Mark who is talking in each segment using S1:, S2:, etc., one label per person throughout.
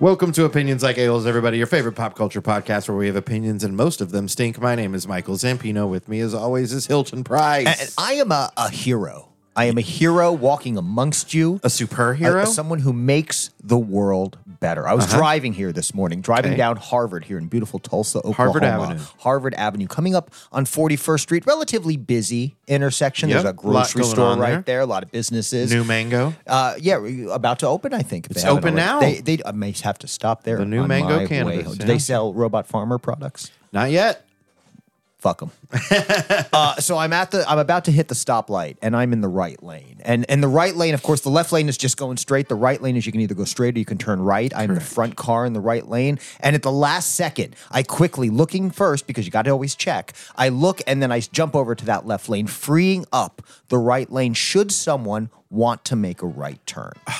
S1: Welcome to Opinions Like Ales, everybody, your favorite pop culture podcast where we have opinions and most of them stink. My name is Michael Zampino. With me, as always, is Hilton Price.
S2: And I am a, a hero. I am a hero walking amongst you.
S1: a superhero?
S2: A- someone who makes the world better. I was driving here this morning,
S1: Uh-huh.
S2: driving
S1: Okay.
S2: down Harvard here in beautiful Tulsa, Oklahoma.
S1: Harvard Avenue.
S2: Harvard Avenue, coming up on 41st Street, relatively busy intersection.
S1: Yep.
S2: There's a
S1: Lot
S2: grocery
S1: going
S2: store
S1: on
S2: right
S1: there.
S2: there. a lot of businesses.
S1: New Mango.
S2: Uh, yeah, we- about to open, I think. if
S1: It's
S2: they haven't
S1: open
S2: already.
S1: now.
S2: They, they I may have to stop there.
S1: The new
S2: on
S1: mango
S2: my way
S1: cannabis,
S2: home. Do
S1: yeah.
S2: they sell Robot Farmer products?
S1: Not yet.
S2: fuck them. uh, so I'm at the, I'm about to hit the stoplight, and I'm in the right lane, and and the right lane, of course, the left lane is just going straight. The right lane is you can either go straight or you can turn right. I'm the front car in the right lane, and at the last second, I quickly looking first because you got to always check. I look and then I jump over to that left lane, freeing up the right lane should someone want to make a right turn.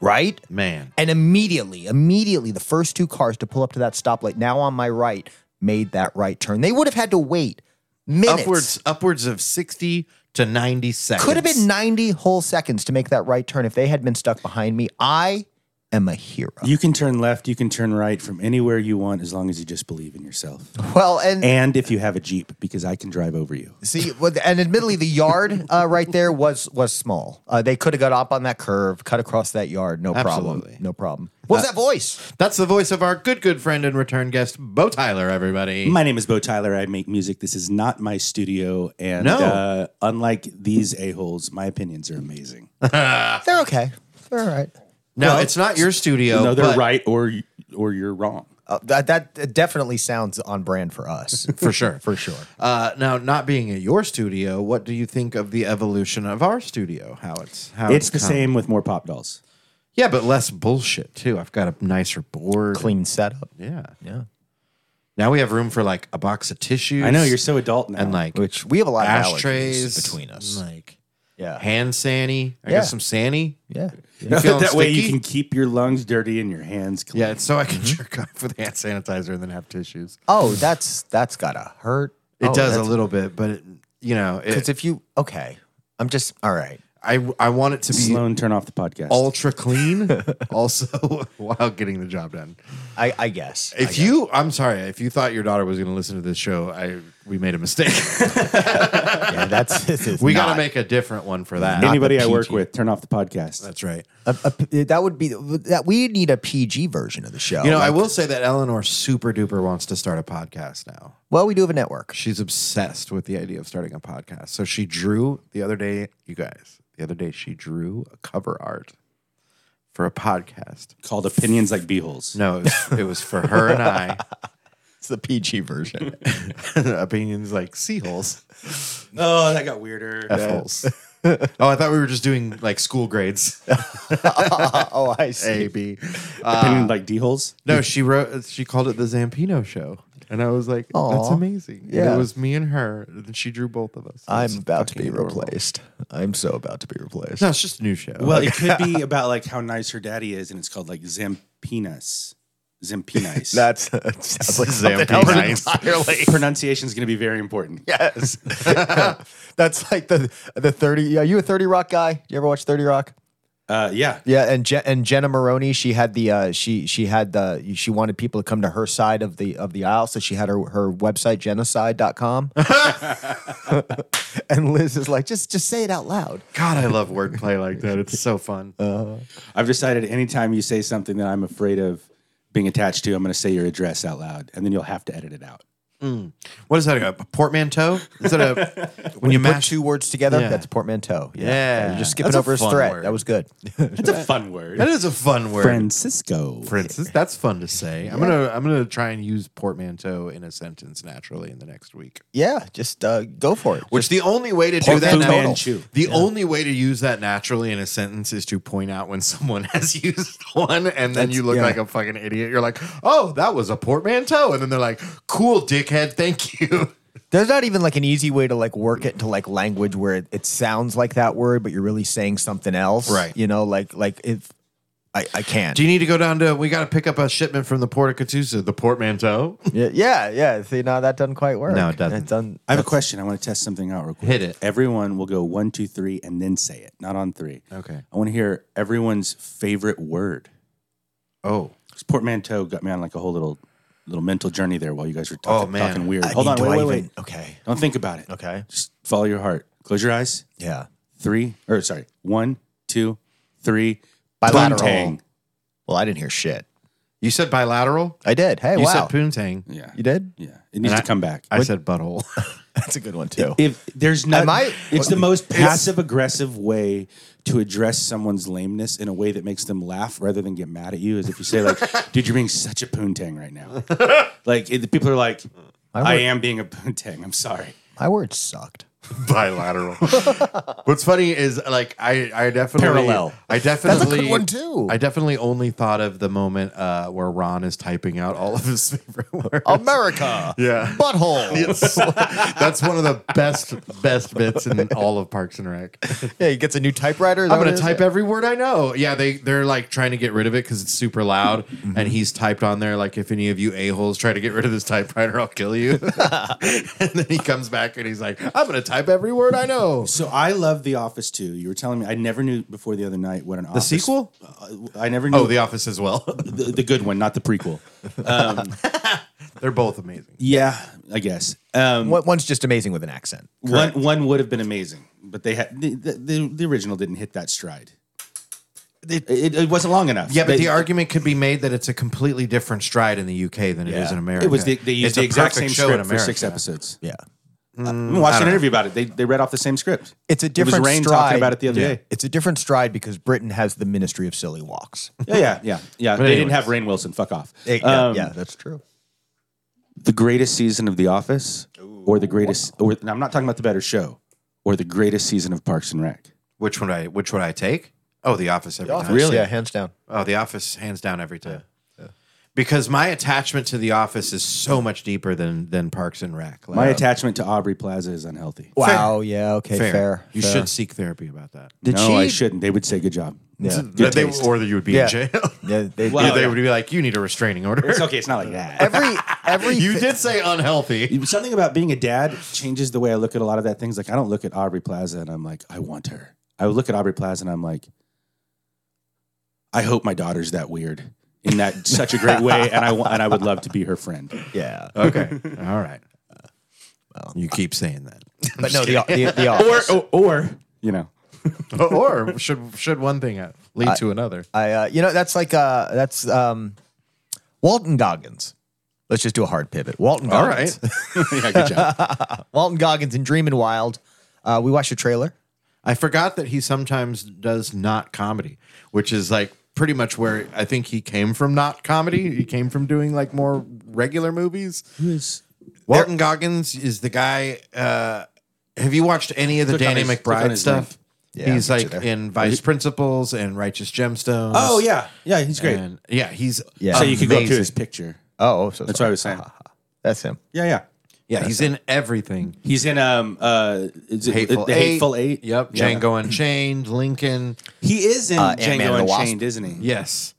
S2: Right?
S1: Man.
S2: And immediately, immediately, the first two cars to pull up to that stoplight, now on my right, made that right turn. They would have had to wait minutes.
S1: Upwards upwards of 60 to 90 seconds.
S2: Could have been 90 whole seconds to make that right turn if they had been stuck behind me. I am a hero.
S3: You can turn left, you can turn right from anywhere you want as long as you just believe in yourself.
S2: Well, and,
S3: And if you have a Jeep, because I can drive over you.
S2: see, well, and admittedly, the yard uh, right there was was small. Uh, they could have got up on that curve, cut across that yard, no
S1: Absolutely. Uh,
S2: problem, no problem. What's that voice?
S1: That's the voice of our good, good friend and return guest, Bo Tyler, everybody.
S3: My name is Bo Tyler. I make music. This is not my studio. And
S1: No.
S3: uh, unlike these a-holes, my opinions are amazing.
S1: uh,
S2: They're okay. They're all right.
S1: no, it's not your studio.
S3: no, they're
S1: Oh, but-
S3: right or or you're wrong.
S2: Uh, that that definitely sounds on brand for us,
S1: For sure.
S2: for sure.
S1: Uh, now, not being at your studio, what do you think of the evolution of our studio? How Oh, it's how
S3: It's the
S1: come?
S3: same with more pop dolls.
S1: yeah, but less bullshit too. I've got a nicer board.
S2: clean setup.
S1: Yeah,
S2: Yeah.
S1: now we have room for like a box of tissues.
S3: I know you're so adult now.
S1: and like
S2: Which we have a lot of
S1: ashtrays
S2: ashtrays between us.
S1: like
S2: Yeah.
S1: hand sani. I
S2: Yeah.
S1: got some sani.
S2: yeah. Yeah.
S1: You feeling
S3: that way you
S1: sticky?
S3: can keep your lungs dirty and your hands clean.
S1: Yeah, it's so I can jerk off with hand sanitizer and then have tissues.
S2: Oh, that's that's gotta hurt.
S1: It does a little bit, but it, you know,
S2: Because
S1: it,
S2: if you okay, I'm just all right.
S1: I I want it to be
S3: Sloan, turn off the podcast.
S1: ultra clean, also while getting the job done.
S2: I, I guess. I
S1: If
S2: guess.
S1: you, I'm sorry, if you thought your daughter was going to listen to this show, I we made a mistake.
S2: yeah, that's this is
S1: we got to
S2: not-
S1: make a different one for that.
S2: Not-
S3: Anybody
S2: the
S3: I work
S2: PG.
S3: with, turn off the podcast.
S1: That's right.
S2: a, a- that would be that we need a PG version of the show.
S1: You know, I
S2: Like,
S1: will say that Eleanor super duper wants to start a podcast now.
S2: well, we do have a network.
S1: She's obsessed with the idea of starting a podcast. So she drew the other day, you guys, the other day she drew a cover art for a podcast.
S3: Called opinions like beeholes.
S1: No, it was, it was for her and I.
S2: It's the PG version.
S1: Opinions like sea holes.
S3: Oh, that got weirder.
S1: F-holes. oh, I thought we were just doing like school grades.
S2: oh, I see.
S1: A, B.
S3: Opinion like d-holes.
S1: No, she wrote. She called it the Zampino Show, and I was like, "That's
S2: Aw.
S1: amazing." And
S2: Yeah.
S1: it was me and her. And she drew both of us. It was
S2: I'm about to
S1: fucking
S2: be
S1: adorable.
S2: replaced. I'm so about to be replaced.
S1: No, it's just a new show.
S3: Well, it could be about like how nice her daddy is, and it's called like Zampinas. Zampinice.
S2: That's that sounds like
S1: Zampi
S2: something else
S1: nice.
S2: entirely.
S3: pronunciation is going to be very important.
S2: Yes. That's like the the 30 are you a 30 Rock guy? You ever watch 30 Rock?
S3: Uh, yeah.
S2: Yeah, and Je- and Jenna Maroney, she had the uh, she she had the she wanted people to come to her side of the of the aisle, so she had her her website genocide.com. and Liz is like, just just say it out loud.
S1: God, I love wordplay like that. It's so fun.
S3: I've decided anytime you say something that I'm afraid of being attached to, I'm going to say your address out loud, and then you'll have to edit it out.
S1: what is that? A portmanteau? Is that a when you
S2: Put
S1: match?
S2: two words together,
S1: Yeah.
S2: that's portmanteau.
S1: Yeah.
S2: You're just skipping
S1: That's a
S2: over his
S1: fun
S2: thread.
S1: word.
S2: That was good.
S3: That's a fun word.
S1: That is a fun word.
S3: Francisco.
S1: Princess, that's fun to say. I'm gonna I'm gonna try and use portmanteau in a sentence naturally in the next week.
S2: yeah, just uh, go for it.
S1: Which the only way to do
S3: Portmanteau.
S1: that
S3: Fu
S1: now,
S3: Manchu.
S1: the only way to use that naturally in a sentence is to point out when someone has used one, and then you look
S2: yeah.
S1: like a fucking idiot. You're like, "Oh, that was a portmanteau," and then they're like, "Cool, dickhead, thank you."
S2: There's not even like an easy way to like work it to like language where it, it sounds like that word, but you're really saying something else.
S1: Right.
S2: You know, like like if I, I can't.
S1: Do you need to go down to? We got to pick up a shipment from the port of Catoosa. The portmanteau.
S2: yeah, yeah, yeah. See, now that doesn't quite work.
S1: No, it doesn't.
S2: It doesn't
S3: I have a question. I want to test something out real quick.
S1: Hit it.
S3: Everyone will go one, two, three, and then say it, not on three.
S1: Okay.
S3: I want to hear everyone's favorite word.
S1: Oh,
S3: portmanteau got me on like a whole little little mental journey there while you guys were
S1: Oh,
S3: talking,
S1: man.
S3: talking weird.
S2: I
S3: Hold
S2: mean,
S3: on,
S2: do
S3: wait,
S2: I
S3: wait,
S2: even-
S3: wait.
S2: Okay.
S3: Don't think about it.
S2: Okay.
S3: Just follow your heart. Close your eyes.
S2: Yeah.
S3: Three or sorry, one, two, three.
S2: Bilateral.
S3: Poontang.
S2: Well, I didn't hear shit.
S1: You said bilateral.
S2: I did. Hey,
S1: You
S2: wow.
S1: said poontang.
S3: Yeah,
S2: you did?
S3: yeah. It needs
S1: And
S3: to come back.
S1: I said butthole.
S2: That's a good one too.
S3: if there's
S2: Am
S3: not,
S2: I-
S3: it's the most passive aggressive way to address someone's lameness in a way that makes them laugh rather than get mad at you. Is if you say like, "Dude, you're being such a poontang right now." like it, people are like, I,
S2: would-
S3: am being a poontang. I'm sorry."
S2: My word sucked.
S1: bilateral. What's funny is like I I definitely
S3: Parallel.
S1: I definitely
S2: one, too.
S1: I definitely only thought of the moment uh, where Ron is typing out all of his favorite words.
S2: Oh. America.
S1: Yeah.
S2: Butthole.
S1: It's- that's one of the best best bits in all of Parks and Rec.
S2: yeah, he gets a new typewriter.
S1: I'm gonna type every word I know. Yeah, they they're like trying to get rid of it because it's super loud,
S3: Mm-hmm.
S1: and he's typed on there like, if any of you a holes try to get rid of this typewriter, I'll kill you. and then he comes back and he's like, I'm gonna type every word I know.
S3: So I love The Office too. You were telling me I never knew before the other night what an the office,
S1: sequel?
S3: Uh, I never knew
S1: Oh,
S3: the,
S1: The Office as well.
S3: the good one, not the prequel.
S1: they're both amazing.
S3: yeah, I guess. Um,
S2: One's just amazing with an accent.
S3: one one would have been amazing, but they had the the, the, the original didn't hit that stride. It, it, it wasn't long enough.
S1: Yeah, but
S3: They-
S1: the argument could be made that it's a completely different stride in the UK than it is
S3: Yeah.
S1: in America.
S3: It was the, they used
S1: It's
S3: the
S1: a
S3: exact same
S1: perfect show in
S3: script for
S1: America.
S3: six
S1: Mm,
S3: episodes.
S2: Yeah.
S3: I watched an interview about it. They, they read off the same script.
S2: It's a
S3: It
S2: different
S3: was Rain
S2: stride.
S3: talking about it the other day.
S2: It's a different stride because Britain has the Ministry of Silly Walks.
S3: Yeah, yeah, yeah, yeah. they didn't
S1: anyways.
S3: have Rain Wilson. Fuck off.
S2: It- yeah,
S3: Um,
S2: yeah, that's true.
S3: The greatest season of The Office, or the greatest, or and I'm not talking about the better show, or the greatest season of Parks and Rec.
S1: Which one I which would I take? Oh, The Office every time.
S2: Yeah, hands down.
S1: Oh, The Office, hands down, every time. Because my attachment to The Office is so much deeper than than Parks and Rec. Like,
S3: My attachment to Aubrey Plaza is unhealthy.
S2: Wow. Yeah. Okay. Fair.
S1: You
S2: fair.
S1: should seek therapy about that.
S2: Did
S3: no,
S2: she?
S3: I shouldn't. They would say good job.
S2: Yeah.
S1: That they-
S3: taste.
S1: or that you would be
S2: Yeah.
S1: in jail.
S2: Yeah, they-
S3: Wow.
S1: Yeah, they
S3: yeah.
S1: would be like, you need a restraining order.
S3: It's okay. It's not like that.
S2: Every every
S1: You did say unhealthy.
S3: Something about being a dad changes the way I look at a lot of that things. Like I don't look at Aubrey Plaza and I'm like, I want her. I look at Aubrey Plaza and I'm like, I hope my daughter's that weird in that such a great way, and I wa- and I would love to be her friend.
S2: Yeah.
S1: Okay. All right. you keep saying that.
S2: But no, the the, the office.
S3: Or or you know,
S1: or should should one thing lead to another?
S2: I uh, you know that's like uh that's um Walton Goggins. Let's just do a hard pivot. Walton
S1: All
S2: Goggins.
S1: right.
S3: yeah, good job.
S2: Walton Goggins in Dreamin' Wild. Uh, we watched a trailer.
S1: I forgot that he sometimes does not comedy, which is like pretty much where I think he came from not comedy. He came from doing like more regular movies. Walton Goggins is the guy. Uh, have you watched any of the
S3: Click on
S1: Danny
S3: his- click on
S1: McBride
S3: his
S1: stuff?
S2: link. Yeah,
S1: he's
S2: I picture
S1: like
S2: there.
S1: in Vice Principals and Righteous Gemstones.
S3: Oh yeah, yeah, he's great.
S1: And yeah, he's
S2: Yeah.
S3: so you could go to
S1: amazing.
S3: his picture.
S2: Oh, oh, so
S3: That's what
S2: sorry.
S3: I was saying.
S2: That's him.
S3: Yeah, yeah.
S1: yeah, he's in everything.
S3: He's in um uh is it-
S1: Hateful
S3: the
S1: Eight.
S3: Hateful Eight.
S1: Yep,
S3: Yeah.
S1: Django Unchained, Lincoln.
S3: He is in
S2: Ant-Man and the
S3: Django
S2: Wasp.
S3: Unchained, isn't he?
S1: Yes,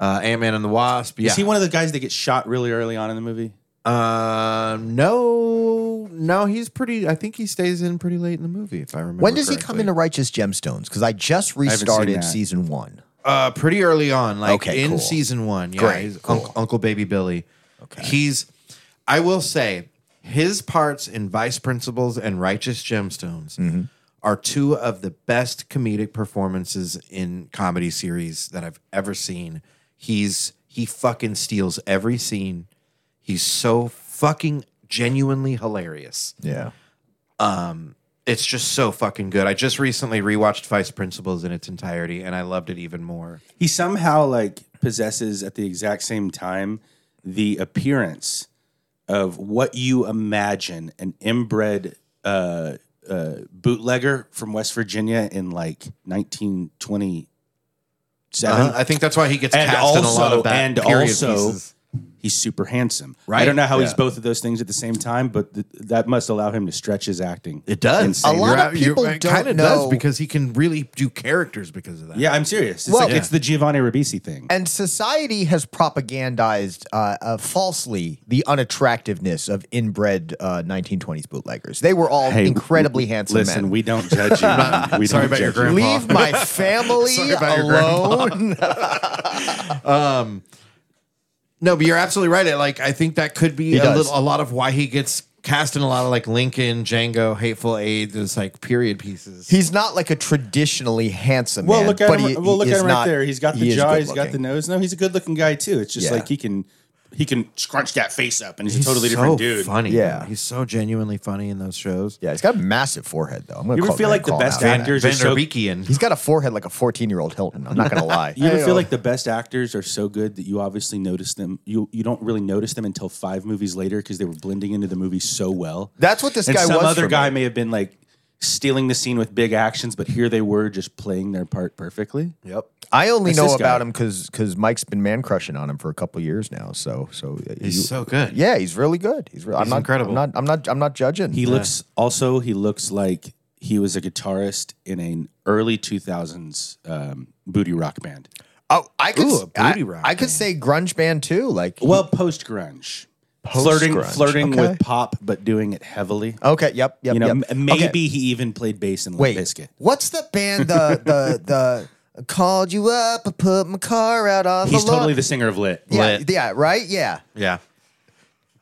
S1: uh, Ant Man and the Wasp. Yeah,
S3: Is he one of the guys that gets shot really early on in the movie?
S1: Uh, no, no, he's pretty. I think he stays in pretty late in the movie, if I remember.
S2: When does he come
S1: correctly.
S2: into Righteous Gemstones? Because I just
S3: seen
S2: restarted
S3: that.
S2: season one.
S1: Uh, pretty early on, like
S2: Okay,
S1: in
S2: cool.
S1: season one. Yeah,
S2: Great,
S1: he's
S2: cool.
S1: Uncle, Uncle Baby Billy. Okay, he's. I will say his parts in Vice Principals and Righteous Gemstones
S2: Mm-hmm.
S1: are two of the best comedic performances in comedy series that I've ever seen. He's he fucking steals every scene. He's so fucking genuinely hilarious.
S2: Yeah.
S1: it's just so fucking good. I just recently rewatched Vice Principals in its entirety, and I loved it even more.
S3: he somehow like possesses at the exact same time the appearance of what you imagine an inbred uh, uh, bootlegger from West Virginia in like 1927.
S1: Uh, I think that's why he gets
S3: And
S1: cast in a lot
S3: also-
S1: of bad
S3: and
S1: period
S3: also-
S1: pieces.
S3: He's super handsome. I
S1: Right.
S3: don't know how he's
S1: Yeah.
S3: both of those things at the same time, but th- that must allow him to stretch his acting.
S1: It does.
S3: Insane.
S2: A lot of people
S1: it
S2: don't
S1: kinda
S2: know-
S1: does because he can really do characters because of that.
S3: Yeah, I'm serious. It's
S2: Well-
S3: like it's the Giovanni Ribisi thing.
S2: And society has propagandized uh, uh, falsely the unattractiveness of inbred uh, 1920s bootleggers. They were all
S3: Hey,
S2: incredibly handsome
S3: Listen,
S2: men.
S3: we don't judge you. we
S1: sorry
S3: don't
S1: about your
S3: judge you.
S1: grandpa.
S2: Leave my family
S1: Sorry about your
S2: alone.
S1: No, but you're absolutely right. I, Like I think that could be a,
S2: does.
S1: little, a lot of why he gets cast in a lot of like Lincoln, Django, Hateful Eight, those like period pieces.
S2: He's not like a traditionally handsome
S3: Well,
S2: man,
S3: look at
S2: but
S3: him.
S2: he-
S3: well, look
S2: he
S3: at
S2: is
S3: him
S2: not-
S3: right there. He's got the
S2: he is
S3: jaw.
S2: good
S3: He's got the
S2: looking.
S3: nose. No, he's a good-looking guy too. It's just
S2: Yeah.
S3: like he can he can scrunch that face up, and he's, a totally different dude.
S1: Funny,
S2: Yeah.
S1: man. he's so genuinely funny in those shows.
S2: Yeah, he's got a massive forehead though. I'm gonna
S3: You ever
S2: call-
S3: feel
S2: I'm
S3: like
S2: gonna call
S3: the
S2: him
S3: best
S2: out on that.
S3: actors- There's a
S1: Van Der
S3: so-
S1: Beekian.
S2: He's got a forehead like a 14 year old Hilton. I'm not gonna lie.
S3: You ever
S2: Hey,
S3: feel like the best actors are so good that you obviously notice them. You you don't really notice them until five movies later because they were blending into the movie so well.
S2: That's what this
S3: and
S2: guy
S3: some
S2: was
S3: other
S2: for
S3: guy
S2: me.
S3: may have been like stealing the scene with big actions, but here they were just playing their part perfectly.
S1: Yep.
S2: I only
S3: That's
S2: know
S3: this
S2: about
S3: guy.
S2: him because because Mike's been man crushing on him for a couple years now. So so uh,
S1: He's
S2: you-
S1: so good.
S2: yeah, he's really good. He's, re- I'm not,
S1: incredible.
S2: I'm not I'm not I'm not judging.
S3: He looks also he looks like he was a guitarist in an early two thousands um, booty rock band.
S2: oh, I could
S1: Ooh,
S2: s-
S1: a booty
S2: I,
S1: rock
S2: I could
S1: band.
S2: say grunge band too. Like
S3: Well, post grunge, flirting
S2: Post-grunge,
S3: flirting
S2: okay.
S3: with pop, but doing it heavily.
S2: okay, yep, yep,
S3: you know,
S2: yep.
S3: m-
S2: Okay.
S3: maybe he even played bass in Limp
S2: Wait,
S3: Bizkit.
S2: what's the band? The the the called you up. I put my car out on
S3: He's
S2: the lawn.
S3: totally the singer of Lit.
S2: yeah,
S1: Lit.
S2: yeah, right, yeah.
S1: Yeah.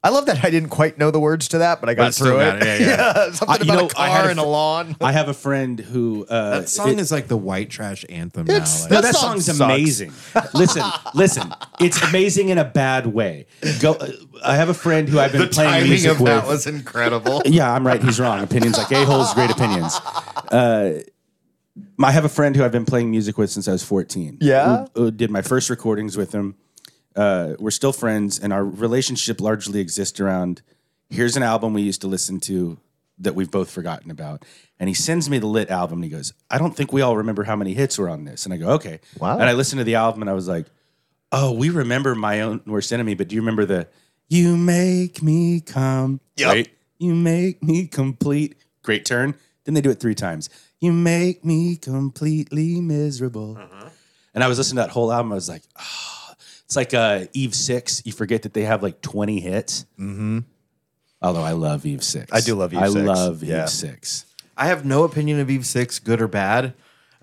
S2: I love that I didn't quite know the words to that, but I got
S1: But still
S2: through
S1: got
S2: it.
S1: it, yeah, yeah.
S2: something
S3: Uh, you
S2: about a
S3: know, I had
S2: car
S3: a
S2: and a
S3: fr-
S2: lawn.
S3: I have a friend who uh,
S1: That song
S3: it-
S1: is like the white trash anthem
S2: It's-
S1: now.
S3: No,
S1: Like,
S2: That
S3: that,
S2: song
S3: song's
S2: sucks.
S3: amazing. listen, listen, it's amazing in a bad way. Go. uh, I have a friend who I've been
S1: the
S3: playing
S1: timing
S3: music
S1: of that
S3: with.
S1: was incredible.
S3: yeah, I'm right. He's wrong. Opinions like a holes, great opinions. Uh, I have a friend who I've been playing music with since I was 14.
S2: Yeah?
S3: Who- who did my first recordings with him. Uh, we're still friends, and our relationship largely exists around here's an album we used to listen to that we've both forgotten about. And he sends me the lit album and he goes, I don't think we all remember how many hits were on this. And I go, okay.
S2: Wow.
S3: And I listened to the album and I was like, oh, we remember my own worst enemy, but do you remember the you make me come?
S2: Yep.
S3: Right? You make me complete. Great turn. Then they do it three times. You make me completely miserable. And I was listening to that whole album. I was like, oh. it's like uh, Eve Six. You forget that they have like 20 hits. Mm-hmm. Although I love Eve Six.
S2: I do love Eve
S3: I
S2: Six.
S3: love
S2: Yeah.
S3: Eve Six.
S1: I have no opinion of Eve Six, good or bad,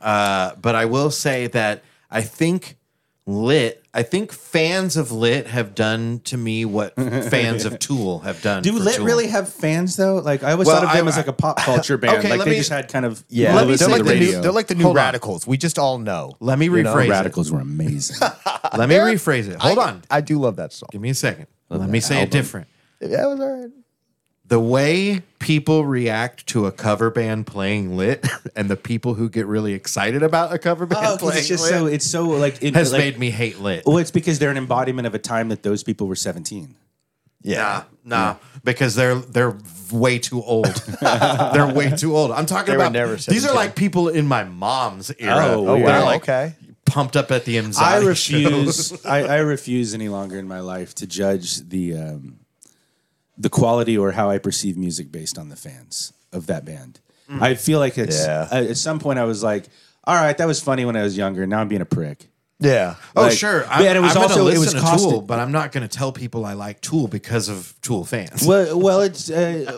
S1: uh, but I will say that I think Lit, I think fans of Lit have done to me what fans of Tool have done.
S3: Do
S1: for
S3: Lit
S1: Tool.
S3: really have fans though? Like I always
S1: Well,
S3: thought of them
S1: I-
S3: as like a pop culture band.
S1: Okay,
S3: like
S1: let
S3: they
S1: me-
S3: just had kind of
S2: Yeah,
S1: Let me-
S3: let
S2: they're,
S1: listen
S2: like
S1: to
S2: the
S1: the
S2: new,
S1: radio.
S2: they're like the new
S1: Hold on.
S2: radicals. We just all know.
S1: Let me rephrase
S2: You know?
S1: it.
S3: radicals were amazing.
S1: Let me rephrase it. Hold
S2: I-
S1: on.
S2: I do love that song.
S1: Give me a second. Let me say it different.
S2: That was all right.
S1: The way people react to a cover band playing Lit and the people who get really excited about a cover band
S3: Oh, 'cause
S1: playing
S3: it's just
S1: Lit
S3: so it's so like it,
S1: has
S3: like-
S1: made me hate Lit.
S3: Well, it's because they're an embodiment of a time that those people were seventeen.
S1: Nah, nah, because they're they're way too old. they're way too old. I'm talking
S2: They were
S1: about
S2: never
S1: these are
S2: 17.
S1: like people in my mom's era.
S3: Oh,
S1: They're,
S2: wow,
S1: like,
S2: okay.
S1: Pumped up at the
S3: I
S1: anxiety.
S3: refuse. I, I refuse any longer in my life to judge the um, the quality or how I perceive music based on the fans of that band.
S1: Mm.
S3: I feel like it's
S2: Yeah.
S3: uh, at some point I was like, all right, that was funny when I was younger. Now I'm being a prick.
S2: Yeah.
S1: Oh
S3: Like-
S1: sure,
S3: Yeah,
S1: I'm,
S3: and it was
S1: I'm
S3: also-
S1: gonna
S3: it
S1: listen
S3: was
S1: to Tool,
S3: costed-
S1: but I'm not going to tell people I like Tool because of Tool fans.
S3: Well, well, it's uh,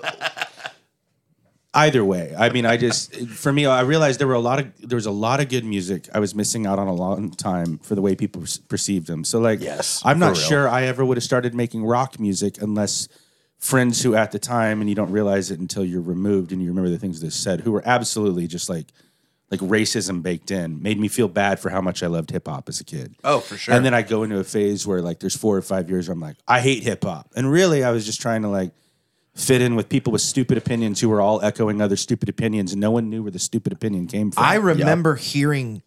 S3: either way. I mean, I just for me, I realized there were a lot of there was a lot of good music I was missing out on a long time for the way people s- perceived them. So, like,
S2: Yes,
S3: I'm not
S2: for real.
S3: sure I ever would have started making rock music unless friends who at the time and you don't realize it until you're removed and you remember the things they said who were absolutely just like like racism baked in made me feel bad for how much I loved hip hop as a kid.
S1: Oh, for sure.
S3: And then I go into a phase where like there's four or five years where I'm like, I hate hip hop. And really I was just trying to like fit in with people with stupid opinions who were all echoing other stupid opinions and no one knew where the stupid opinion came from.
S1: I remember hearing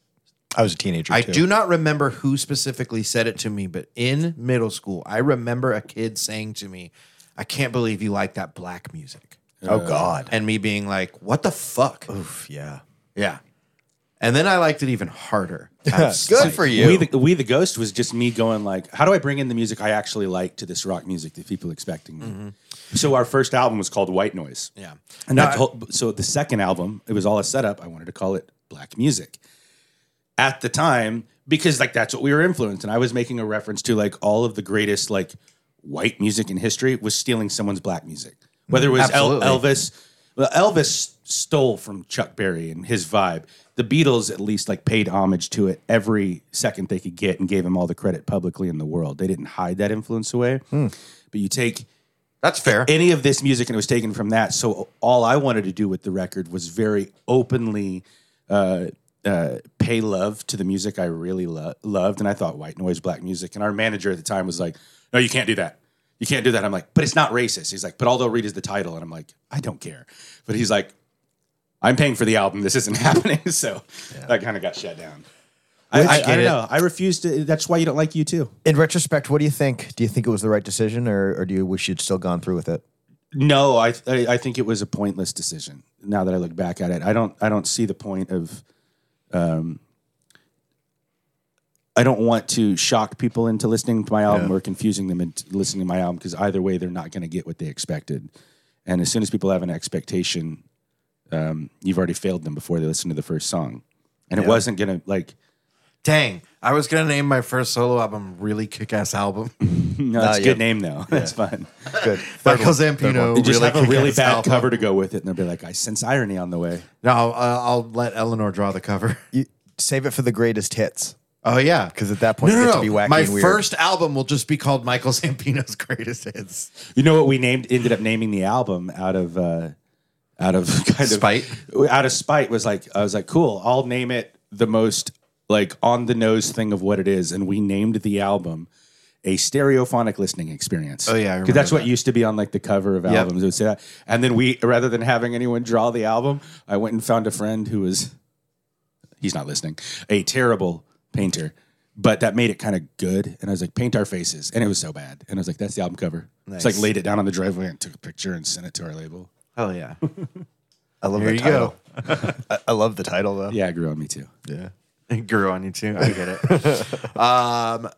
S2: I was a teenager.
S1: I
S2: too.
S1: do not remember who specifically said it to me, but in middle school, I remember a kid saying to me, I can't believe you like that black music.
S2: Oh God.
S1: And me being like, what the fuck?
S2: Oof, yeah.
S1: Yeah. And then I liked it even harder.
S2: Good for you.
S3: We the, we the Ghost was just me going like, how do I bring in the music I actually like to this rock music that people expecting me? So our first album was called White Noise.
S1: Mm-hmm. Yeah.
S3: and
S1: No,
S3: that
S1: I-
S3: whole, so the second album, it was all a setup. I wanted to call it Black Music at the time because like that's what we were influenced, and I was making a reference to like all of the greatest like white music in history was stealing someone's black music, whether it was El-
S1: Absolutely.
S3: Elvis. Well, Elvis stole from Chuck Berry and his vibe. the Beatles at least like paid homage to it every second they could get and gave him all the credit publicly in the world. They didn't hide that influence away. But you take
S1: That's fair.
S3: any of this music and it was taken from that. So all I wanted to do with the record was very openly uh, uh, pay love to the music I really lo- loved, and I thought white noise, black music. And our manager at the time was like, "No, you can't do that. You can't do that." I'm like, "But it's not racist." He's like, "But although Reed is the title," and I'm like, "I don't care." But he's like, "I'm paying for the album. This isn't happening." So that kind of got shut down. I, I, I
S1: get
S3: don't
S1: it.
S3: know. I refuse to. That's why you don't like you too.
S2: In retrospect, what do you think? Do you think it was the right decision, or, or do you wish you'd still gone through with it?
S3: No, I, I I think it was a pointless decision. Now that I look back at it, I don't I don't see the point of. Um, I don't want to shock people into listening to my album or confusing them into listening to my album because either way they're not going to get what they expected. And as soon as people have an expectation, um, you've already failed them before they listen to the first song. And it wasn't going to like.
S1: Dang, I was gonna name my first solo album "Really Kick-Ass Album."
S3: No, that's a
S2: yeah.
S3: good name though. That's fun.
S2: Good.
S1: Michael Zampino.
S3: You just
S1: really
S3: have a really
S1: Kick-Ass
S3: bad
S1: Album.
S3: cover to go with it, and they'll be like, "I sense irony on the way."
S1: No, I'll, I'll I'll let Eleanor draw the cover.
S2: You, save it for the greatest hits,
S1: Oh yeah,
S2: because at that point
S1: no,
S2: you
S1: no,
S2: get
S1: no.
S2: to be wacky
S1: my
S2: and weird.
S1: first album will just be called Michael Zampino's Greatest Hits.
S3: You know what we named ended up naming the album out of uh out of kind
S1: Spite?
S3: of out of spite was like I was like cool I'll name it the most like on the nose thing of what it is and we named the album a stereophonic listening experience.
S1: Oh, yeah, I remember
S3: because that's what
S1: that.
S3: used to be on like the cover of albums. It would say that, and then we rather than having anyone draw the album, I went and found a friend who was he's not listening a terrible painter, but that made it kind of good. And I was like, paint our faces, and it was so bad. And I was like, that's the album cover. It's like laid it down on the driveway and took a picture and sent it to our label.
S1: Hell yeah!
S2: I love
S1: Here
S2: the
S1: you
S2: title. I, I love the title though.
S3: Yeah, it grew on me too.
S2: Yeah.
S1: It grew on you too. I get it. um,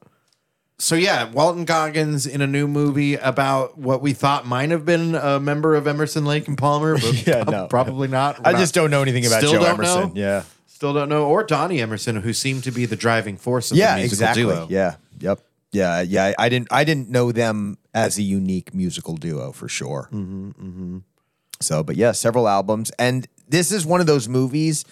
S1: so yeah, Walton Goggins in a new movie about what we thought might have been a member of Emerson, Lake, and Palmer, but
S2: Yeah,
S1: prob-
S2: no.
S1: probably not.
S2: I just don't know anything about
S1: Still
S2: Joe
S1: don't
S2: Emerson.
S1: know?
S2: Yeah.
S1: Still don't know, or Donnie Emerson, who seemed to be the driving force of
S2: Yeah.
S1: the musical
S2: Exactly.
S1: duo.
S2: Yeah. Yep. Yeah. Yeah. I- I didn't. I didn't know them as a unique musical duo for sure. Mm-hmm, So, but yeah, several albums, and this is one of those movies,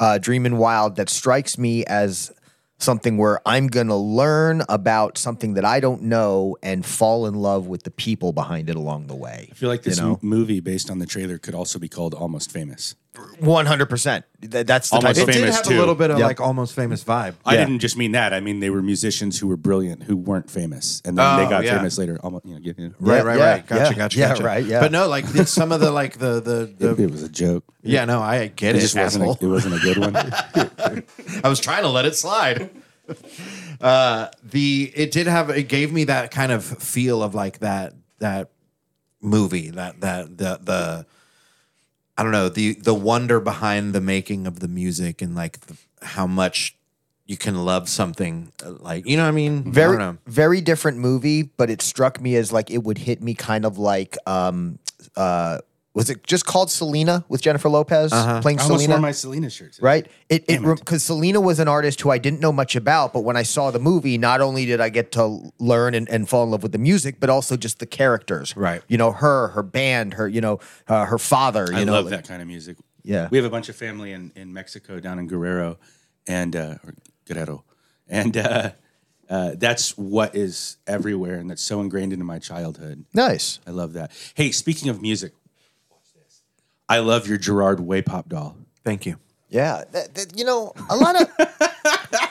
S2: uh, Dreamin' Wild, that strikes me as something where I'm gonna learn about something that I don't know and fall in love with the people behind it along the way.
S3: I feel like this
S2: You know?
S3: m- movie, based on the trailer, could also be called Almost Famous.
S2: One hundred percent. That's the
S3: Almost
S2: type
S1: It
S2: of
S1: did
S3: Famous
S1: have a
S3: too.
S1: little bit of
S2: Yep.
S1: like almost famous vibe.
S3: I
S2: Yeah.
S3: didn't just mean that. I mean they were musicians who were brilliant who weren't famous, and then
S1: Oh,
S3: they got
S1: yeah.
S3: famous later. Almost, you know, get- you know,
S1: Right,
S2: Yeah,
S1: right,
S2: yeah,
S1: right. Gotcha,
S2: yeah,
S1: gotcha,
S2: yeah,
S1: gotcha.
S2: right, yeah.
S1: But no, like the, some of the like the the,
S3: It,
S1: the
S3: it was a joke.
S1: yeah. No, I get
S3: It
S1: it.
S3: just wasn't.
S1: asshole.
S3: A, it wasn't a good one.
S1: I was trying to let it slide. Uh, the it did have it gave me that kind of feel of like that that movie that that the the I don't know the the wonder behind the making of the music and like the, how much you can love something uh, like you know what I mean I
S2: very
S1: don't know.
S2: very different movie but it struck me as like it would hit me kind of like um uh was it just called selena with jennifer lopez
S1: Uh-huh.
S2: playing
S3: I almost
S2: selena
S3: wore my Selena shirt. today.
S2: right it it because selena was an artist who i didn't know much about but when i saw the movie not only did i get to learn and, and fall in love with the music but also just the characters
S1: Right.
S2: you know her her band her you know uh, her father you
S3: I
S2: know
S3: love
S2: like-
S3: that kind of music.
S2: Yeah.
S3: we have a bunch of family in, in Mexico, down in Guerrero, and uh, or Guerrero, and uh, uh, that's what is everywhere, and that's so ingrained into my childhood.
S2: nice
S3: I love that. Hey, speaking of music, watch this. I love your Gerard Way pop doll.
S1: Thank you.
S2: yeah That- that- you know a lot of the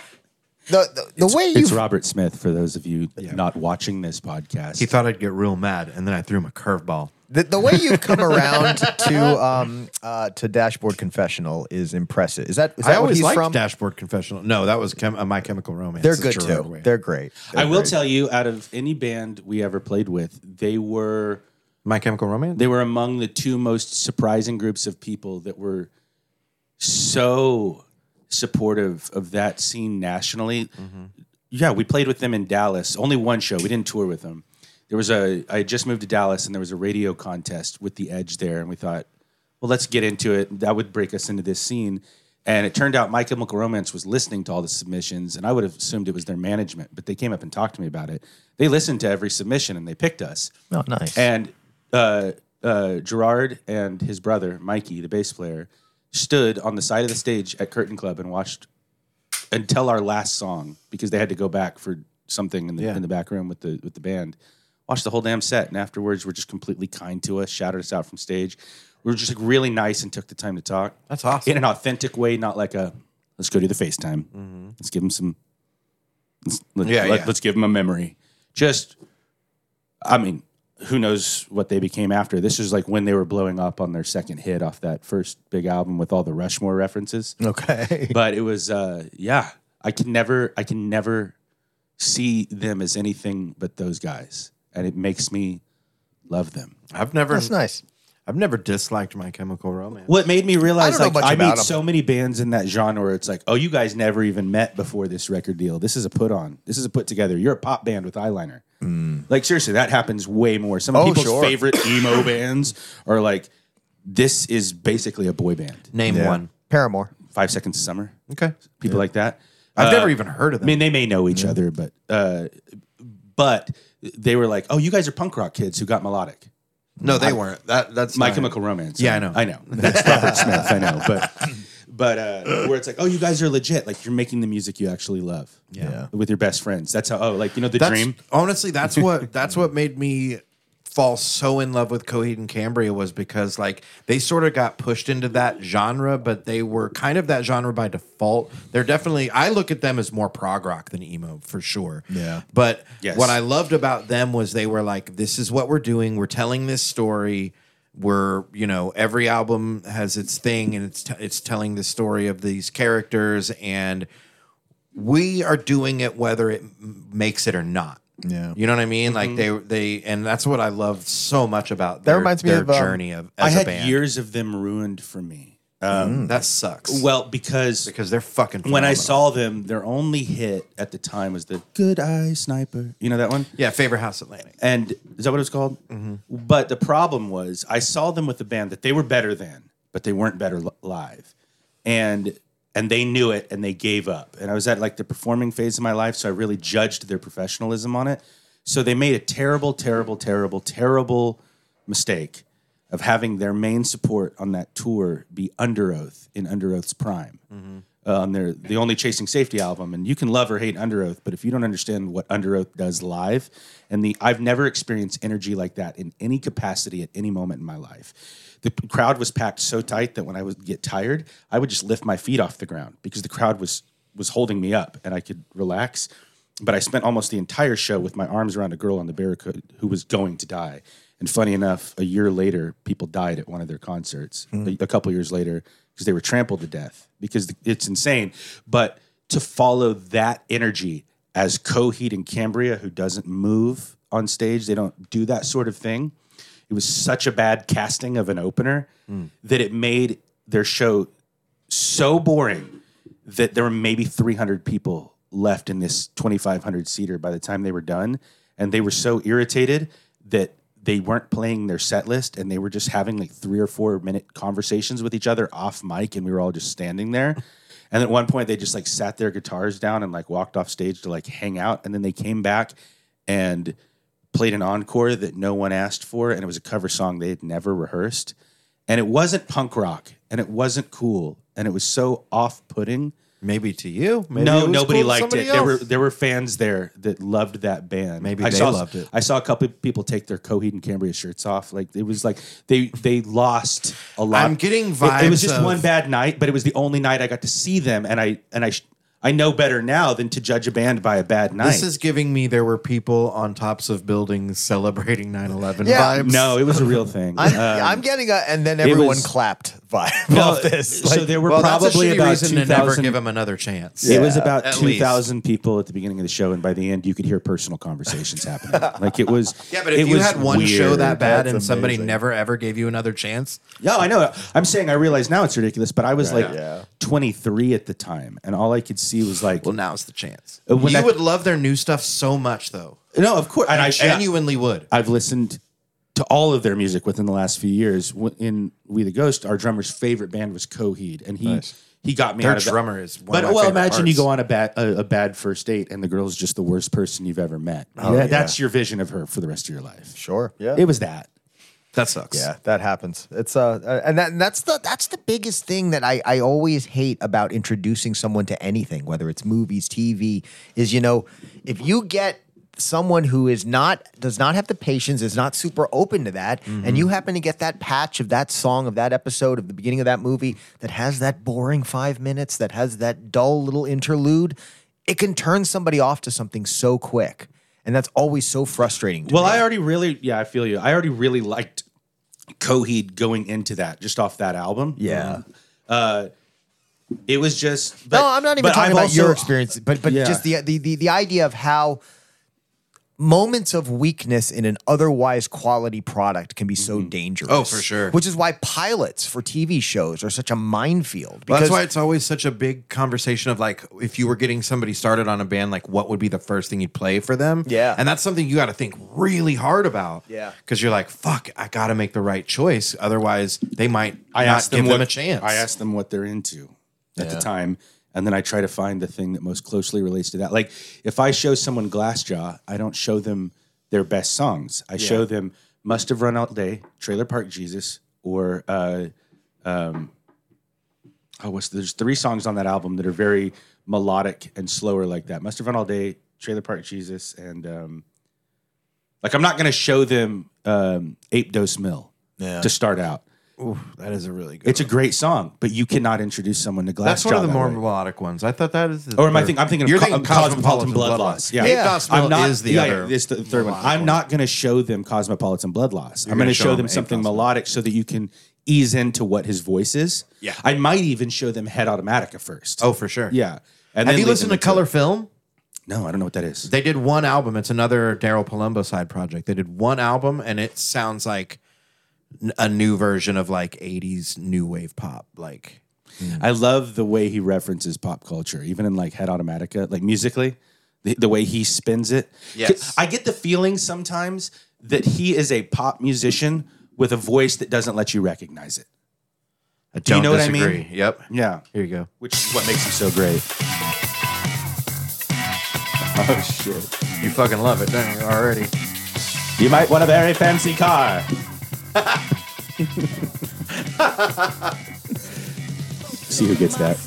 S2: the, the way
S3: It's
S2: you
S3: Robert Smith. For those of you not watching this podcast,
S1: He thought I'd get real mad and then I threw him a curveball.
S2: The, the way you've come around to um, uh, to Dashboard Confessional is impressive. Is that is that
S1: I
S2: what
S1: always
S2: he's
S1: liked
S2: from?
S1: Dashboard Confessional. No, that was chem- uh, My Chemical Romance.
S2: They're
S1: It's
S2: good
S1: Gerard
S2: too.
S1: Way.
S2: They're great. They're
S3: I will
S2: great.
S3: tell you, out of any band we ever played with, they were.
S1: My Chemical Romance.
S3: they were among the two most surprising groups of people that were so supportive of that scene nationally. Yeah, we played with them in Dallas. Only one show. We didn't tour with them. There was a I had just moved to Dallas and there was a radio contest with the Edge there and we thought, well, let's get into it. That would break us into this scene. And it turned out My Chemical Romance was listening to all the submissions, and I would have assumed it was their management, but they came up and talked to me about it. They listened to every submission and they picked us.
S2: Oh, nice.
S3: And uh, uh, Gerard and his brother Mikey, the bass player, stood on the side of the stage at Curtain Club and watched until our last song because they had to go back for something in the in the back room with the with the band. Watched the whole damn set, and afterwards were just completely kind to us, shouted us out from stage. We were just like really nice and took the time to talk.
S1: That's awesome.
S3: in an authentic way, not like a let's go do the FaceTime. Let's give them some. Let's, let,
S1: Mm-hmm. Yeah,
S3: let,
S1: yeah.
S3: us give them a memory. Just, I mean, who knows what they became after? This is like when they were blowing up on their second hit off that first big album with all the Rushmore references
S2: Okay.
S3: but it was uh yeah i can never i can never see them as anything but those guys and it makes me love them
S1: I've never
S2: That's nice.
S1: I've never disliked My Chemical Romance.
S3: what made me
S2: I
S3: realize
S2: don't know
S3: like
S2: much
S3: i
S2: about
S3: meet
S2: 'em.
S3: so many bands in that genre where it's like oh you guys never even met before this record deal this is a put on this is a put together you're a pop band with eyeliner like seriously that happens way more some of
S2: Mm. Oh,
S3: people's
S2: sure.
S3: favorite emo bands are like this is basically a boy band
S1: Name one.
S2: Paramore.
S3: five seconds of summer
S1: Okay.
S3: people like that
S1: I've
S3: Uh,
S1: never even heard of
S3: I
S1: them.
S3: mean, they may know each other, but uh, but they were like, "Oh, you guys are punk rock kids who got melodic."
S1: no, they weren't. That that's
S3: My
S1: not-
S3: Chemical Romance.
S1: Yeah, I know.
S3: I know. That's Robert Smith. I know, but but uh, where it's like, "Oh, you guys are legit. Like you're making the music you actually love."
S2: Yeah.
S3: with your best friends. That's how. Oh, like you know the
S1: That's
S3: dream.
S1: honestly that's what that's what made me fall so in love with Coheed and Cambria was because like they sort of got pushed into that genre, but they were kind of that genre by default. They're definitely I look at them as more prog rock than emo for sure.
S2: Yeah.
S1: But
S3: Yes.
S1: what I loved about them was they were like, this is what we're doing. We're telling this story. We're, you know, every album has its thing and it's, t- it's telling the story of these characters. And we are doing it whether it m- makes it or not.
S2: Yeah.
S1: You know what I mean? Like
S3: Mm-hmm.
S1: they, they, and that's what I love so much about
S2: That
S1: their,
S2: reminds me
S1: their
S2: of, um,
S1: journey of,
S3: I
S1: as a
S3: had
S1: band. Mm,
S3: years of them ruined for me. Um,
S1: that sucks.
S3: Well, because
S1: because they're fucking
S3: when I
S1: Mm-hmm. phenomenal.
S3: saw them, their only hit at the time was the "Good Eye Sniper." You know that one?
S1: yeah, Favorite House Atlantic.
S3: and is that what it was called? But the problem was, I saw them with a band that they were better than, but they weren't better li- live, and and they knew it, and they gave up. And I was at like the performing phase of my life, so I really judged their professionalism on it. So they made a terrible, terrible, terrible, terrible mistake of having their main support on that tour be Under Oath in Under Oath's prime. Um, they're the only Chasing Safety album, and you can love or hate Under Oath, but if you don't understand what Under Oath does live, and the I've never experienced energy like that in any capacity at any moment in my life. The p- crowd was packed so tight that when I would get tired, I would just lift my feet off the ground because the crowd was was holding me up, and I could relax but I spent almost the entire show with my arms around a girl on the barricade who was going to die. And funny enough, a year later, people died at one of their concerts. A, a couple years later, because they were trampled to death. Because th- it's insane. But to follow that energy as Coheed and Cambria, who doesn't move on stage, they don't do that sort of thing. It was such a bad casting of an opener that it made their show so boring that there were maybe 300 people left in this 2500 seater by the time they were done and they were so irritated that they weren't playing their set list and they were just having like three or four minute conversations with each other off mic and we were all just standing there and at one point they just like sat their guitars down and like walked off stage to like hang out and then they came back and played an encore that no one asked for, and it was a cover song they had never rehearsed. And it wasn't punk rock, and it wasn't cool, and it was so off putting.
S1: Maybe to you. Maybe it
S3: No,
S1: was
S3: nobody
S1: cool to
S3: liked it.
S1: somebody
S3: There were
S1: else.
S3: there were fans there that loved that band.
S1: Maybe
S3: I
S1: they
S3: saw,
S1: loved it.
S3: I saw a couple of people take their Coheed and Cambria shirts off. Like it was like they they lost a lot.
S1: I'm getting
S3: It, it
S1: vibes
S3: was just
S1: of-
S3: one bad night, but it was the only night I got to see them, and I and I sh- I know better now than to judge a band by a bad night.
S1: This is giving me there were people on tops of buildings celebrating 9/11
S2: Yeah.
S1: vibes.
S3: no, it was a real thing.
S2: I'm,
S3: Um,
S2: I'm getting a, and then everyone
S3: was-
S2: clapped vibe
S3: Well,
S2: off this.
S3: so there were
S1: well,
S3: probably
S1: that's a shitty
S3: about
S1: reason to never
S3: 2,000.
S1: give him another chance.
S3: It was about
S1: at
S3: two
S1: least.
S3: thousand people at the beginning of the show, and by the end, you could hear personal conversations happening. Like it was.
S1: Yeah, but if
S3: it
S1: you
S3: was
S1: had one show
S3: weird.
S1: that bad
S2: That's
S1: and somebody
S2: amazing.
S1: never ever gave you another chance,
S3: No, I know. I'm saying I realize now it's ridiculous, but I was like
S2: Yeah.
S3: 23 at the time, and all I could see was like,
S1: well, now's the chance.
S3: Uh, when
S1: you
S3: that-
S1: would love their new stuff so much, though.
S3: no, of course, and I,
S1: I
S3: and I
S1: genuinely would.
S3: I've listened to all of their music within the last few years. When- In We the Ghost, our drummer's favorite band was Coheed, and he he got me.
S1: Their
S3: out of that-
S1: drummer is one
S3: but
S1: of my
S3: well,
S1: favorite
S3: imagine you
S1: parts.
S3: go on a bad a, a bad first date, and the girl's just the worst person you've ever met. Oh, yeah, that's your vision of her for the rest of your life.
S2: sure. Yeah.
S3: It was that.
S1: That sucks.
S2: Yeah, that happens. It's uh, uh, and that and that's the that's the biggest thing that I I always hate about introducing someone to anything, whether it's movies, TV, is you know, if you get someone who is not does not have the patience, is not super open to that,
S3: Mm-hmm.
S2: and you happen to get that patch of that song of that episode of the beginning of that movie that has that boring five minutes, that has that dull little interlude, it can turn somebody off to something so quick. And that's always so frustrating to
S3: Well,
S2: me.
S3: I already really, yeah, I feel you. I already really liked Coheed going into that, just off that album.
S2: Yeah.
S3: Uh, it was just.
S2: no, I'm not even
S3: but
S2: talking
S3: I've
S2: about your
S3: also-
S2: experience, but but
S3: Yeah.
S2: just the, the the the idea of how moments of weakness in an otherwise quality product can be so
S3: Mm-hmm.
S2: dangerous.
S1: Oh, for sure.
S2: Which is why pilots for TV shows are such a minefield.
S1: Well,
S2: Because
S1: that's why it's always such a big conversation of like if you were getting somebody started on a band, like what would be the first thing you'd play for them?
S2: Yeah.
S1: And that's something you gotta think really hard about.
S2: Yeah.
S1: Because you're like, fuck, I gotta make the right choice. Otherwise they might
S3: I
S1: not
S3: asked
S1: give
S3: them,
S1: them
S3: what,
S1: a chance.
S3: I asked them what they're into at the time, and then I try to find the thing that most closely relates to that. Like if I show someone Glassjaw, I don't show them their best songs. I show them Must Have Run All Day, Trailer Park Jesus, or uh, um, oh, what's there's three songs on that album that are very melodic and slower like that. Must Have Run All Day, Trailer Park Jesus, and um, like I'm not going to show them um, Ape Dose Mill to start out.
S1: that is a really good
S3: It's a great song, but you cannot introduce someone to Glassjaw.
S1: That's one of the
S3: that
S1: more
S3: way.
S1: melodic ones. I thought that is the
S3: Or am I
S1: third
S3: think I'm thinking of
S1: You're
S3: Co-
S1: thinking
S3: Cosmopolitan, Blood, Loss. Yeah,
S1: Ape
S2: Yeah.
S1: Dose Mill is the
S3: yeah,
S1: other.
S3: yeah, It's the third one. I'm not going to show them Cosmopolitan Blood Loss. I'm going
S1: gonna
S3: to
S1: show
S3: show
S1: them
S3: them
S1: Ape
S3: something
S1: Dose Mill.
S3: melodic so that you can ease into what his voice is.
S1: Yeah.
S3: I might even show them Head Automatica first.
S1: oh, for sure.
S3: yeah.
S1: Have
S3: And then
S1: you
S3: lead
S1: listened to
S3: them into
S1: Color
S3: it.
S1: Film?
S3: No, I don't know what that is.
S1: They did one album. It's another Daryl Palumbo side project. They did one album, and it sounds like n- a new version of like '80s new wave pop. Like,
S3: I love the way he references pop culture, even in like Head Automatica, like musically, the, the way he spins it.
S1: Yes.
S3: I get the feeling sometimes that he is a pop musician with a voice that doesn't let you recognize it.
S1: I
S3: you
S1: don't
S3: know what I mean?
S1: disagree. Yep.
S3: Yeah.
S1: Here you go.
S3: Which is what makes him so great. Oh, shit.
S1: You fucking love it don't you, already.
S3: You might want a very fancy car. See who gets that.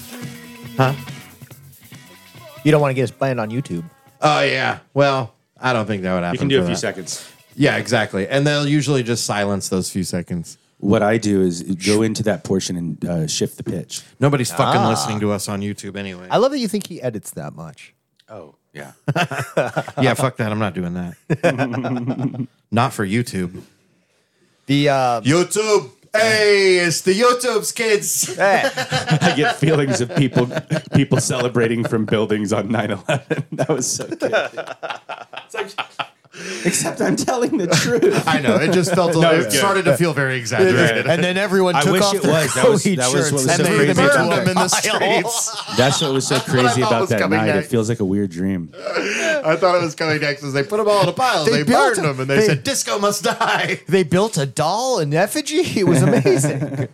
S2: you don't want to get us banned on YouTube.
S1: Oh yeah. Well, I don't think that would happen.
S3: You can do a
S1: for
S3: few
S1: that.
S3: seconds.
S1: Yeah, exactly. And they'll usually just silence those few seconds.
S3: What I do is go into that portion and uh, shift the pitch.
S1: Nobody's fucking listening to us on YouTube anyway.
S2: I love that you think he edits that much.
S3: Oh, yeah.
S1: yeah, fuck that. I'm not doing that. not for YouTube.
S2: The uh,
S1: YouTube. Hey, it's the YouTube's kids.
S3: I get feelings of people people celebrating from buildings on 9-11. That was so good. It's like- except I'm telling the truth.
S1: I know. It just felt. A little,
S3: it's
S1: it
S3: good.
S1: started to feel very exaggerated.
S2: and then everyone
S3: I
S2: took
S3: wish
S2: off
S3: it
S2: their
S3: was. That was-
S2: Coheed
S3: that was what
S2: shirts
S3: was so
S2: and they
S3: crazy
S2: burned
S3: about
S2: them
S3: that.
S2: in the streets.
S3: That's what was so crazy
S1: thought
S3: about
S1: was
S3: that
S1: coming
S3: night. It
S1: next.
S3: feels like a weird dream.
S1: I thought it was coming next. Is they put them all in a pile.
S2: They
S1: They,
S2: built
S1: burned
S2: a-
S1: them, and they,
S2: they-
S1: said, "Disco must die."
S2: They built a doll in effigy. It was amazing.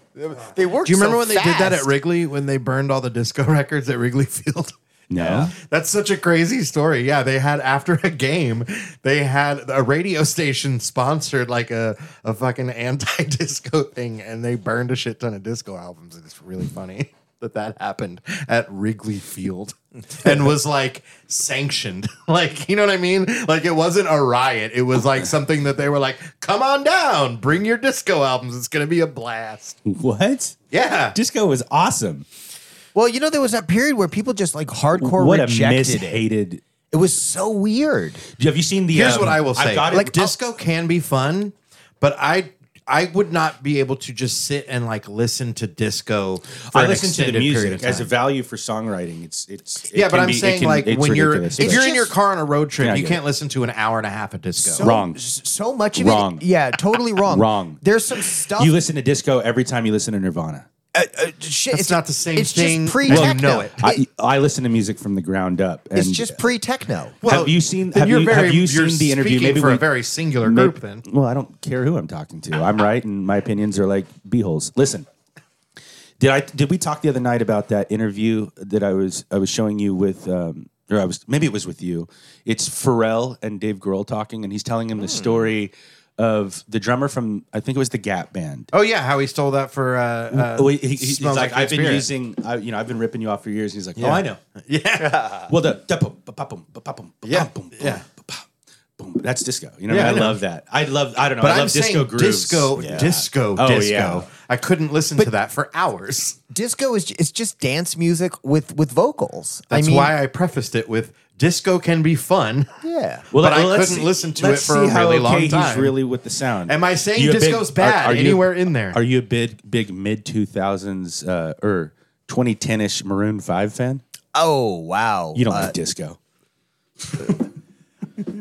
S2: they worked.
S1: Do you remember when they did that at
S2: Rick?
S1: Wrigley when they burned all the disco records at Wrigley Field?
S3: No.
S1: That's such a crazy story. Yeah, they had after a game, they had a radio station sponsored like a, a fucking anti disco thing, and they burned a shit ton of disco albums. And it's really funny that that happened at Wrigley Field and was like sanctioned. Like, you know what I mean? Like, it wasn't a riot, it was like something that they were like, come on down, bring your disco albums. It's going to be a blast.
S3: What?
S1: Yeah.
S3: Disco was awesome.
S2: Well, you know, there was that period where people just like hardcore
S3: what a
S2: rejected it.
S3: mishated.
S2: It was so weird.
S3: Have you seen the?
S1: Here's
S3: um,
S1: what I will
S3: I've
S1: say:
S3: got it-
S1: like disco can be fun, but I I would not be able to just sit and like listen to disco. For
S3: I
S1: an
S3: listen to the
S1: extended period
S3: music
S1: of
S3: as a
S1: time.
S3: value for songwriting. It's it's. it
S1: yeah, but
S3: can
S1: I'm
S3: be- it
S1: saying
S3: can-
S1: like
S3: it's
S1: when you're
S3: ridiculous,
S1: if
S3: but-
S1: you're in
S2: It's
S1: your
S2: just-
S1: car on a road trip,
S3: Yeah, I
S1: you
S3: get
S1: can't
S3: it.
S1: listen to an hour and a half of disco.
S2: So,
S3: Wrong.
S2: s- So much of
S3: Wrong.
S2: it. Yeah, totally wrong.
S3: Wrong.
S2: There's some stuff.
S3: you listen to disco every time you listen to Nirvana.
S2: shit,
S1: That's not the same
S2: it's
S1: thing,
S2: Just pre
S1: and you know it.
S3: I, I listen to music from the ground up. And
S2: it's just pre techno.
S1: Well,
S3: have you seen?
S1: then
S3: Have
S1: you're
S3: you,
S1: very,
S3: have you
S1: you're
S3: seen the interview?
S1: speaking
S3: Maybe
S1: for
S3: we,
S1: a very singular
S3: may-
S1: group. Then
S3: Well, I don't care who I'm talking to. I'm right, and my opinions are like beeholes. Listen, did I did we talk the other night about that interview that I was I was showing you with, um, or I
S1: Hmm.
S3: was maybe it was with you. It's Pharrell and Dave Grohl talking, and he's telling him the story of the drummer from I think it was the Gap Band.
S1: Oh yeah, how he stole that for. Uh, uh,
S3: Oh, he, he- he's
S1: Smells Like
S3: like,
S1: Teen
S3: I've been
S1: Spirit."
S3: using, I, you know, I've been ripping you off for years. And he's like, oh, I know.
S1: yeah,
S3: Well, the da- pum, ba- pa- pum, ba- pa- pum, ba-
S1: Yeah.
S3: pum, boom,
S1: Yeah.
S3: ba- pa- boom. That's disco. You know, what
S1: Yeah,
S3: I, mean?
S1: I
S3: I
S1: know.
S3: love that. I love. I don't know.
S1: but
S3: I
S1: I'm
S3: love disco
S1: saying
S3: grooves.
S1: disco, disco,
S3: Oh,
S1: disco.
S3: yeah.
S1: I couldn't listen to that for hours.
S2: Disco is it's just dance music with with vocals.
S1: That's
S2: I mean,
S1: why I prefaced it with disco can be fun.
S2: yeah.
S3: Well,
S1: But I
S3: let's
S1: couldn't
S3: see-
S1: listen to
S3: let's
S1: it for a
S3: see how
S1: really
S3: okay
S1: long
S3: He's
S1: time.
S3: really with the sound.
S1: Am I saying
S3: You a big-
S1: disco's bad
S3: you-
S1: anywhere in there?
S3: Are you a big, big mid two thousands uh, or twenty ten ish Maroon Five fan?
S2: Oh wow.
S3: You don't
S2: Uh,
S3: like disco.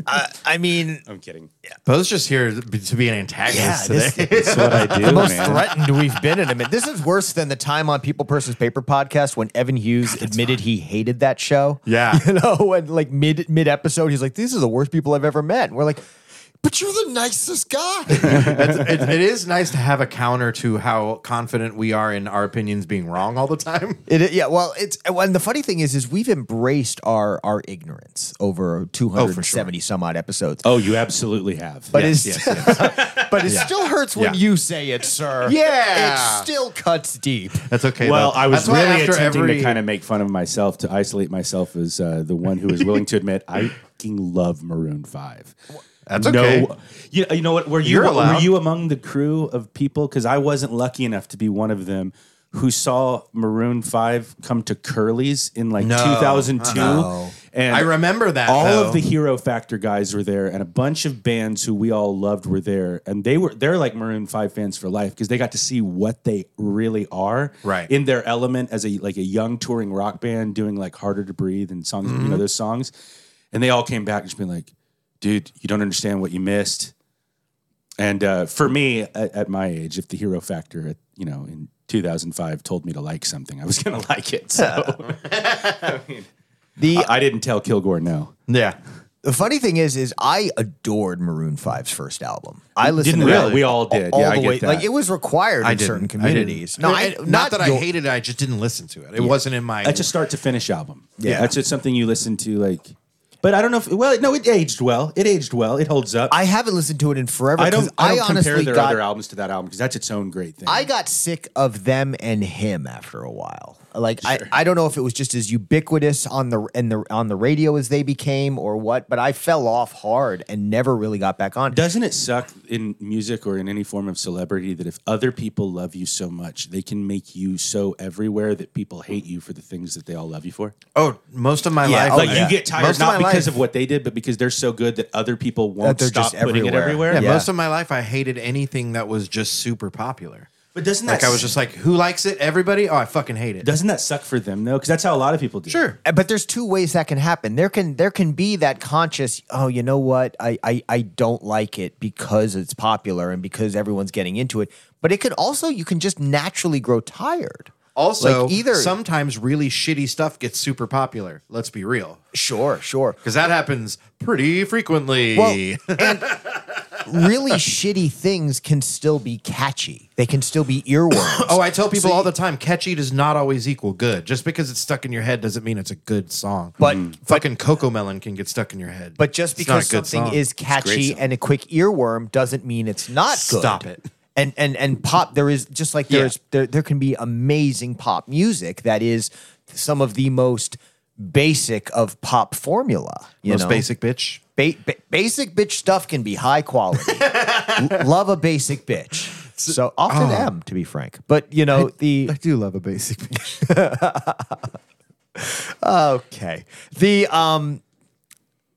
S2: I, I mean,
S3: I'm kidding.
S1: Bo's just here to be an antagonist
S2: Yeah, this-
S1: today.
S3: That's what I do,
S2: most
S3: man.
S2: threatened we've been in a minute. This is worse than the time on People Persons Paper podcast when Evan Hughes admitted he hated that show.
S1: Yeah.
S2: You know, and like mid mid episode, he's like, These are the worst people I've ever met. And we're like, But you're the nicest guy.
S1: It's- it- it is nice to have a counter to how confident we are in our opinions being wrong all the time.
S2: it, i- yeah, well, it's and the funny thing is, is we've embraced our our ignorance
S1: Oh,
S2: over 270 some odd episodes.
S3: Oh, you absolutely have.
S2: But
S1: yes,
S2: it's,
S1: yes,
S2: but it still hurts when
S1: Yeah.
S2: you say it, sir.
S1: Yeah.
S2: it still cuts deep.
S1: That's okay.
S3: Well,
S1: though.
S3: I was
S1: That's why
S3: really
S1: after
S3: attempting
S1: every-
S3: to kind of make fun of myself to isolate myself as uh, the one who is willing to admit I fucking love Maroon Five.
S1: That's okay.
S3: No, you, you know what? Were you
S1: You're
S3: were
S1: allowed.
S3: you among the crew of people? Because I wasn't lucky enough to be one of them who saw Maroon Five come to Curly's in like
S1: No. Uh-huh.
S3: 2002.
S2: No.
S3: And
S1: I remember that.
S3: all
S1: though.
S3: of the Hero Factor guys were there, and a bunch of bands who we all loved were there, and they were they're like Maroon Five fans for life because they got to see what they really are,
S1: Right.
S3: in their element as a like a young touring rock band doing like Harder to Breathe and songs, you
S2: Mm-hmm.
S3: know, those songs, and they all came back and just been like, dude, you don't understand what you missed. And uh, for me, at, at my age, if the Hero Factor, at, you know, in 2005 told me to like something, I was gonna like it. So
S2: The
S3: I didn't tell Kilgore no.
S1: yeah.
S2: The funny thing is, is I adored Maroon 5's first album. I listened
S3: Didn't
S2: to
S3: really?
S2: that
S3: We all did.
S2: All
S3: Yeah,
S2: the
S3: I get
S2: way,
S3: that.
S2: Like it was required in
S1: didn't.
S2: certain
S1: I didn't.
S2: communities. No, I,
S1: It-
S2: not,
S1: not, that I
S2: your-
S1: hated it. I just didn't listen to it. It wasn't in my.
S3: That's a start to finish album.
S2: Yeah.
S3: that's just something you listen to like. But I don't know if well, no, it aged well. It aged well. It holds up.
S2: I haven't listened to it in forever.
S3: I don't.
S2: 'cause
S3: I, don't compare
S2: honestly
S3: their
S2: got.
S3: other albums to that album because that's its own great thing.
S2: I got sick of them and him after a while. Like I, I don't know if it was just as ubiquitous on the and the on the radio as they became or what, but I fell off hard and never really got back on.
S3: Doesn't it suck in music or in any form of celebrity that if other people love you so much, they can make you so everywhere that people hate you for the things that they all love you for?
S1: oh, most of my
S2: Yeah,
S1: life.
S2: oh,
S3: like
S2: yeah.
S3: you get tired
S1: Most of
S3: not
S1: my
S3: because
S1: life-
S3: of what they did, but because they're so good that other people
S2: That
S3: won't
S2: they're
S3: stop
S2: just
S3: putting it
S2: everywhere.
S3: everywhere.
S1: yeah,
S2: Yeah.
S1: Most of my life, I hated anything that was just super popular.
S3: But doesn't
S1: Like
S3: that
S1: I was just like, who likes it? Everybody? Oh, I fucking hate it.
S3: doesn't that suck for them though? Because that's how a lot of people do. it.
S1: Sure.
S2: Uh, but there's two ways that can happen. There can there can be that conscious, oh, you know what, I I, I don't like it because it's popular and because everyone's getting into it. But it could also you can just naturally grow tired.
S1: Also,
S2: Like, either-
S1: sometimes really shitty stuff gets super popular. Let's be real,
S2: Sure, sure.
S1: because that happens pretty frequently.
S2: Well, and really shitty things can still be catchy. They can still be earworms.
S1: Oh, I tell people
S2: See-
S1: all the time, catchy does not always equal good. Just because it's stuck in your head doesn't mean it's a good song.
S2: But-
S1: fucking Coco Melon can get stuck in your head.
S2: But just
S1: It's not
S2: because
S1: a good
S2: something
S1: song.
S2: is catchy and a quick earworm doesn't mean it's not good.
S1: Stop it.
S2: And and and pop there is just like
S1: Yeah.
S2: there's there there can be amazing pop music that is some of the most basic of pop formula. You
S1: most
S2: know?
S1: basic bitch.
S2: Ba- ba- basic bitch stuff can be high quality. L- Love a basic bitch. So off to
S1: oh.
S2: them, to be frank. But you know the
S1: do love a basic bitch.
S2: okay the um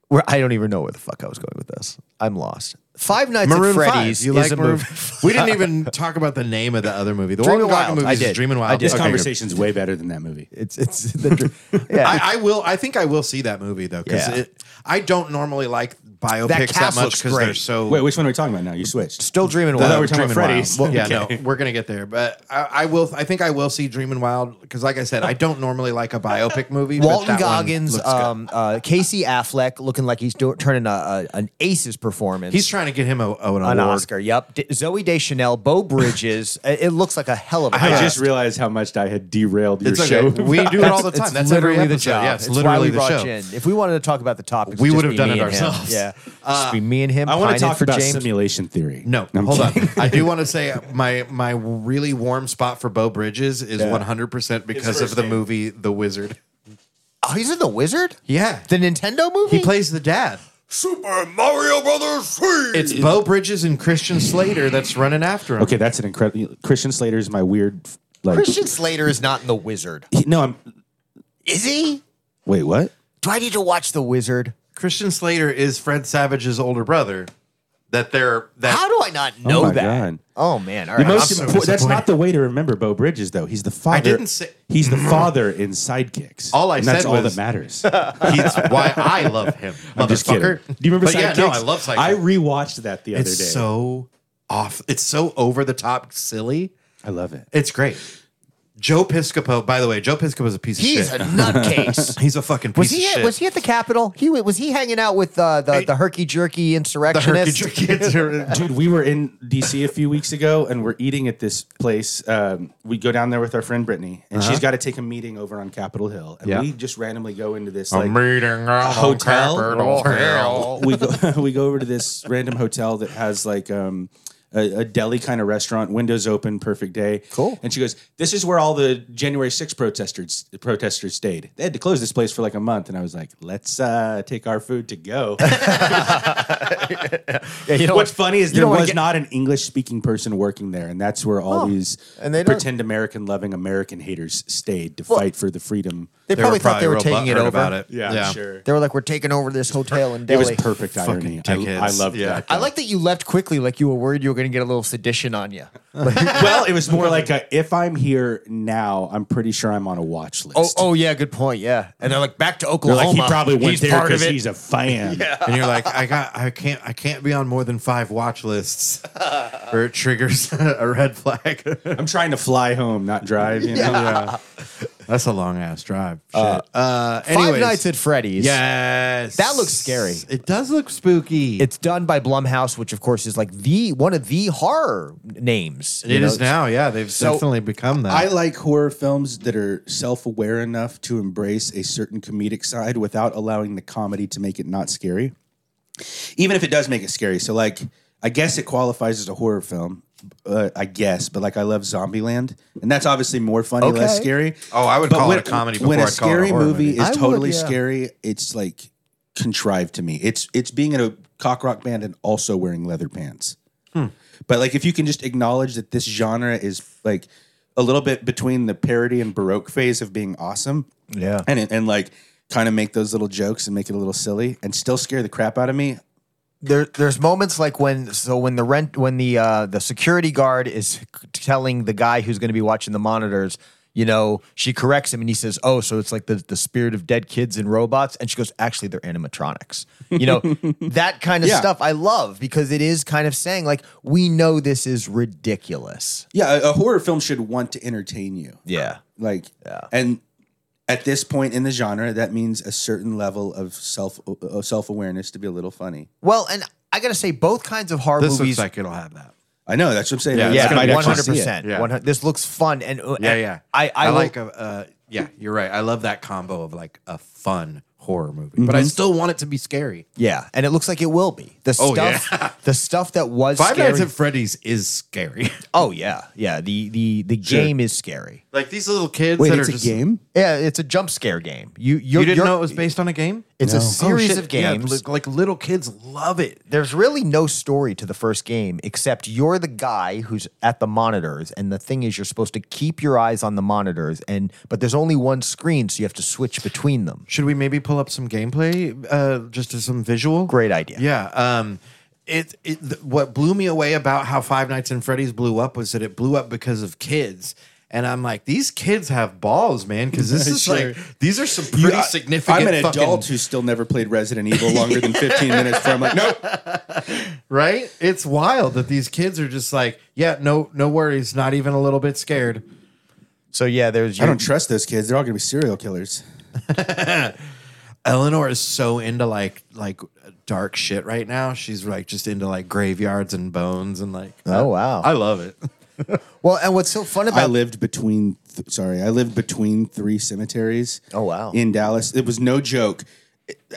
S2: where I don't even know where the fuck I was going with this. I'm lost. Five Nights
S1: Maroon
S2: at Freddy's
S1: Five. You like
S2: is a
S1: Maroon?
S2: movie.
S1: we didn't even talk about the name of the other movie. The
S2: Dreamin'
S1: one we talked
S2: Wild.
S1: movie
S2: I
S1: is
S2: did.
S1: Dreamin'
S2: I
S1: Wild.
S2: did.
S3: This
S1: Okay, good.
S3: conversation's way better than that movie.
S2: It's it's the dr- yeah.
S1: I, I will. I think I will see that movie though, because
S2: Yeah.
S1: it. I don't normally like biopics that,
S2: cast
S1: much
S2: looks
S1: because
S2: great.
S1: they're so.
S3: Wait, which one are we talking about now? You switched.
S2: Still dreaming
S3: thought
S2: wild.
S3: we were talking about
S2: Dreamin'
S3: Freddy's.
S2: Wild.
S1: yeah, no, we're gonna get there, but I, I will. I think I will see Dreamin' Wild because, like I said, I don't normally like a biopic movie. but
S2: Walton
S1: that one
S2: Goggins,
S1: looks good.
S2: um, uh, Casey Affleck, looking like he's do- turning a, a, an aces performance.
S1: he's trying to get him a, a- an,
S2: an
S1: award.
S2: Oscar. Yep. D- Zoe Deschanel, Bo Bridges. it it looks like a hell of a.
S3: I
S2: cast.
S3: just realized how much I had derailed your
S1: It's okay.
S3: show.
S1: We do it all the
S2: It's
S1: time. That's
S2: literally
S1: every
S2: the
S1: episode.
S2: job.
S1: Yeah, it's
S2: It's why
S1: literally
S2: we
S1: the
S2: brought
S1: show.
S2: you in. If we wanted to talk about the topic,
S1: We would have done it ourselves.
S2: Yeah. yeah. Just be me and him.
S3: I want to
S2: pining
S3: talk
S2: for
S3: about
S2: James.
S3: simulation theory.
S1: No,
S3: I'm
S1: hold
S3: kidding.
S1: on. I do want to say my my really warm spot for Bo Bridges is 100% because of
S3: first
S1: the
S3: name.
S1: movie The Wizard.
S2: Oh, he's in the Wizard.
S1: Yeah.
S2: The Nintendo movie.
S1: He plays the dad.
S2: Super Mario Brothers. Three.
S1: It's Bo Bridges and Christian Slater that's running after him.
S3: Okay, that's an incredible. Christian Slater is my weird. Like,
S2: Christian Slater is not in the Wizard,
S3: He- no, I'm.
S2: is he?
S3: Wait, what?
S2: Do I need to watch the Wizard?
S1: Christian Slater is Fred Savage's older brother that they're that
S2: How do I not know
S3: my
S2: that?
S3: God.
S2: Oh man, all
S3: The
S2: right.
S3: most
S2: I'm so
S3: important, that's
S1: disappointed.
S3: not the way to remember Bo Bridges, though. He's the father.
S1: didn't say-
S3: He's the father in Sidekicks.
S1: All I
S3: and that's
S1: said
S3: all
S1: was-
S3: that matters.
S1: he's why I love him.
S3: I'm just kidding.
S1: motherfucker.
S3: Do you remember
S1: But
S3: Sidekicks?
S1: yeah, no, I love Sidekicks.
S3: I rewatched that the other
S1: it's
S3: day.
S1: so off. It's so over the top silly.
S3: I love it.
S1: It's great. Joe Piscopo, by the way, Joe Piscopo is a piece
S2: He's
S1: of
S2: a
S1: shit.
S2: nutcase.
S1: he's a fucking piece
S2: Was he
S1: of
S2: at,
S1: shit.
S2: was he at the Capitol? He wa- was he hanging out with uh, the the herky jerky
S1: the herky
S2: insurrectionist?
S1: jerky inter-
S3: Dude, we were in DC a few weeks ago, and we're eating at this place. Um, we go down there with our friend Brittany, and she's got to take a meeting over on Capitol Hill, and
S1: Yeah. Oh,
S3: we just randomly go into this
S1: a
S3: like
S1: meeting on
S3: hotel? Oh,
S1: Capitol Hill.
S3: we go we go over to this random hotel that has like um a, a deli kind of restaurant, windows open, perfect day.
S2: Cool.
S3: And she goes, "This is where all the January 6th protesters protesters stayed. They had to close this place for like a month." And I was like, "Let's uh, take our food to go." What's funny is
S2: you
S3: there
S2: don't wanna
S3: was
S2: get-
S3: not an English speaking person working there, and that's where all these
S2: and they don't-
S3: pretend American loving American haters stayed to fight for the freedom.
S2: They
S1: They
S2: probably
S1: were
S2: thought they were
S1: real
S2: taking it
S1: butthurt
S2: over.
S1: about it.
S3: sure.
S2: They were like, "We're taking over this hotel in
S3: It was
S2: Delhi."
S3: perfect irony. I,
S1: dickheads.
S3: I loved
S1: Yeah.
S3: that.
S2: I like that you left quickly, like you were worried you were going to get a little sedition on you.
S3: well, it was more like a, if I'm here now, I'm pretty sure I'm on a watch list.
S2: Oh, oh yeah, good point. Yeah, and they're like back to Oklahoma.
S3: like he probably went
S2: he's
S3: there
S2: part of
S3: because
S2: it.
S3: he's a fan.
S1: And you're like, I got, I can't, I can't be on more than five watch lists, or it triggers a red flag.
S3: I'm trying to fly home, not drive. You know?
S1: That's a long ass drive. Shit. Uh,
S2: Five
S1: anyways.
S2: Nights at Freddy's.
S1: yes,
S2: That looks scary.
S1: It does look spooky.
S2: It's done by Blumhouse, which of course is like the one of the horror names.
S1: It is now. Yeah, they've
S2: So,
S1: definitely become that.
S3: I like horror films that are self-aware enough to embrace a certain comedic side without allowing the comedy to make it not scary. Even if it does make it scary. So like I guess it qualifies as a horror film. Uh, I guess, but like I love Zombieland, and that's obviously more funny, less
S2: Okay.
S3: scary.
S1: Oh, I would
S3: But
S1: call
S3: when-
S1: it a comedy
S3: When
S1: before
S3: a
S1: I'd call it a
S3: scary
S1: horror movie.
S3: is
S2: I would,
S3: totally
S2: yeah.
S3: scary, it's like contrived to me. It's it's being in a cock rock band and also wearing leather pants.
S1: Hmm.
S3: But like, if you can just acknowledge that this genre is like a little bit between the parody and baroque phase of being awesome,
S2: Yeah.
S3: and and like kind of make those little jokes and make it a little silly and still scare the crap out of me.
S2: there there's moments like when so when the rent when the uh the security guard is telling the guy who's going to be watching the monitors you know she corrects him and he says oh so it's like the, the spirit of dead kids and robots and she goes actually they're animatronics you know that kind of
S3: Yeah.
S2: stuff i love because it is kind of saying like we know this is ridiculous
S3: Yeah, a, a horror film should want to entertain you.
S2: yeah
S3: Like,
S2: Yeah.
S3: and at this point in the genre, that means a certain level of self uh, self awareness to be a little funny.
S2: well and i gotta say both kinds of horror
S1: this
S2: movies
S1: looks like it'll have that.
S3: I know that's what I'm saying.
S1: Yeah,
S3: Like,
S1: it's
S3: I
S2: yeah,
S3: might
S2: one
S3: actually
S2: hundred
S3: see it.
S2: percent.
S1: Yeah.
S2: This looks fun, and uh,
S1: Yeah, yeah.
S2: I, I, like
S1: like a. Uh, yeah, you're right. I love that combo of like a fun horror movie, but I still want it to be scary.
S2: Yeah, and it looks like it will be the
S1: Oh,
S2: stuff.
S1: yeah.
S2: The stuff that was
S1: Five
S2: scary.
S1: Nights at Freddy's is scary.
S2: oh yeah, yeah. The the the game is scary.
S1: like these little kids
S3: Wait,
S1: that
S3: it's
S1: are
S3: a
S1: just.
S3: game.
S2: Yeah, it's a jump scare game. You you're,
S1: You didn't
S2: you're-
S1: know it was based on a game?
S2: It's a series
S1: Oh, shit.
S2: of games.
S1: Yeah, li- like little kids love it.
S2: There's really no story to the first game except you're the guy who's at the monitors, and the thing is, you're supposed to keep your eyes on the monitors, and but there's only one screen, so you have to switch between them.
S1: Should we maybe pull up some gameplay, uh, just as some visual?
S2: Great idea.
S1: Yeah. Um, it it th- what blew me away about how Five Nights and Freddy's blew up was that it blew up because of kids. And I'm like, these kids have balls, man, because this is
S3: Sure.
S1: like these are some
S3: You-
S1: pretty
S3: I-
S1: significant.
S3: I'm an
S1: fucking-
S3: adult who's still never played Resident Evil longer than 15 minutes. From like, nope.
S1: right? It's wild that these kids are just like, yeah, no, no worries, not even a little bit scared.
S2: So yeah, there's
S3: I don't trust those kids. They're all going to be serial killers.
S1: Eleanor is so into like like dark shit right now. She's like just into like graveyards and bones and like.
S2: Oh, wow.
S1: I love it.
S2: well, and what's so fun
S3: I
S2: about
S3: lived between, th- sorry, I lived between three cemeteries.
S2: Oh, wow.
S3: In Dallas, it was no joke.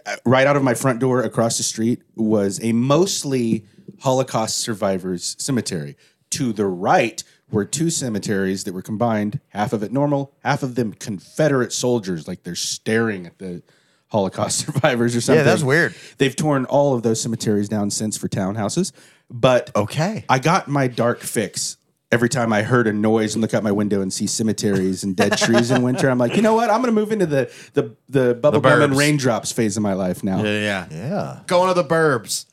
S3: Uh, right out of my front door across the street was a mostly Holocaust survivors cemetery. To the right were two cemeteries that were combined, half of it normal, half of them Confederate soldiers, like they're staring at the Holocaust survivors or something.
S2: that's weird.
S3: They've torn all of those cemeteries down since for townhouses. But
S2: Okay.
S3: I got my dark fix every time I heard a noise and look out my window and see cemeteries and dead trees in winter. I'm like, you know what? I'm gonna move into the the the bubblegum and
S1: burbs.
S3: raindrops phase of my life now.
S1: yeah.
S2: Yeah.
S1: Going to the burbs.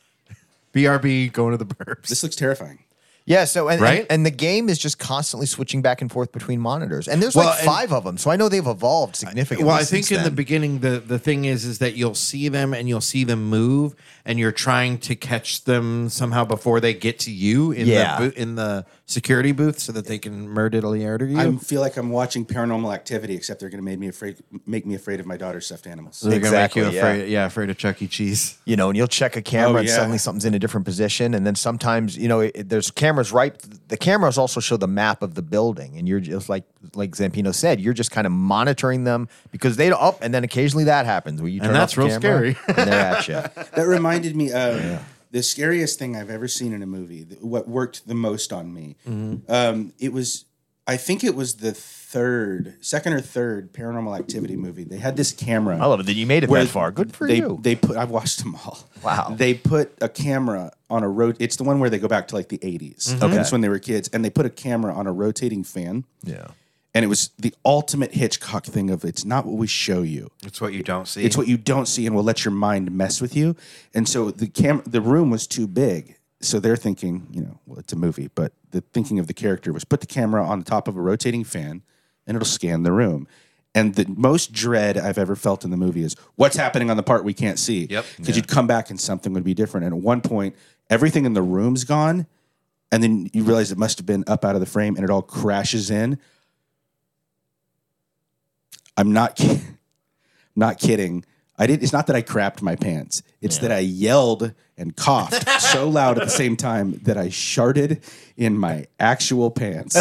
S1: BRB going to the burbs.
S3: This looks terrifying.
S2: Yeah, so and,
S1: Right?
S2: and and the game is just constantly switching back and forth between monitors, and there's
S1: Well,
S2: like
S1: and-
S2: five of them. So I know they've evolved significantly.
S1: Well, I
S2: since
S1: think in the
S2: then.
S1: beginning, the, the thing is, is that you'll see them and you'll see them move, and you're trying to catch them somehow before they get to you in
S2: Yeah.
S1: the bo- in the security booth so that they can murderily murder you.
S3: I feel like I'm watching Paranormal Activity, except they're gonna make me afraid make me afraid of my daughter's stuffed animals.
S1: They're
S2: Exactly,
S1: gonna make you
S2: yeah.
S1: afraid. Yeah, afraid of Chuck E. Cheese.
S2: you know, and you'll check a camera
S3: Oh,
S2: and
S3: yeah.
S2: suddenly something's in a different position, and then sometimes you know it, it- there's cameras right. The cameras also show the map of the building, and you're just like like Zampino said, you're just kind of monitoring them because they don't up, and then occasionally that happens where you turn
S1: that's
S2: off the
S1: real
S2: camera,
S1: scary.
S2: and they're at you.
S3: That reminded me of the scariest thing I've ever seen in a movie. th- What worked the most on me.
S1: Mm-hmm.
S3: Um, it was, I think it was the third, second or third Paranormal Activity movie. They had this camera.
S2: I love it that you made it
S3: where
S2: that far. Good for
S3: they,
S2: you.
S3: They put. I've watched them all.
S2: Wow.
S3: They put a camera on a road. It's the one where they go back to like the 80s.
S2: Mm-hmm.
S3: Okay. That's when they were kids, and they put a camera on a rotating fan.
S2: yeah.
S3: And it was the ultimate Hitchcock thing of it's not what we show you.
S1: It's what you don't see.
S3: It's what you don't see and will let your mind mess with you. And so the cam the room was too big. So they're thinking, you know, well, it's a movie, but the thinking of the character was put the camera on the top of a rotating fan and it'll scan the room. And the most dread I've ever felt in the movie is what's happening on the part we can't see.
S1: Yep.
S3: Because you'd come back and something would be different. And at one point, everything in the room's gone. And then you realize it must have been up out of the frame and it all crashes in. I'm not kid- not kidding. I did it's not that I crapped my pants. It's that I yelled and coughed so loud at the same time that I sharted in my actual pants.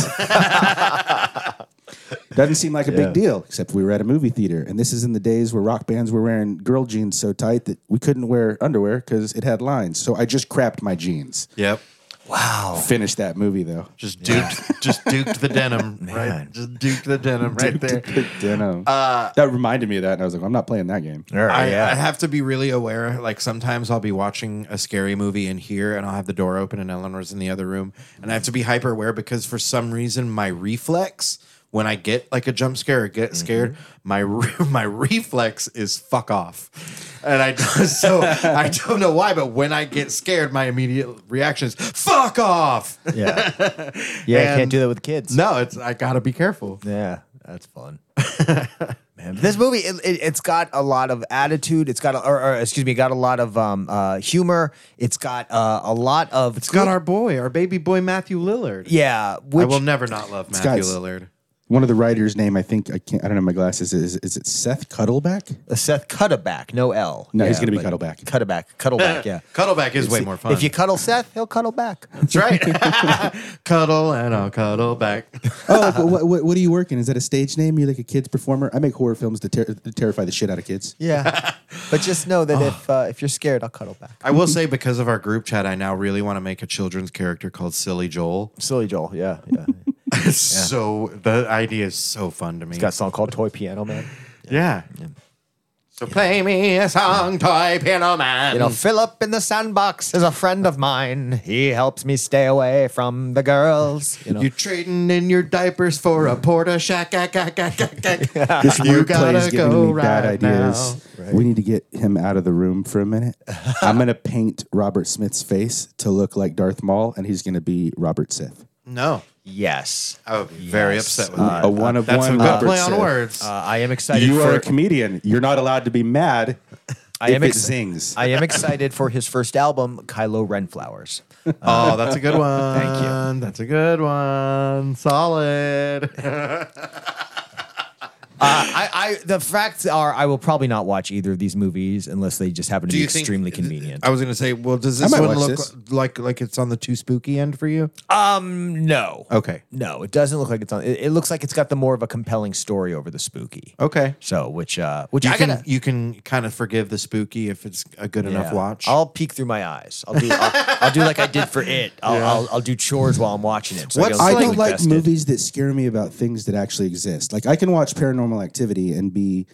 S3: Doesn't seem like a big deal, except we were at a movie theater, and this is in the days where rock bands were wearing girl jeans so tight that we couldn't wear underwear because it had lines. So I just crapped my jeans.
S1: Yep.
S2: Wow.
S3: Finished that movie though.
S1: Just duked. Just duked the denim. Right.
S2: Man.
S1: Just duked the denim right there.
S3: Dunno. that reminded me of that, and I was like, I'm not playing that game.
S1: I,
S2: yeah.
S1: I have to be really aware. Like sometimes I'll be watching a scary movie in here, and I'll have the door open, and Eleanor's in the other room, and I have to be hyper aware because for some reason my reflex when I get like a jump scare or get scared,
S2: Mm-hmm.
S1: my re- my reflex is fuck off, and I so I don't know why, but when I get scared, my immediate reaction is fuck off.
S2: yeah. Yeah. I
S1: And-
S2: can't do that with kids.
S1: No, it's I gotta be careful.
S2: Yeah, that's fun. Man, but this movie it, it, it's got a lot of attitude. It's got a, or, or excuse me, got a lot of um, uh, humor. It's got uh, a lot of
S1: It's got our boy, our baby boy Matthew Lillard.
S2: yeah. Which,
S1: I will never not love
S3: got
S1: Matthew
S3: s-
S1: Lillard.
S3: One of the writers' name, I think I can't. I don't know my glasses. Is is it Seth Cuddleback?
S2: Seth Cuddleback, no L.
S3: No, he's gonna be
S2: but-
S3: Cuddleback.
S2: Cuddleback, Cuddleback. Yeah.
S1: Cuddleback is way more fun.
S2: If you cuddle Seth, he'll cuddle back.
S1: That's right. cuddle and I'll cuddle back.
S3: Oh, like, what, what what do you work in? Is that a stage name? You're like a kids performer. I make horror films to, ter- to terrify the shit out of kids.
S2: Yeah, but just know that if uh, if you're scared, I'll cuddle back.
S1: I will say because of our group chat, I now really want to make a children's character called Silly Joel.
S2: Silly Joel. Yeah, yeah.
S1: It's So the idea is so fun to me.
S2: got a song called Toy Piano Man.
S1: yeah. So play me a song, toy piano man.
S2: You know, Philip in the sandbox is a friend of mine. He helps me stay away from the girls. You know,
S1: you trading in your diapers for a porta shack. gack, gack, gack, gack, gack.
S3: This
S1: You
S3: wordplay
S1: gotta
S3: is giving
S1: go
S3: me bad
S1: right
S3: ideas. We need to get him out of the room for a minute. I'm gonna paint Robert Smith's face to look like Darth Maul, and he's gonna be Robert Sith.
S1: No,
S2: yes.
S1: I would be very upset with
S3: a Uh, one of
S1: you. That's a
S3: one.
S1: good
S3: Robert
S1: play on
S3: Sith.
S1: words.
S2: Uh, I am excited.
S3: You
S2: for,
S3: are a comedian. You're not allowed to be mad.
S2: I am
S3: if
S2: ex-
S3: it zings.
S2: I am excited for his first album, Kylo Ren Flowers.
S1: oh, that's a good one.
S2: Thank you.
S1: That's a good one. Solid.
S2: Uh, I, I the facts are I will probably not watch either of these movies unless they just happen to
S1: Do
S2: be
S1: you think-
S2: extremely convenient.
S1: I was gonna say, well, does this
S3: might
S1: one
S3: watch
S1: look
S3: this.
S1: like like it's on the too spooky end for you?
S2: Um, no.
S1: uh, Okay.
S2: No, it doesn't look like it's on. It, it looks like it's got the more of a compelling story over the spooky.
S1: Okay.
S2: So, which uh, which
S1: You
S2: I
S1: can
S2: gotta,
S1: you can kind of forgive the spooky if it's a good enough
S2: Yeah.
S1: watch.
S2: I'll peek through my eyes. I'll do. I'll, I'll do like I did for it. I'll, I'll, I'll do chores while I'm watching it. So
S1: What's
S2: I,
S1: It's like
S2: don't
S3: I
S2: get
S3: don't like
S2: invested.
S3: movies that scare me about things that actually exist. Like I can watch Paranormal Activity and be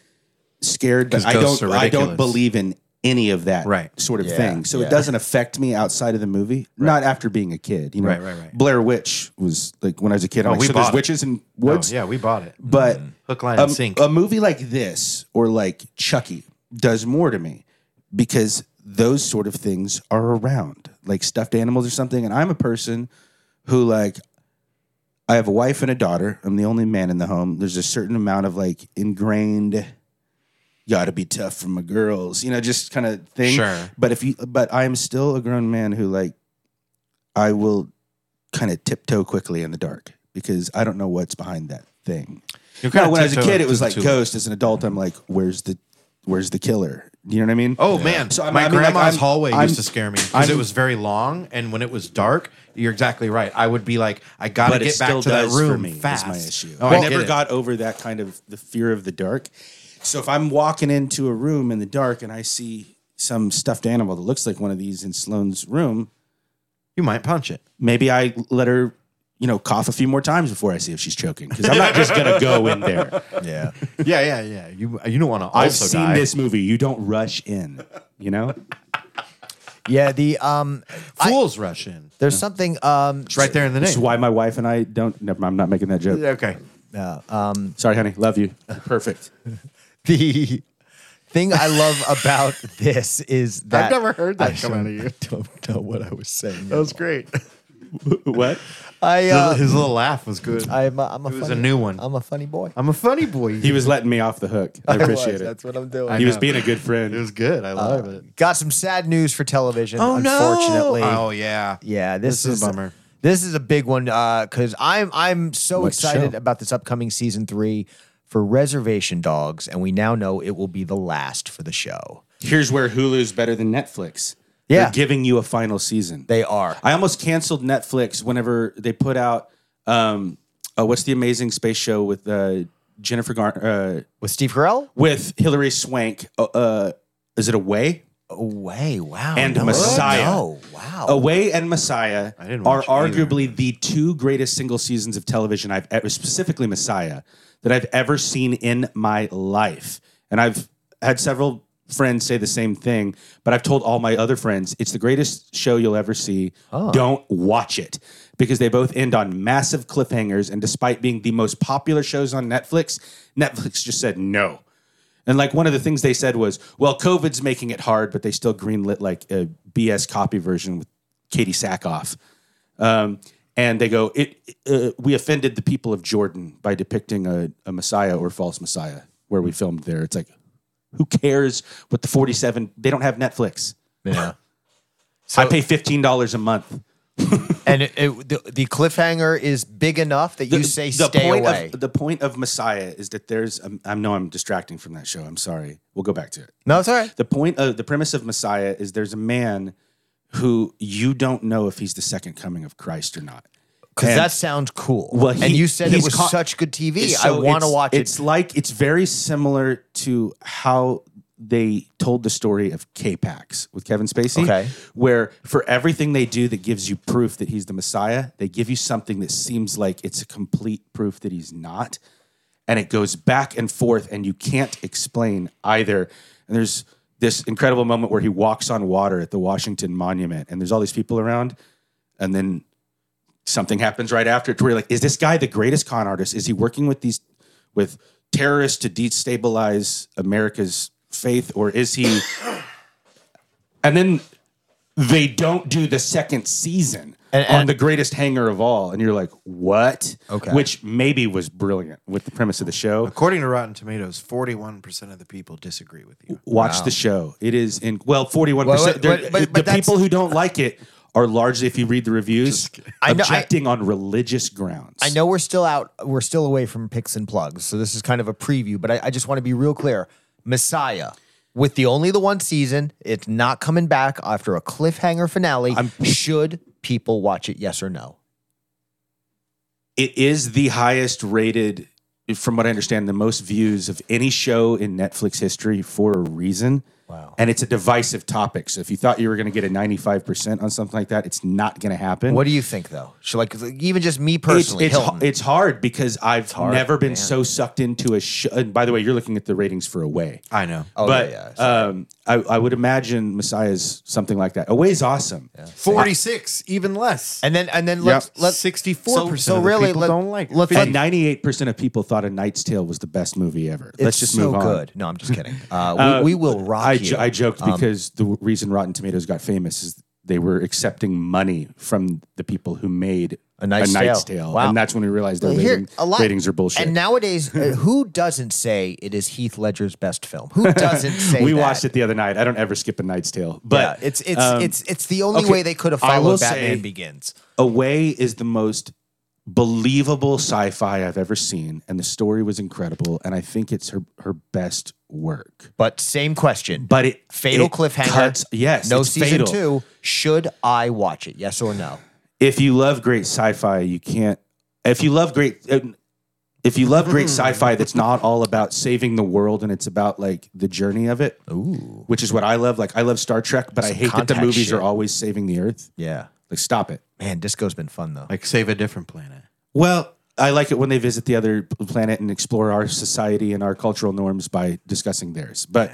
S3: scared, but
S1: 'Cause
S3: I
S1: ghosts
S3: don't.
S1: are
S3: I don't
S1: ridiculous.
S3: believe in any of that
S1: Right.
S3: sort of
S2: Yeah,
S3: thing. So
S2: yeah.
S3: it doesn't affect me outside of the movie. Not after being a kid, you know.
S1: Right, right, right.
S3: Blair Witch was like when I was a kid. I'm
S1: Oh,
S3: like,
S1: we
S3: so there's
S1: bought it.
S3: witches and
S1: Oh,
S3: woods.
S1: yeah, Mm-hmm. we bought it.
S3: But
S1: Hook, line,
S3: a,
S1: and sink.
S3: a movie like this or like Chucky does more to me because those sort of things are around, like stuffed animals or something. And I'm a person who like I have a wife and a daughter. I'm the only man in the home. There's a certain amount of like ingrained gotta be tough for my girls, you know, just kind of thing.
S1: Sure.
S3: But if you but I'm still a grown man who like I will kind of tiptoe quickly in the dark because I don't know what's behind that thing.
S1: You're
S3: No,
S1: kinda
S3: when I was a
S1: tiptoeing
S3: kid, it
S1: to
S3: was
S1: the
S3: like
S1: tool.
S3: Ghost. As an adult, I'm like, where's the, where's the killer? You know what I mean?
S1: Oh man,
S3: So, I
S1: my
S3: mean, like,
S1: grandma's
S3: I'm-
S1: hallway
S3: I'm-
S1: used to scare me because it was very long, and when it was dark, you're exactly right. I would be like, I gotta
S3: but it
S1: get back
S3: still
S1: to that
S3: does
S1: room
S3: for me.
S1: fast.
S3: Is my issue.
S1: Oh,
S3: I,
S1: get
S3: never
S1: it.
S3: got over that kind of the fear of the dark. So if I'm walking into a room in the dark and I see some stuffed animal that looks like one of these in Sloane's room,
S1: You might punch it.
S3: maybe I let her, you know, cough a few more times before I see if she's choking because I'm not just gonna go in there.
S2: Yeah.
S1: Yeah, yeah, yeah. You you don't want to also
S3: I've seen
S1: die.
S3: this movie. You don't rush in. You know,
S2: Yeah. The um. I-
S1: Fools rush in.
S2: there's something um.
S1: It's right there in the
S3: this is
S1: name.
S3: why my wife and I don't. Never, I'm not making that joke.
S1: Okay.
S3: Sorry, honey. Love you. Perfect.
S2: The thing I love about this is that
S1: heard
S2: I Don't know what I was saying. That
S1: great.
S3: what?
S2: I uh,
S1: His little laugh Oh. was good. Um, I,
S2: I'm a, I'm a
S1: was a
S2: funny,
S1: new one.
S2: I'm a funny boy.
S1: am a funny boy.
S3: He was letting me off the hook. I appreciate
S2: was,
S3: it.
S2: That's what I'm doing.
S1: I
S3: he was
S1: know.
S3: being a good friend.
S1: It was good. I love it.
S2: Got some sad news for television. unfortunately.
S1: Oh yeah.
S2: Yeah, this,
S1: This is a bummer.
S2: This is a big one because I'm I'm so
S3: What
S2: excited
S3: show?
S2: about this upcoming season three for Reservation Dogs, and we now know it will be the last for the show.
S3: Here's where Hulu's better than Netflix.
S2: Yeah.
S3: They're giving you a final season.
S2: They are.
S3: I almost canceled Netflix whenever they put out um oh, what's the amazing space show with uh Jennifer Garner uh
S2: With Steve Carell?
S3: with Hilary Swank uh, uh is it Away?
S2: Away, wow.
S3: And
S2: no,
S3: Messiah. Oh.
S2: No, wow.
S3: Away and Messiah
S1: didn't
S3: are
S1: watch either.
S3: arguably the two greatest single seasons of television I've ever, specifically Messiah, that I've ever seen in my life. And I've had several friends say the same thing, but I've told all my other friends it's the greatest show you'll ever see.
S1: Oh.
S3: Don't watch it because they both end on massive cliffhangers. And despite being the most popular shows on Netflix, Netflix just said no. And like one of the things they said was, well, COVID's making it hard, but they still greenlit like a BS copy version with Katie Sackhoff. Um, and they go, it, uh, we offended the people of Jordan by depicting a, a Messiah or false Messiah where we filmed there. It's like, who cares what the 47, they don't have Netflix.
S2: Yeah.
S3: I pay $15 a month.
S2: and it, it, the, the cliffhanger is big enough that you say stay
S3: point
S2: away.
S3: Of, the point of Messiah is that there's, um, I know I'm distracting from that show. I'm sorry. We'll go back to it.
S2: no, it's all right.
S3: the point of the premise of Messiah is there's a man who you don't know if he's the second coming of Christ or not.
S2: Because
S3: And-
S2: that sounds cool.
S3: Well,
S2: and
S3: he-
S2: you said it
S3: he's
S2: was
S3: caught-
S2: such good TV.
S3: so
S2: I want to
S3: it's-
S2: watch
S3: It's
S2: it.
S3: like it's very similar to how they told the story of K-Pax with Kevin Spacey,
S2: Okay.
S3: where for everything they do that gives you proof that he's the Messiah, they give you something that seems like it's a complete proof that he's not, and it goes back and forth, and you can't explain either. And there's this incredible moment where he walks on water at the Washington Monument, and there's all these people around, and then something happens right after it to where you're like, is this guy the greatest con artist? Is he working with these with terrorists to destabilize America's faith, or is he? and then they don't do the second season
S2: And-
S3: on
S2: and-
S3: the greatest hanger of all, and you're like, what?
S2: Okay.
S3: which maybe was brilliant with the premise of the show.
S1: According to Rotten Tomatoes, 41% of the people disagree with you.
S3: Watch the show. It is in well, forty one
S2: Well,
S3: percent.
S2: but- but- but
S3: The
S2: that's-
S3: people who don't like it are largely, if you read the reviews,
S2: I know- I-
S3: objecting on religious grounds.
S2: I know we're still out, we're still away from picks and plugs, so this is kind of a preview, but I, I just want to be real clear. Messiah, with the only the one season, it's not coming back after a cliffhanger finale. Should people watch it? Yes or no?
S3: it is the highest rated from what i understand the most views of any show in netflix history for a reason
S2: Wow.
S3: and it's a divisive topic so if you thought you were going to get a 95% on something like that it's not going to happen
S2: What do you think though? Should like even just me
S3: it's,
S2: personally?
S3: it's,
S2: Hilton.
S3: it's hard because I've never been so sucked into a show. And by the way, you're looking at the ratings for Away.
S1: I know.
S2: oh,
S3: but
S2: yeah, yeah.
S3: um, I, I would imagine Messiah's something like that. Away's awesome.
S1: 46, even less.
S2: and then and then let's let's
S1: 64%
S2: so, so
S1: of the
S2: really
S1: people
S2: let,
S1: don't like it.
S2: let's
S3: And 98% of people thought A Knight's Tale was the best movie ever. Let's
S2: it's
S3: just
S2: so
S3: move on.
S2: good. No, I'm just kidding. Uh, we, we will rock
S3: I,
S2: you. Um,
S3: jo- I joked because the w- reason Rotten Tomatoes got famous is they were accepting money from the people who made
S2: A Knight's Tale. Wow.
S3: and that's when we realized their
S2: Here-
S3: rating, ratings are bullshit.
S2: And nowadays, uh, who doesn't say it is Heath Ledger's best film? Who doesn't say
S3: we
S2: that?
S3: watched it the other night. I don't ever skip A Knight's Tale, but
S2: yeah, it's it's
S3: um,
S2: it's it's the only
S3: okay,
S2: way they could have
S3: I will
S2: followed Batman
S3: say-
S2: Begins.
S3: Away is the most believable sci-fi I've ever seen, and the story was incredible, and I think it's her her best work.
S2: But same question.
S3: But it
S2: fatal
S3: it
S2: cliffhanger.
S3: Cuts, yes,
S2: no
S3: it's
S2: season
S3: fatal.
S2: two. Should I watch it? Yes or no?
S3: if you love great sci-fi, you can't. If you love great, uh, if you love
S2: Hmm.
S3: great sci-fi, that's not all about saving the world and it's about like the journey of it,
S2: Ooh,
S3: which is what I love. Like I love Star Trek, but I hate that the
S2: contact
S3: movies
S2: shit.
S3: are always saving the Earth.
S2: yeah.
S3: Like stop it.
S2: Man, disco's been fun though.
S1: like save a different planet.
S3: Well, I like it when they visit the other planet and explore our society and our cultural norms by discussing theirs. But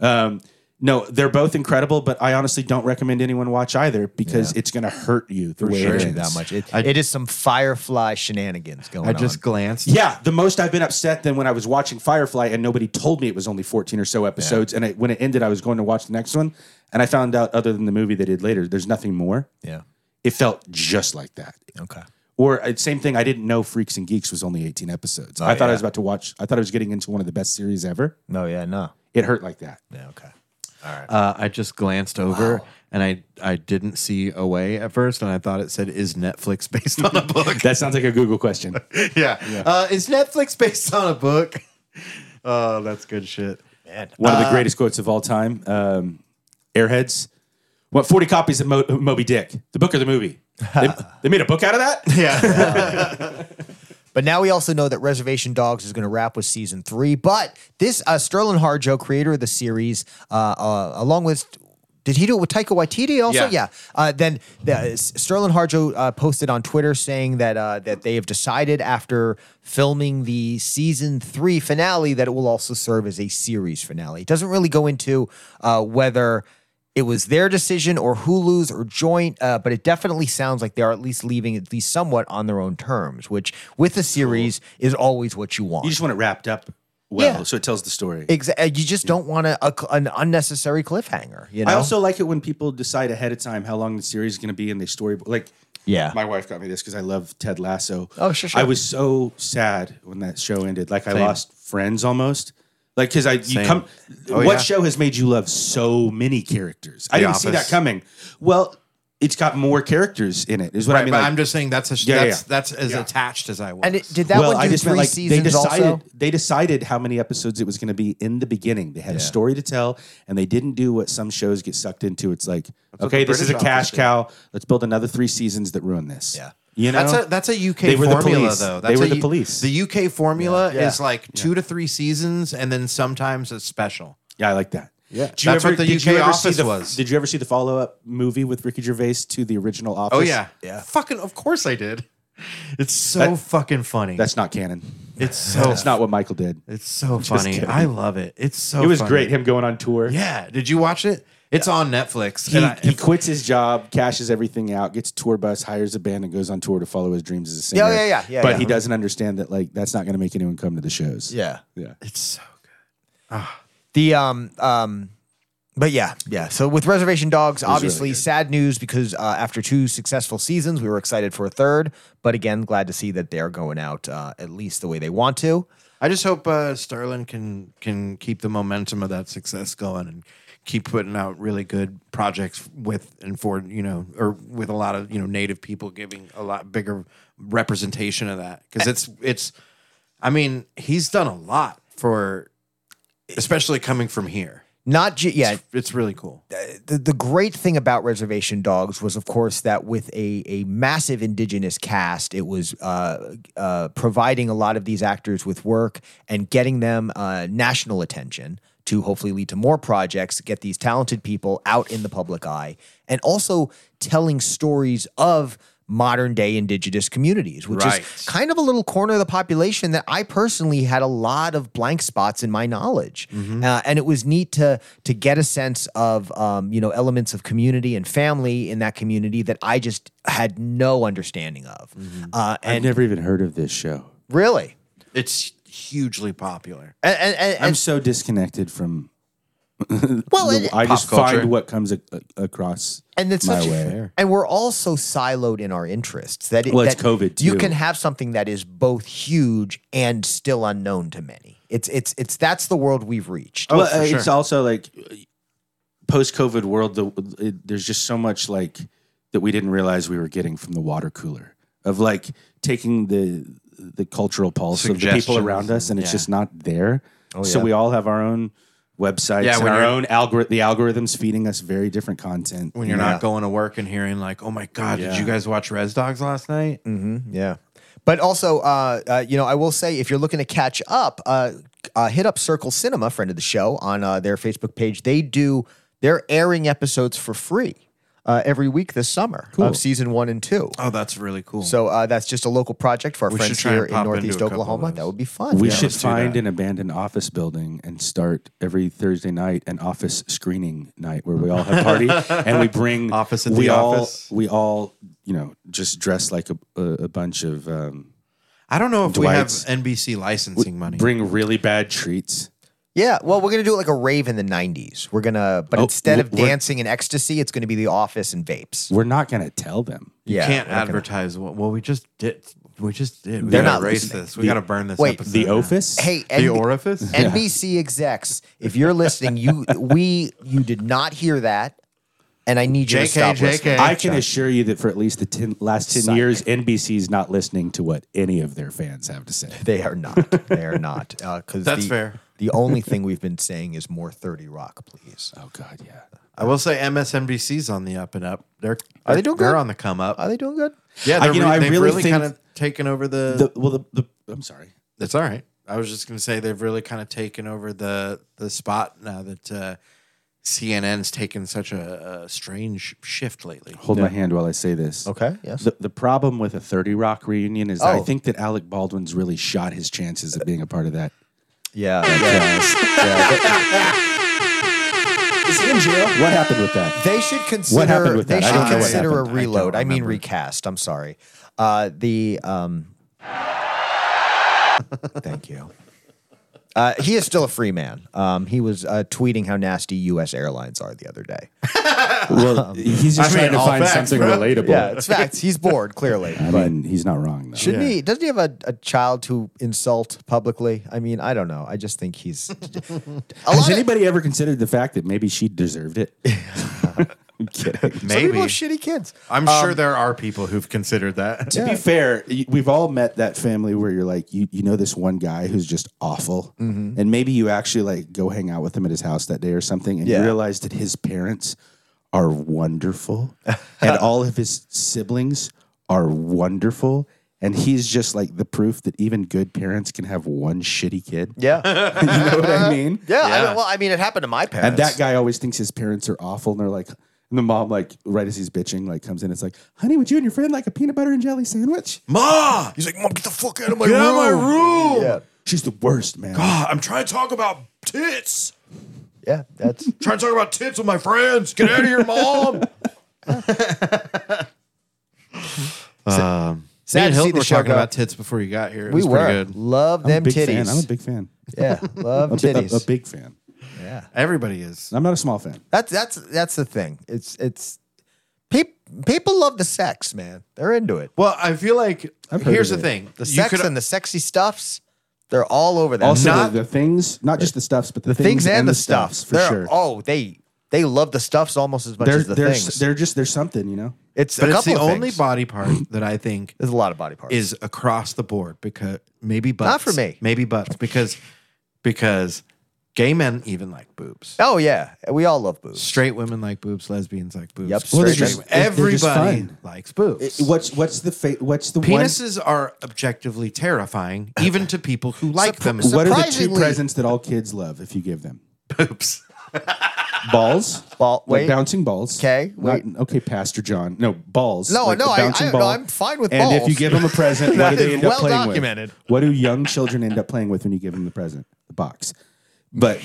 S3: um, no, they're both incredible. But I honestly don't recommend anyone watch either because it's going to hurt you the way
S2: Sure,
S3: it
S2: you
S3: ends.
S2: that much. It, it is some Firefly shenanigans going
S1: I
S2: on.
S1: just glanced.
S3: Yeah, the most I've been upset than when I was watching Firefly and nobody told me it was only 14 or so episodes. And I, when it ended, I was going to watch the next one. And I found out, other than the movie they did later, there's nothing more.
S2: yeah.
S3: It felt just like that.
S2: Okay.
S3: Or uh, same thing, I didn't know Freaks and Geeks was only 18 episodes. I thought I was about to watch, I thought I was getting into one of the best series ever.
S2: No. Yeah. No.
S3: It hurt like that.
S2: Yeah. Okay.
S1: Uh, I just glanced over and I I didn't see away at first, and I thought it said is Netflix based on a book.
S3: That sounds like a Google question.
S1: yeah, Uh, is Netflix based on a book? oh, that's good shit.
S3: One of the greatest quotes of all time um, Airheads. What, 40 copies of Mo- Moby Dick, the book or the movie? They, they made a book out of that?
S1: Uh, Yeah,
S2: But now we also know that Reservation Dogs is going to wrap with season three. But this uh, Sterling Harjo, creator of the series, uh, uh, along with did he do it with Taika Waititi also?
S1: Yeah.
S2: Yeah. Uh, then the, Sterling Harjo uh, posted on Twitter saying that uh, that they have decided after filming the season three finale that it will also serve as a series finale. It doesn't really go into uh, whether it was their decision or Hulu's or joint, uh, but it definitely sounds like they are at least leaving at least somewhat on their own terms, which with a series is always what you want.
S3: You just want it wrapped up well,
S2: Yeah.
S3: so it tells the story.
S2: Exa- uh, you just don't want a, a cl- an unnecessary cliffhanger, you know?
S3: I also like it when people decide ahead of time how long the series is going to be, and they story like.
S2: Yeah.
S3: my wife got me this because I love Ted Lasso.
S2: Oh, sure, sure.
S3: I was so sad when that show ended. Like I lost friends almost. Like because I you
S1: Same.
S3: come.
S1: Oh,
S3: what
S1: yeah.
S3: show has made you love so many characters? I
S1: The
S3: didn't see that
S1: Office.
S3: coming. Well, it's got more characters in it. Is what I mean.
S1: but
S3: Like,
S1: I'm just saying that's a,
S3: yeah,
S1: that's
S3: yeah.
S1: that's as
S3: Yeah.
S1: attached as I was.
S2: and it, did that one do three seasons
S3: they decided
S2: also?
S3: they decided how many episodes it was going to be in the beginning. They had a story to tell, and they didn't do what some shows get sucked into. It's like, okay,
S1: the
S3: this is a
S1: British
S3: cash
S1: office
S3: cow. Let's build another three seasons that ruin this.
S2: Yeah.
S3: you know,
S1: that's a that's a UK
S3: They were the
S1: formula
S3: police.
S1: though.
S3: They
S1: That's
S3: were
S1: a
S3: the
S1: U-
S3: police.
S1: The UK formula
S3: Yeah.
S1: is like two to three seasons, and then sometimes a special.
S3: yeah, I like that. Yeah, did you
S1: That's
S3: ever,
S1: what the
S3: did you
S1: UK
S3: ever see
S1: Office
S3: the-
S1: was.
S3: Did you ever see the follow up movie with Ricky Gervais to the original Office?
S1: Oh yeah,
S2: Yeah.
S1: Fucking of course I did. It's so fucking funny.
S3: that's not canon.
S1: it's so
S3: That's not what Michael did.
S1: It's so funny.
S3: kidding.
S1: I love it. It's so.
S3: It was
S1: funny.
S3: great. Him going on tour.
S1: Yeah. Did you watch it? It's on Netflix.
S3: He,
S1: and I-
S3: he quits his job, cashes everything out, gets a tour bus, hires a band, and goes on tour to follow his dreams as a singer.
S2: Yeah, yeah, yeah, yeah,
S3: but
S2: yeah.
S3: he doesn't understand that like that's not going to make anyone come to the shows.
S2: yeah.
S3: yeah.
S1: it's so good.
S2: The um um but yeah, yeah. So with Reservation Dogs, obviously
S3: good.
S2: sad news because uh, after two successful seasons, we were excited for a third. But again, glad to see that they're going out uh, at least the way they want to.
S1: I just hope uh, Sterling can can keep the momentum of that success going and keep putting out really good projects with and for you know or with a lot of you know native people giving a lot bigger representation of that because it's it's I mean he's done a lot for especially coming from here.
S2: Not ju- yeah,
S1: It's really cool.
S2: the, the great thing about Reservation Dogs was, of course, that with a, a massive indigenous cast, it was uh, uh, providing a lot of these actors with work and getting them uh, national attention to hopefully lead to more projects, get these talented people out in the public eye, and also telling stories of modern day indigenous communities, which
S1: Right.
S2: is kind of a little corner of the population that I personally had a lot of blank spots in my knowledge,
S3: Mm-hmm.
S2: uh, and it was neat to to get a sense of um, you know elements of community and family in that community that I just had no understanding of.
S3: Mm-hmm.
S2: Uh,
S3: I've
S2: and
S3: never even heard of this show.
S2: really,
S1: It's hugely popular.
S2: and, and, and,
S3: I'm so disconnected from.
S2: well,
S3: the-
S2: and-
S3: I just
S1: Pop culture.
S3: find what comes a- a- across.
S2: and it's
S3: my
S2: such,
S3: way.
S2: and we're all so siloed in our interests that it,
S3: Well, it's
S2: that
S3: COVID,
S2: You
S3: too.
S2: can have something that is both huge and still unknown to many. It's it's it's that's the world we've reached.
S1: Oh,
S3: well, uh, it's also like post COVID world. The, it, there's just so much like that we didn't realize we were getting from the water cooler of like taking the the cultural pulse of the people
S1: Suggestions
S3: around us, and it's
S1: yeah. Oh,
S3: just not there. So
S2: yeah.
S3: we all have our own websites,
S1: Yeah,
S3: and
S1: when
S3: our
S1: you're-
S3: own algorithm. The algorithms feeding us very different content.
S1: When you're
S2: Yeah.
S1: not going to work and hearing like, "Oh my god,
S3: Yeah.
S1: did you guys watch Res Dogs last night?"
S2: Yeah. But also, uh, uh, you know, I will say if you're looking to catch up, uh, uh, hit up Circle Cinema, friend of the show, on uh, their Facebook page. They do, they're airing episodes for free uh, every week this summer of season one and two.
S1: Oh, that's really cool.
S2: So uh, that's just a local project for our
S1: We should
S2: friends
S1: try and
S2: here in
S1: pop into
S2: Northeast
S1: a couple of
S2: Oklahoma.
S1: those.
S2: That would be fun.
S3: We
S2: Yeah.
S3: should
S1: let's do
S3: find
S1: that.
S3: an abandoned office building and start every Thursday night an office screening night where we all have party and we bring
S1: Office at
S3: we
S1: the
S3: all,
S1: office.
S3: We all, you know, just dress like a, a, a bunch of um,
S1: I don't know if
S3: Dwight's-
S1: we have NBC licensing money.
S3: bring really bad treats.
S2: Yeah, well, we're gonna do it like a rave in the '90s. We're gonna, but
S3: Oh,
S2: instead of
S3: we're-
S2: dancing and ecstasy, it's gonna be The Office and vapes.
S3: We're not going to tell them.
S1: you
S2: yeah,
S1: can't
S2: we're not gonna-
S1: advertise. what Well, we just did. We just did. We
S2: They're
S1: gotta
S2: not
S1: erase
S2: listening.
S1: this. We got to burn this.
S2: wait,
S1: episode
S3: The
S1: now.
S3: office.
S2: Hey,
S1: the
S2: NB
S1: orifice.
S2: NBC execs, if you're listening, you we you did not hear that, and I need you to
S1: JK,
S2: stop listening.
S1: JK.
S3: I can assure you that for at least the ten, last 10 years, NBC's not listening to what any of their fans have to say.
S2: They are not. They are not. Because
S1: That's
S2: the,
S1: fair.
S2: The only thing we've been saying is more Thirty Rock, please.
S3: Oh, God, yeah.
S1: I will say MSNBC's on the up and up. They're
S2: Are they doing
S1: They're
S2: good?
S1: on the come up.
S2: Are they doing good?
S1: yeah,
S3: I-
S1: they're
S3: you know,
S1: re-
S3: I
S1: they've
S3: really
S1: really,
S3: think-
S1: kind of taken over the,
S3: The, well, the, the, I'm sorry.
S1: That's all right. I was just gonna say they've really kind of taken over the the spot now that uh, CNN's taken such a, a strange shift lately.
S3: Hold my hand while I say this.
S2: Okay. Yes.
S3: The, the problem with a 30 Rock reunion is that I
S2: Oh.
S3: think that Alec Baldwin's really shot his chances of being a part of that.
S2: Yeah. yeah.
S3: Is he in jail? What happened with that?
S2: They should consider.
S3: happened with
S2: they
S3: that? I
S2: should
S3: don't know what
S2: consider a
S3: happened.
S1: I don't
S2: reload. I, mean
S1: remember.
S2: recast. I'm sorry. Uh, the um, thank you. Uh, he is still a free man. Um, he was uh, tweeting how nasty U.S. airlines are the other day.
S3: Well, he's
S1: I mean,
S3: just trying to
S1: all
S3: find
S1: facts,
S3: something
S1: bro.
S3: relatable.
S2: Yeah, it's facts. He's bored, clearly.
S3: I mean, he's not wrong though.
S2: Shouldn't he? Doesn't he have a, a child to insult publicly? I mean, I don't know. I just think he's. a
S3: Has
S2: lot of-
S3: anybody ever considered the fact that maybe she deserved it? I'm kidding.
S2: some people
S1: Maybe
S2: have shitty kids.
S1: I'm
S2: Um,
S1: sure there are people who've considered that.
S3: To be fair, y- we've all met that family where you're like, you, you know, this one guy who's just awful. And maybe you actually like go hang out with him at his house that day or something and
S2: Yeah.
S3: you realize that his parents are wonderful and all of his siblings are wonderful. And he's just like the proof that even good parents can have one shitty kid.
S2: Yeah,
S3: you know what I mean?
S2: yeah. I
S1: Yeah.
S2: mean, well, I mean, it happened to my parents.
S3: And that guy always thinks his parents are awful, and they're like, and the mom like right as he's bitching like comes in, it's like, honey, would you and your friend like a peanut butter and jelly sandwich?
S1: Ma, he's like, Mom, get the fuck out of my room. Out of my room.
S2: Yeah,
S3: She's the worst, man.
S1: Ah, I'm trying to talk about tits.
S2: yeah. That's
S1: Trying to talk about tits with my friends. Get out of here, mom. um,
S2: Sad to see the
S1: were
S2: show
S1: talking
S2: go.
S1: about tits before you got here. It
S2: we
S1: was pretty
S2: were
S1: good.
S2: love
S3: I'm a
S2: them
S3: big
S2: titties.
S3: fan. I'm a big fan.
S2: yeah, love
S3: I'm
S2: titties.
S3: A, a big fan.
S2: yeah,
S1: Everybody is.
S3: I'm not a small fan.
S2: that's that's that's the thing. It's it's peop people love the sex, man. They're into it.
S1: Well, I feel like
S3: I've heard
S1: here's
S3: of
S1: the
S3: it.
S1: thing.
S2: The
S1: You
S2: sex
S1: could-
S2: and the sexy stuffs. They're all over that.
S3: Also,
S1: Not-
S3: the, the things, not just the stuffs, but the,
S2: the things and, the stuffs,
S3: for
S2: They're-
S3: sure.
S2: Oh, they they love the stuffs almost as much
S3: They're,
S2: as the
S3: they're,
S2: things.
S3: they're just, there's something, you know?
S2: it's
S1: But
S2: a
S1: it's
S2: couple
S1: the
S2: of
S1: only
S2: things.
S1: body part that I think
S2: There's a lot of body parts.
S1: is across the board because maybe butts.
S2: Not for me.
S1: Maybe butts because because gay men even like boobs.
S2: oh yeah, we all love boobs.
S1: Straight women like boobs. Lesbians like boobs.
S2: Yep,
S1: Straight
S2: they're
S1: men-
S2: just-
S3: they're just
S1: everybody
S3: fine.
S1: likes boobs.
S3: What's, what's the, fa- what's the one?
S1: Penises are objectively terrifying, even to people who like them. as
S3: What are the two
S2: surprisingly-
S3: presents that all kids love if you give them?
S1: boobs.
S3: Balls.
S2: Ball-
S3: Like
S2: wait.
S3: bouncing balls.
S2: Okay,
S3: Not-
S2: wait.
S3: okay, Pastor John. No, balls.
S2: No,
S3: like
S2: no,
S3: the
S2: I-
S3: bouncing
S2: I- no,
S3: ball.
S2: I'm fine with
S3: and And if
S2: balls.
S3: you give them a present, what
S2: That
S3: do they
S2: is
S3: end up
S2: well
S3: playing
S2: documented.
S3: with? What do young children end up playing with when you give them the present? The box. But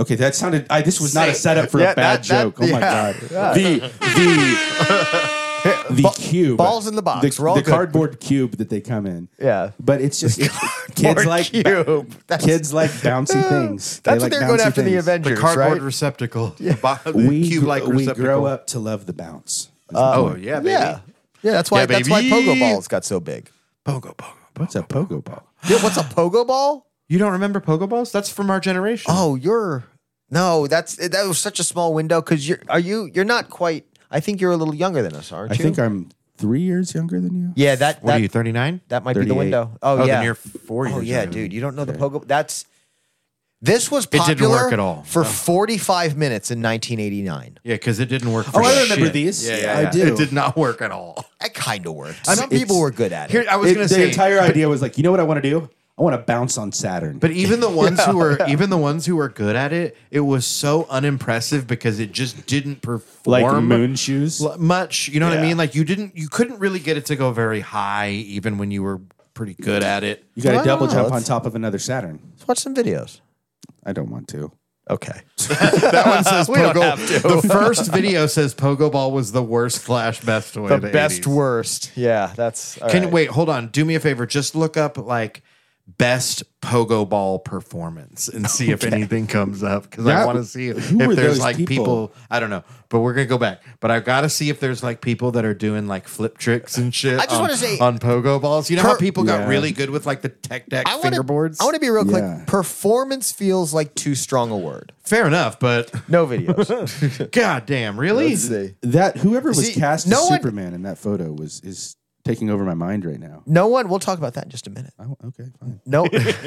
S3: okay, that sounded. I, this was not a setup for
S2: Yeah,
S3: a bad
S2: that- that-
S3: joke. oh my
S2: yeah.
S3: god. The the the cube
S2: balls in the box.
S3: The,
S2: We're all
S3: the
S2: good.
S3: cardboard cube that they come in.
S2: Yeah.
S3: But it's just it's, kids
S2: Or
S3: like
S2: cube. That's,
S3: kids like bouncy things. They
S2: that's what
S3: like
S2: they're going
S3: bouncy
S2: after the
S3: things.
S2: Avengers,
S1: Cardboard
S2: right?
S1: receptacle. Yeah.
S3: We
S1: Cube like
S3: gr- we
S1: receptacle.
S3: grow up to love the bounce.
S2: Uh,
S1: oh yeah, baby.
S2: yeah, yeah. That's why
S1: Yeah,
S2: that's why
S1: baby.
S2: pogo balls got so big.
S1: Pogo pogo.
S3: What's a pogo ball?
S2: Yeah, what's a pogo ball?
S1: You don't remember pogo balls? That's from our generation.
S2: Oh, you're no. That's that was such a small window because you're are you you're not quite. I think you're a little younger than us, aren't
S3: I
S2: you?
S3: think I'm three years younger than you.
S2: yeah, that
S1: what
S2: that,
S1: are you? Thirty nine.
S2: that might be the
S3: 38.
S2: window. Oh,
S1: Oh,
S2: yeah,
S1: then you're four
S2: Oh
S1: years
S2: yeah,
S1: younger.
S2: dude, you don't know the pogo. That's this was
S1: didn't
S2: popular
S1: work at all.
S2: for 45 minutes in 1989.
S1: Yeah, because it didn't work. For
S3: Oh, I remember
S1: shit.
S3: these.
S1: Yeah, yeah,
S3: I
S1: yeah.
S3: do.
S1: It did not work at all.
S2: That kind of worked.
S1: mean,
S2: Some people
S1: it's-
S2: were good at it.
S1: Here, I was
S3: It-
S1: gonna
S3: the
S1: say,
S3: entire idea was like, you know what I want to do? I want to bounce on Saturn.
S1: but even the ones who were, even the ones who were good at it, it was so unimpressive because it just didn't
S3: like
S1: perform
S3: moon shoes.
S1: l- much. You know what I
S3: Yeah.
S1: mean? Like you didn't, you couldn't really get it to go very high, even when you were pretty good at it.
S3: You got
S2: Well,
S3: to double
S2: no,
S3: jump on
S2: that's-
S3: top of another Saturn.
S2: Let's watch some videos.
S3: I don't want to.
S2: Okay.
S1: That one says
S2: We don't
S1: pogo.
S2: have to.
S1: The first video says pogo ball was the worst slash best way.
S2: The
S1: of
S2: best
S1: 80s.
S2: worst. Yeah, that's all
S1: Can
S2: right.
S1: wait, hold on. Do me a favor. Just look up like best pogo ball performance and see if anything comes up because I
S3: That-
S1: want to see if,
S3: who were
S1: there's
S3: those
S1: like people?
S3: people?
S1: I don't know, but we're gonna go back. But I've got to see if there's like people that are doing like flip tricks and shit.
S2: I just
S1: on-
S2: wanna say-
S1: on pogo balls. You know how
S2: Per-
S1: people got
S3: Yeah.
S1: really good with like the tech deck
S2: I wanna,
S1: fingerboards.
S2: I want to be real
S3: Yeah.
S2: quick. Performance feels like too strong a word.
S1: Fair enough, but
S2: No videos.
S1: god damn, really?
S3: That whoever was
S2: See,
S3: cast
S2: no
S3: as
S2: one-
S3: Superman in that photo was is taking over my mind right now.
S2: No one. We'll talk about that in just a minute.
S3: Oh, okay, fine.
S2: No,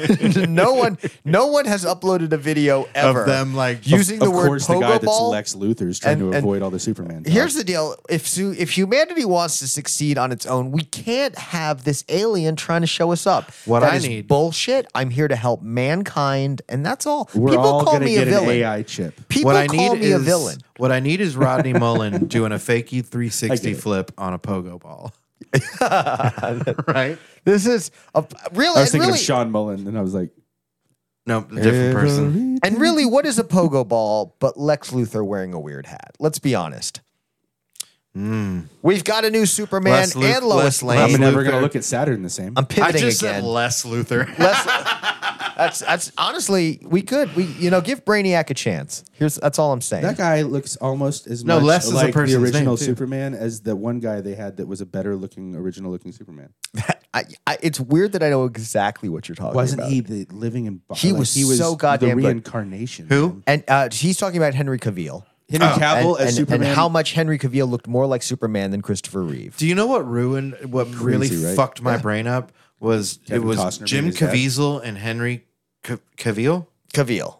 S2: no one. No one has uploaded a video ever
S1: Of them like
S2: using the
S3: of
S2: word
S3: course,
S2: pogo
S3: the guy
S2: ball.
S3: that's Lex Luthor is trying
S2: and-
S3: to
S2: and-
S3: avoid all the Superman. talk.
S2: Here's the deal: if su- if humanity wants to succeed on its own, we can't have this alien trying to show us up.
S1: What
S2: That
S1: I
S2: is
S1: need-
S2: bullshit. I'm here to help mankind, and that's all.
S3: we're
S2: People
S3: all
S2: call
S3: gonna
S2: me
S3: get
S2: a
S3: an
S2: villain.
S3: AI chip.
S2: People
S1: what I
S2: call
S1: need
S2: me
S1: is
S2: a villain.
S1: what I need is Rodney Mullen doing a fakey
S3: I
S1: 360
S3: get it.
S1: flip on a pogo ball. right?
S2: This is a really
S3: I was
S2: and
S3: thinking
S2: really
S3: of Sean Mullen, and I was like,
S1: No, different person.
S2: and really. What is a pogo ball but Lex Luthor wearing a weird hat? Let's be honest. We've got a new Superman
S1: Les Luth-
S2: and
S1: Les-
S2: Lois Lane.
S1: Les
S3: I'm never going
S1: Luthor.
S3: to look at Saturn the same.
S2: I'm
S1: I
S2: pivoting
S1: just
S2: again.
S1: said less Luthor.
S2: Let's- that's that's honestly we could we you know give Brainiac a chance. Here's that's all I'm saying.
S3: That guy looks almost as
S1: No,
S3: much
S1: Les is a
S3: like the
S1: person's
S3: original
S1: name, too.
S3: Superman as the one guy they had that was a better looking original looking Superman.
S2: I, I, it's weird that I know exactly what you're talking
S3: Wasn't
S2: about.
S3: he the living in
S2: He was so goddamn
S3: the
S2: good.
S3: reincarnation.
S1: Who?
S2: And uh, he's talking about Henry Cavill. Uh,
S3: Henry Cavill
S2: and,
S3: as
S2: and-
S3: Superman.
S2: and how much Henry Cavill looked more like Superman than Christopher Reeve.
S1: Do you know what ruined what really
S3: right?
S1: fucked my brain up was it
S3: Kevin
S1: was
S3: Costner
S1: Jim
S3: being his dad.
S1: Caviezel and Henry C- Cavill?
S2: Cavill.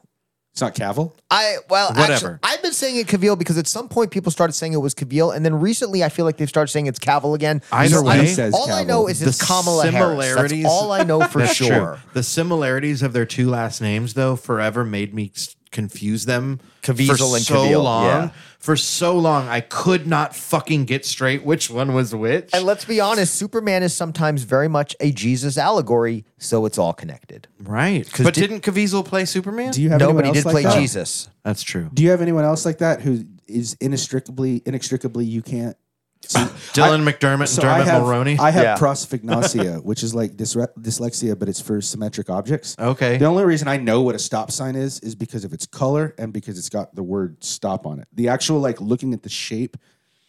S3: it's not Cavill.
S2: I well,
S1: Whatever.
S2: Actually, I've been saying it Cavill because at some point people started saying it was Cavill, and then recently I feel like they've started saying it's Cavill again.
S1: Either
S2: So I-
S1: way- He
S3: says
S2: all I know
S3: Cavill.
S2: is it's Kamala Harris. That's all I know for
S1: That's true.
S2: sure.
S1: The similarities of their two last names though forever made me s- confuse them
S2: Caviezel
S1: for
S2: and
S1: so
S2: Cavill,
S1: long.
S2: yeah.
S1: For so long I could not fucking get straight which one was which.
S2: And let's be honest, Superman is sometimes very much a Jesus allegory, so it's all connected.
S1: right. But did, not Caviezel play Superman?
S3: Do you have anyone
S2: Nobody
S3: else
S2: did
S3: like
S2: play
S3: that?
S2: Jesus.
S1: That's true.
S3: Do you have anyone else like that who is inextricably inextricably you can't
S1: Dylan McDermott and Dermot
S3: I have,
S1: Mulroney.
S3: I have
S2: Yeah.
S3: prosopagnosia, which is like dysre- dyslexia, but it's for symmetric objects.
S1: Okay.
S3: The only reason I know what a stop sign is is because of its color and because it's got the word stop on it. The actual like looking at the shape,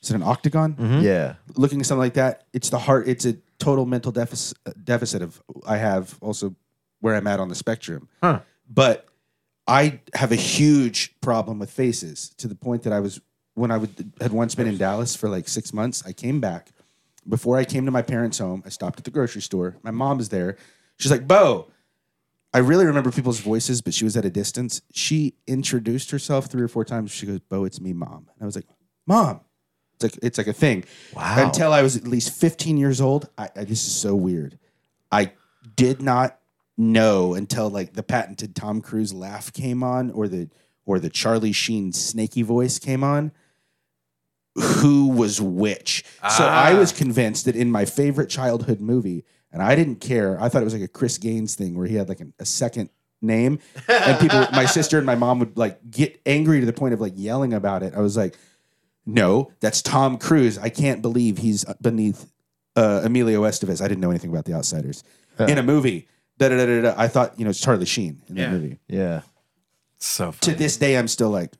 S3: is it an octagon?
S2: Yeah.
S3: Looking at something like that, it's the heart. It's a total mental deficit. Deficit of I have also where I'm at on the spectrum. But I have a huge problem with faces to the point that I was when I would, had once been in Dallas for like six months. I came back before I came to my parents' home. I stopped at the grocery store. My mom's there. She's like, "Bo, I really remember people's voices, but she was at a distance. She introduced herself three or four times. She goes, "Bo, it's me, mom." And I was like, "Mom." It's like it's like a thing.
S1: Wow.
S3: Until I was at least 15 years old, I, I this is so weird. I did not know until like the patented Tom Cruise laugh came on, or the or the Charlie Sheen snaky voice came on. Who was which? So I was convinced that in my favorite childhood movie, and I didn't care. I thought it was like a Chris Gaines thing where he had like an, a second name, and people, my sister and my mom would like get angry to the point of like yelling about it. I was like, no, that's Tom Cruise. I can't believe he's beneath uh, Emilio Estevez. I didn't know anything about The Outsiders in a movie. Da, da, da, da, da. I thought you know it's Charlie Sheen in
S1: Yeah.
S3: that movie.
S2: Yeah.
S1: So
S3: To
S1: funny.
S3: this day, I'm still like,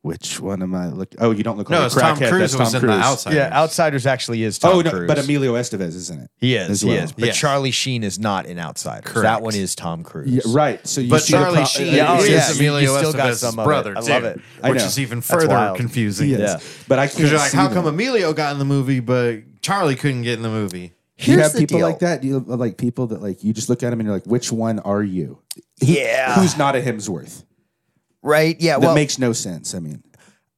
S3: which one am I looking? Oh, you don't look
S1: no,
S3: like
S1: it's
S3: a
S1: Tom
S3: crackhead.
S1: Cruise
S3: that's
S1: who
S3: Tom
S1: was in
S3: Cruise.
S1: the outside.
S2: Yeah. Outsiders actually is Tom
S3: Oh no,
S2: Cruise.
S3: but Emilio Estevez isn't it?
S2: He is.
S3: as
S2: He
S3: well.
S2: is. But
S1: Yes.
S2: Charlie Sheen is not in Outsiders.
S1: Correct.
S2: That one is Tom Cruise.
S3: Yeah, right. So you
S1: But
S3: see the
S1: Charlie
S3: pro-
S1: Sheen
S2: Yeah, oh,
S1: is
S2: yeah.
S1: Emilio
S2: You still got
S1: Estevez's
S2: some of it.
S1: brother,
S2: I love
S1: too,
S2: it.
S3: I
S1: which
S3: know.
S1: is even
S2: That's
S1: further
S2: wild.
S1: confusing.
S3: Yes.
S2: Yeah.
S3: But I
S1: Because
S3: can't.
S1: you're like,
S3: see
S1: how
S3: that.
S1: come Emilio got in the movie but Charlie couldn't get in the movie?
S3: Do you
S2: Here's
S3: have
S2: the
S3: people
S2: deal.
S3: like that? Do you have like people that like you just look at them and you're like, which one are you?
S2: Yeah.
S3: Who's not a Hemsworth?
S2: right? Yeah.
S3: That
S2: Well,
S3: makes no sense. I mean,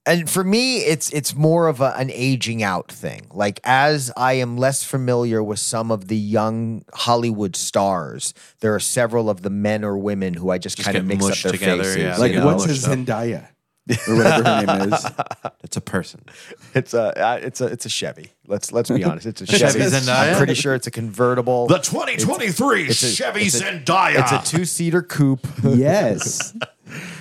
S2: and for me, it's it's more of a, an aging out thing. Like as I am less familiar with some of the young Hollywood stars, there are several of the men or women who I just, kind of
S1: get
S2: mix up
S1: mushed
S2: their
S1: together,
S2: faces.
S1: yeah.
S3: like,
S1: you know,
S3: what's
S1: it's
S3: his
S1: not-
S3: Zendaya or whatever her name is?
S1: That's a person.
S2: It's a uh, it's a it's a Chevy. Let's let's be honest. It's a
S1: Chevy
S2: Chevy.
S1: Zendaya?
S2: I'm pretty sure it's a convertible.
S1: The 2023
S2: a-
S1: Chevy
S2: it's a-
S1: Zendaya.
S2: it's a two seater coupe.
S3: Yes.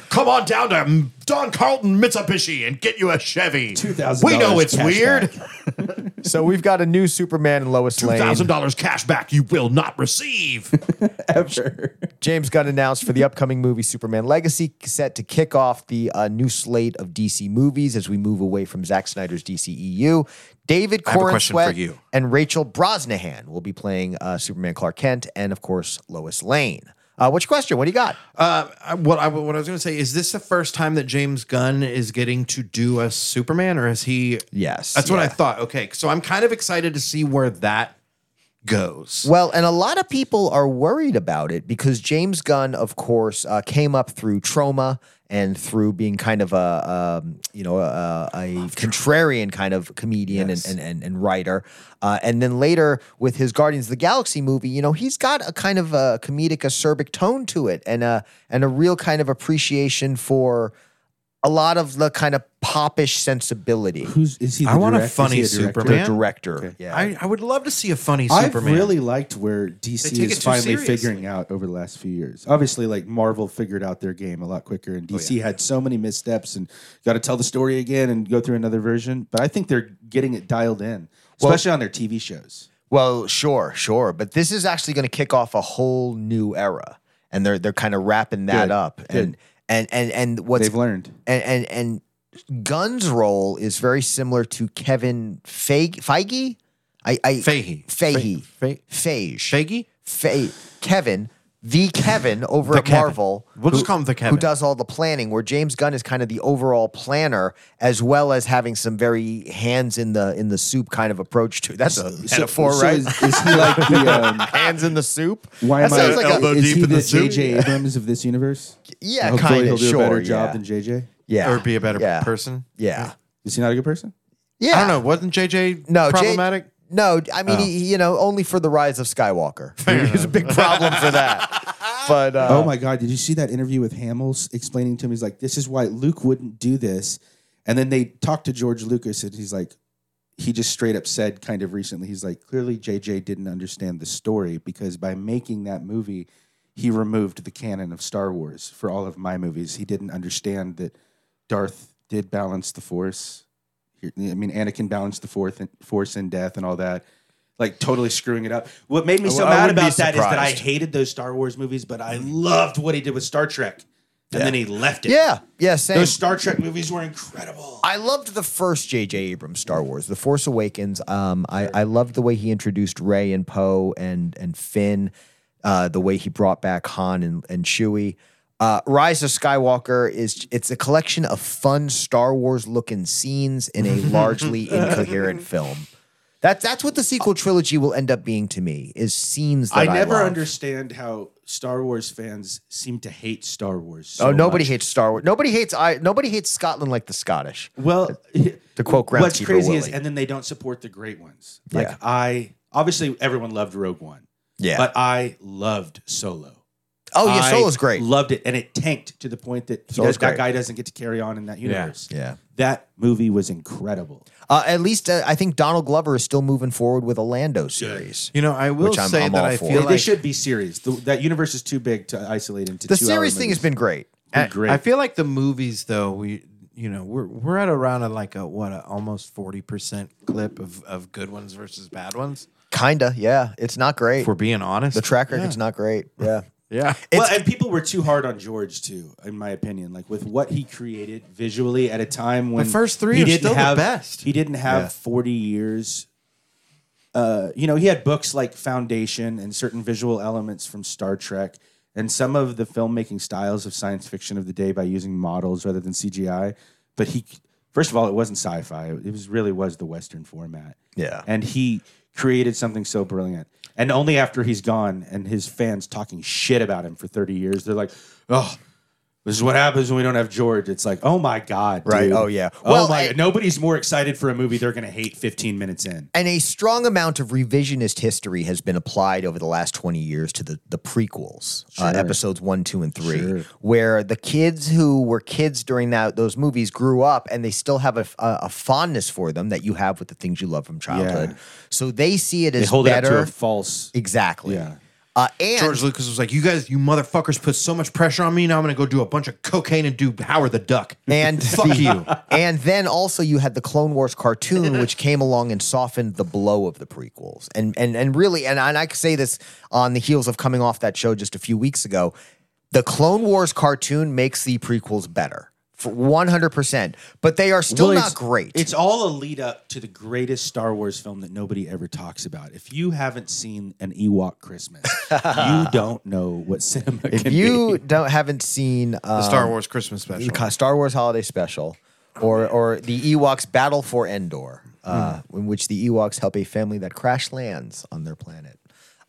S1: Come on down to Don Carlton Mitsubishi and get you a Chevy.
S3: $2,000
S1: We know it's
S3: cash
S1: weird.
S3: back.
S2: so we've got a new Superman and Lois
S1: Two
S2: Lane.
S1: thousand dollars cash back you will not receive.
S3: Ever.
S2: James Gunn announced for the upcoming movie Superman Legacy, set to kick off the uh, new slate of DC movies as we move away from Zack Snyder's DCEU. David
S1: have a
S2: Corin
S1: question for
S2: Sweat
S1: you.
S2: and Rachel Brosnahan will be playing uh, Superman Clark Kent and, of course, Lois Lane. Uh, what's your question? What do you got?
S1: Uh, I- what I what I was going to say is this the first time that James Gunn is getting to do a Superman, or is he?
S2: Yes,
S1: that's what I
S2: yeah.
S1: thought. Okay, so I'm kind of excited to see where that goes.
S2: Well, and a lot of people are worried about it because James Gunn, of course, uh, came up through trauma and through being kind of a um, you know a, a contrarian kind of comedian and, and and and writer, uh, and then later with his Guardians of the Galaxy movie, you know, he's got a kind of a comedic acerbic tone to it and a and a real kind of appreciation for a lot of the kind of popish sensibility.
S3: Who's is he? The
S1: I want a
S3: direct- is
S1: funny
S3: he director?
S1: Superman.
S2: The director, yeah.
S1: I, I would love to see a funny
S3: I've
S1: Superman.
S3: really liked where DC
S1: take it
S3: is
S1: too
S3: finally
S1: seriously.
S3: figuring out over the last few years. Obviously, like Marvel figured out their game a lot quicker,
S1: Oh,
S3: and DC had so many missteps and got to tell the story again and go through another version. But I think they're getting it dialed in, especially on their TV shows.
S2: Well, sure, sure, but this is actually going to kick off a whole new era, and they're they're kind of wrapping that
S3: Good,
S2: up, and and and and what's
S3: They've learned.
S2: and and and Gunn's role is very similar to Kevin Feige. Feige, I, I
S1: Fahey.
S2: Feige,
S1: Fe-
S2: Feige,
S1: Shaggy.
S2: Fe- Kevin, the Kevin over
S1: The
S2: at
S1: Kevin.
S2: Marvel.
S1: We'll just call him the
S2: Who
S1: Kevin.
S2: does all the planning? Where James Gunn is kind of the overall planner, as well as having some very hands in the in the soup kind of approach to. it. That's a metaphor,
S3: so
S2: right?
S3: is, is he like the? Um,
S2: hands in the soup.
S3: why
S2: that
S3: am I
S2: sounds like
S1: elbow
S2: a,
S3: is
S1: deep
S3: he
S1: in
S3: the
S1: the soup?
S3: JJ Abrams of this universe?
S2: yeah,
S3: Hopefully
S2: kind
S3: he'll
S2: of
S3: do
S2: sure.
S3: a better
S2: yeah.
S3: job than JJ.
S2: yeah,
S1: or be a better
S2: yeah.
S1: person.
S2: Yeah,
S3: Is he not a good person?
S2: yeah.
S1: I don't know. Wasn't JJ
S2: No, J-
S1: problematic?
S2: no, I
S3: Oh.
S2: mean, he, you know, only for the rise of Skywalker. There's a big problem for that. But uh,
S3: Oh my God, did you see that interview with Hamill s- explaining to him? He's like, this is why Luke wouldn't do this. And then they talked to George Lucas and he's like, he just straight up said kind of recently, he's like, clearly JJ didn't understand the story because by making that movie, he removed the canon of Star Wars for all of my movies. He didn't understand that Darth did balance the force. Here- I mean, Anakin balanced the force and, force and death and all that. Like totally screwing it up. What made me so
S2: I
S3: mad
S2: wouldn't be
S3: about that is that I
S2: surprised.
S3: hated those Star Wars movies, but I loved what he did with Star Trek. And then he left it.
S2: Mm. yeah, yeah, same.
S3: Those Star Trek movies were incredible.
S2: I loved the first J.J. Abrams Star Wars, The Force Awakens. Um, I, I loved the way he introduced Ray and Poe and and Finn. uh, the way he brought back Han and, and Chewie. Uh, Rise of Skywalker is it's a collection of fun Star Wars looking scenes in a largely incoherent film. That, that's what the sequel trilogy will end up being to me is scenes that I,
S3: I never
S2: love.
S3: understand how Star Wars fans seem to hate Star Wars.
S2: Oh,
S3: so
S2: nobody
S3: much.
S2: hates Star Wars. Nobody hates I. Nobody hates Scotland like the Scottish.
S3: Well,
S2: To quote
S3: what's
S2: groundskeeper
S3: crazy is,
S2: Willie.
S3: and then they don't support the great ones. Like
S2: Yeah.
S3: I, obviously, everyone loved Rogue One,
S2: Yeah.
S3: but I loved Solo.
S2: oh yeah,
S3: I
S2: Solo's great.
S3: Loved it, and it tanked to the point that he
S2: Solo's
S3: does, that
S2: great.
S3: guy doesn't get to carry on in that universe.
S2: yeah.
S3: that movie was incredible.
S2: Uh, at least uh, I think Donald Glover is still moving forward with a Lando series.
S1: You know, I will
S2: Which I'm-
S1: say
S2: I'm
S1: that
S2: all
S1: I feel
S2: for.
S3: They- they
S1: like
S3: should be series. The, that universe is too big to isolate into.
S2: The
S3: two
S2: series thing has been great.
S1: I-
S3: great.
S1: I feel like the movies though we you know we're we're at around a, like a what a almost forty percent clip of of good ones versus bad ones.
S2: Kinda, yeah. It's not great.
S1: If we're being honest,
S2: the track record's not great. Yeah.
S1: yeah.
S3: well, and people were too hard on George too, in my opinion. Like with what he created visually at a time when
S1: first three
S3: he
S1: are
S3: didn't
S1: still the
S3: have,
S1: best.
S3: He didn't have forty years. Uh, you know, he had books like Foundation and certain visual elements from Star Trek, and some of the filmmaking styles of science fiction of the day by using models rather than CGI. But he, first of all, it wasn't sci-fi. It was really was the Western format.
S2: Yeah.
S3: and he created something so brilliant. And only after he's gone and his fans talking shit about him for 30 years, they're like, oh, this is what happens when we don't have George. It's like, oh my God.
S2: Right.
S3: dude.
S2: Oh, yeah.
S3: Well,
S2: Well,
S3: oh my,
S2: I-
S3: nobody's more excited for a movie they're going to hate 15 minutes in.
S2: And a strong amount of revisionist history has been applied over the last 20 years to the, the prequels, uh, episodes one, two, and three, where the kids who were kids during that, those movies grew up and they still have a, a, a fondness for them that you have with the things you love from childhood. So they see it as
S3: They hold it up
S2: better.
S3: to a false.
S2: exactly.
S3: Yeah.
S2: Uh, and
S1: George Lucas was like, "You guys, you motherfuckers, put so much pressure on me. Now I'm gonna go do a bunch of cocaine and do Howard the Duck."
S2: and
S1: Fuck
S2: the-
S1: you.
S2: And then also you had the Clone Wars cartoon, which came along and softened the blow of the prequels. And and and really, and I, and I could say this on the heels of coming off that show just a few weeks ago, the Clone Wars cartoon makes the prequels better for one hundred percent. But they are still
S3: Well,
S2: not
S3: it's-
S2: great.
S3: It's all a lead up to the greatest Star Wars film that nobody ever talks about. If you haven't seen an Ewok Christmas, you don't know what cinema
S2: if
S3: can
S2: you
S3: be.
S2: don't haven't seen uh,
S1: Star Wars Christmas special.
S2: the Star Wars Holiday Special, or or the Ewoks Battle for Endor, uh, in which the Ewoks help a family that crash lands on their planet.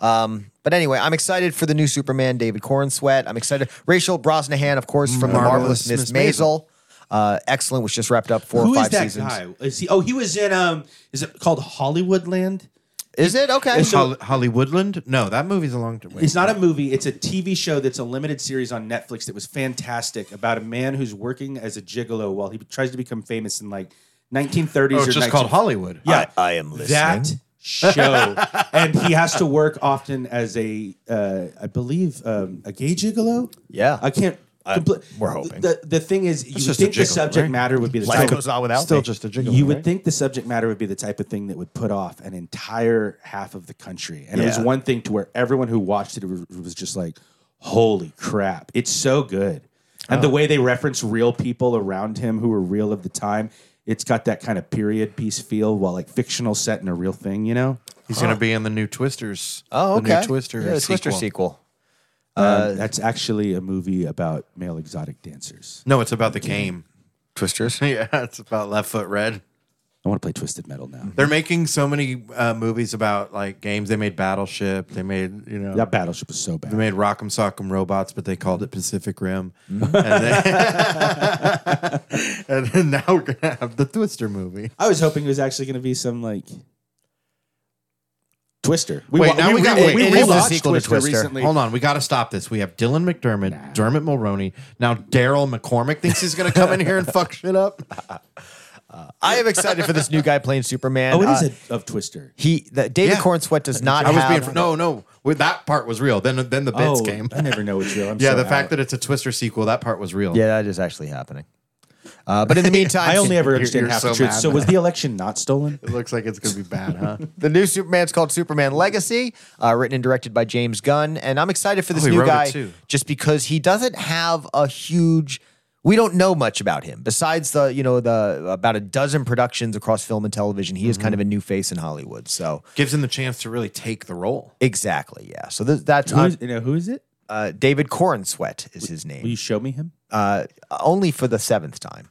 S2: Um, but anyway, I'm excited for the new Superman, David Corn Sweat. I'm excited. Rachel Brosnahan, of course, from the
S1: Marvelous
S2: marvelous Miss
S1: Miss
S2: Maisel. Uh, excellent, was just wrapped up four
S3: Who
S2: or five
S3: is that
S2: seasons.
S3: guy? Is he? Oh, he was in. Um, is it called Hollywoodland?
S2: Is it okay?
S1: Hol- Hollywoodland? No, that movie's a long time. wait.
S3: It's not a movie. It's a TV show that's a limited series on Netflix that was fantastic about a man who's working as a gigolo while he tries to become famous in like 1930s.
S1: Oh,
S3: or
S1: it's just called
S3: 19-
S1: Hollywood.
S3: Yeah,
S2: I- I am listening.
S3: That show, and he has to work often as a, uh, I believe, um, a gay gigolo.
S2: Yeah.
S3: I can't. compl-
S2: we're hoping.
S3: The the thing is, you would
S1: just a
S3: think the
S1: gigolo,
S3: subject
S1: right?
S3: matter would be the
S2: Life
S3: type of-
S2: goes on without
S1: Still
S2: me.
S1: just a jiggle.
S3: you would think the subject matter would be the type of thing that would put off an entire half of the country. And it was
S2: Yeah.
S3: one thing to where everyone who watched it was was just like, holy crap, it's so good. And
S2: Oh.
S3: the way they reference real people around him who were real of the time, it's got that kind of period piece feel while like fictional set in a real thing, you know?
S1: He's gonna be in the new Twisters.
S2: Oh, okay.
S1: The new Twister.
S2: Yeah, the Twister
S1: sequel.
S2: sequel. Uh,
S3: Um, that's actually a movie about male exotic dancers.
S1: No, it's about the game.
S2: Twisters.
S1: Yeah, it's about Left Foot Red.
S3: I want to play Twisted Metal now.
S1: They're making so many uh, movies about like games. They made Battleship. They made you know
S3: That battleship was so
S1: they
S3: bad.
S1: made Rock'em Sock'em Robots, but they called it Pacific Rim. And, then- and then now we're gonna have the Twister movie.
S3: I was hoping it was actually going to be some like Twister. We
S1: Wait,
S3: wa-
S1: now we got- wait, it
S3: we
S1: is a
S3: watched
S2: sequel to Twister.
S1: Hold on, we got to stop this. We have Dylan McDermott, Dermot Mulroney. Now Daryl McCormick thinks he's gonna come in here and fuck shit up.
S2: I am excited for this new guy playing Superman.
S3: Oh, it is
S2: Uh,
S3: a, of Twister.
S2: he the, David
S1: Yeah.
S2: Corn Sweat does not
S1: I was
S2: have
S1: being no, no. Well, that part was real. Then then the bits came.
S3: I never know what's real. I'm
S1: Yeah,
S3: Oh, so
S1: the fact
S3: out.
S1: that it's a Twister sequel, that part was real.
S2: Yeah, that is actually happening. Uh, but in the meantime,
S3: I only ever
S1: You're-
S3: understand
S1: you're
S3: half
S1: so
S3: the truth.
S1: mad.
S3: So was the election not stolen?
S1: It looks like it's gonna be bad, huh?
S2: the new Superman's called Superman Legacy, uh, written and directed by James Gunn, and I'm excited for this
S1: Oh, he
S2: new
S1: wrote it
S2: guy
S1: too.
S2: just because he doesn't have a huge. We don't know much about him besides the you know the about a dozen productions across film and television. He is kind of a new face in Hollywood. So
S1: Gives him the chance to really take the
S2: Oh,
S1: role.
S2: exactly, yeah. So th- that's
S3: Who is, you know, who is it?
S2: uh, David Cornsweet is his
S3: Will
S2: name.
S3: you show me him?
S2: Uh, only for the seventh time.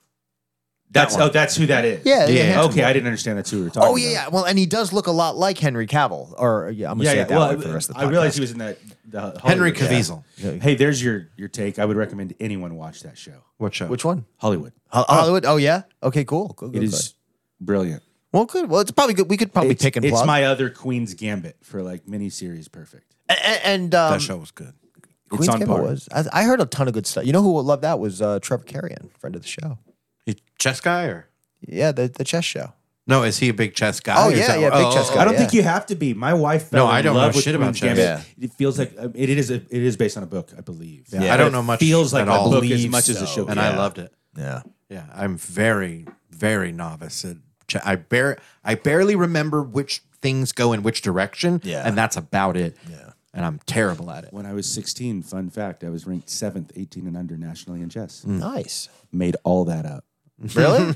S3: That's
S1: one.
S3: oh, that's who that is.
S2: Yeah, yeah,
S1: Yeah.
S2: handsome
S3: Okay,
S2: guy.
S3: I didn't understand that's who we were talking.
S2: Oh yeah, yeah. Well, and he does look a lot like Henry Cavill. Or yeah, I'm gonna
S3: about. yeah,
S2: say
S3: yeah.
S2: it that
S3: Well,
S2: way for the rest of the podcast.
S3: I realized he was in that. The Hollywood
S1: Henry
S3: show.
S1: Caviezel.
S3: Hey, there's your your take. I would recommend anyone watch that show,
S1: What show?
S2: Which one?
S3: Hollywood.
S2: Ho- Hollywood. Oh yeah. Okay. Cool. Cool.
S3: It is brilliant.
S2: Well, good. Well, it's probably good. We could probably pick and
S3: it's
S2: plug.
S3: my other Queen's Gambit for like miniseries. Perfect.
S2: A- a- and um,
S1: that show was good.
S2: Queen's
S3: on
S2: Gambit
S3: par.
S2: was. I, I heard a ton of good stuff. You know who would love that was uh, Trevor Carrion, friend of the show.
S1: He, chess guy or?
S2: Yeah, the the chess show.
S1: No, is he a big chess guy?
S2: Oh,
S1: Is
S2: yeah,
S1: that-
S2: yeah, big chess guy.
S3: I don't
S2: yeah.
S3: think you have to be. My wife. Fell
S1: No, I
S3: in
S1: don't
S3: love
S1: know
S3: with
S1: shit about
S3: Queen's
S1: chess.
S3: Gambit. It feels like um, it is. A, it is based on a book, I believe.
S1: I don't know much
S3: Feels like
S1: at
S3: a
S1: all.
S3: book as
S1: Believe
S3: much as a
S1: so.
S3: show,
S1: and I loved it.
S2: Yeah.
S1: Yeah, I'm very, very novice at. Ch- I bare, I barely remember which things go in which direction.
S2: Yeah.
S1: and that's about it. Yeah, and I'm terrible at it.
S3: When I was 16, fun fact, I was ranked seventh, 18 and under nationally in chess.
S1: Hmm.
S2: Nice.
S3: Made all that up.
S2: Really?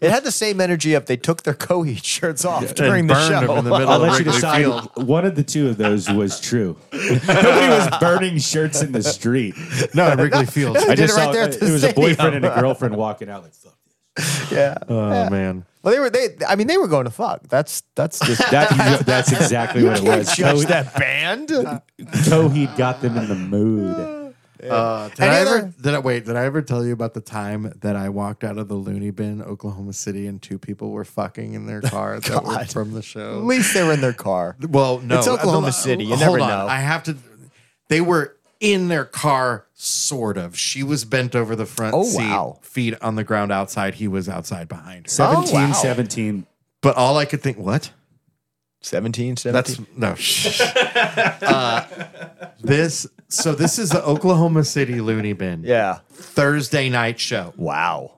S2: It had the same energy if they took their Coheed shirts off during
S1: And
S2: the
S1: burned
S2: show.
S1: them in the middle
S3: I'll
S1: of
S3: let you
S1: Wrigley
S3: decide.
S1: Field.
S3: One of the two of those was true. Nobody was burning shirts in the street.
S1: No, at Wrigley Field.
S3: I
S2: did
S3: just
S2: it right
S3: saw
S2: there at
S3: it,
S2: the
S3: was a
S2: stadium.
S3: boyfriend and a girlfriend walking out like, fuck.
S2: yeah.
S1: oh man,
S2: Well, they were they. I mean, they were going to fuck. That's that's just
S3: That, you- that's exactly what it was.
S2: judge
S3: Coheed,
S2: that band.
S3: Coheed got them in the mood.
S1: uh, did
S2: Any
S1: I ever?
S2: other-
S1: Did I wait? Did I ever tell you about the time that I walked out of the loony bin, Oklahoma City, and two people were fucking in their car that were
S2: God.
S1: from the
S2: At
S1: show?
S2: least they were in their car.
S1: Well, no, uh,
S2: It's Oklahoma City. You never
S1: hold on.
S2: know.
S1: I have to. They were in their car, sort of. She was bent over the front
S2: Oh,
S1: seat,
S2: wow.
S1: feet on the ground outside. He was outside behind her.
S3: 17,
S2: wow.
S3: 17.
S1: But all I could think, what?
S2: 17, 17.
S1: That's no. shh. Uh, this. So this is the Oklahoma City Looney Bin
S2: yeah.
S1: Thursday night show.
S2: Wow.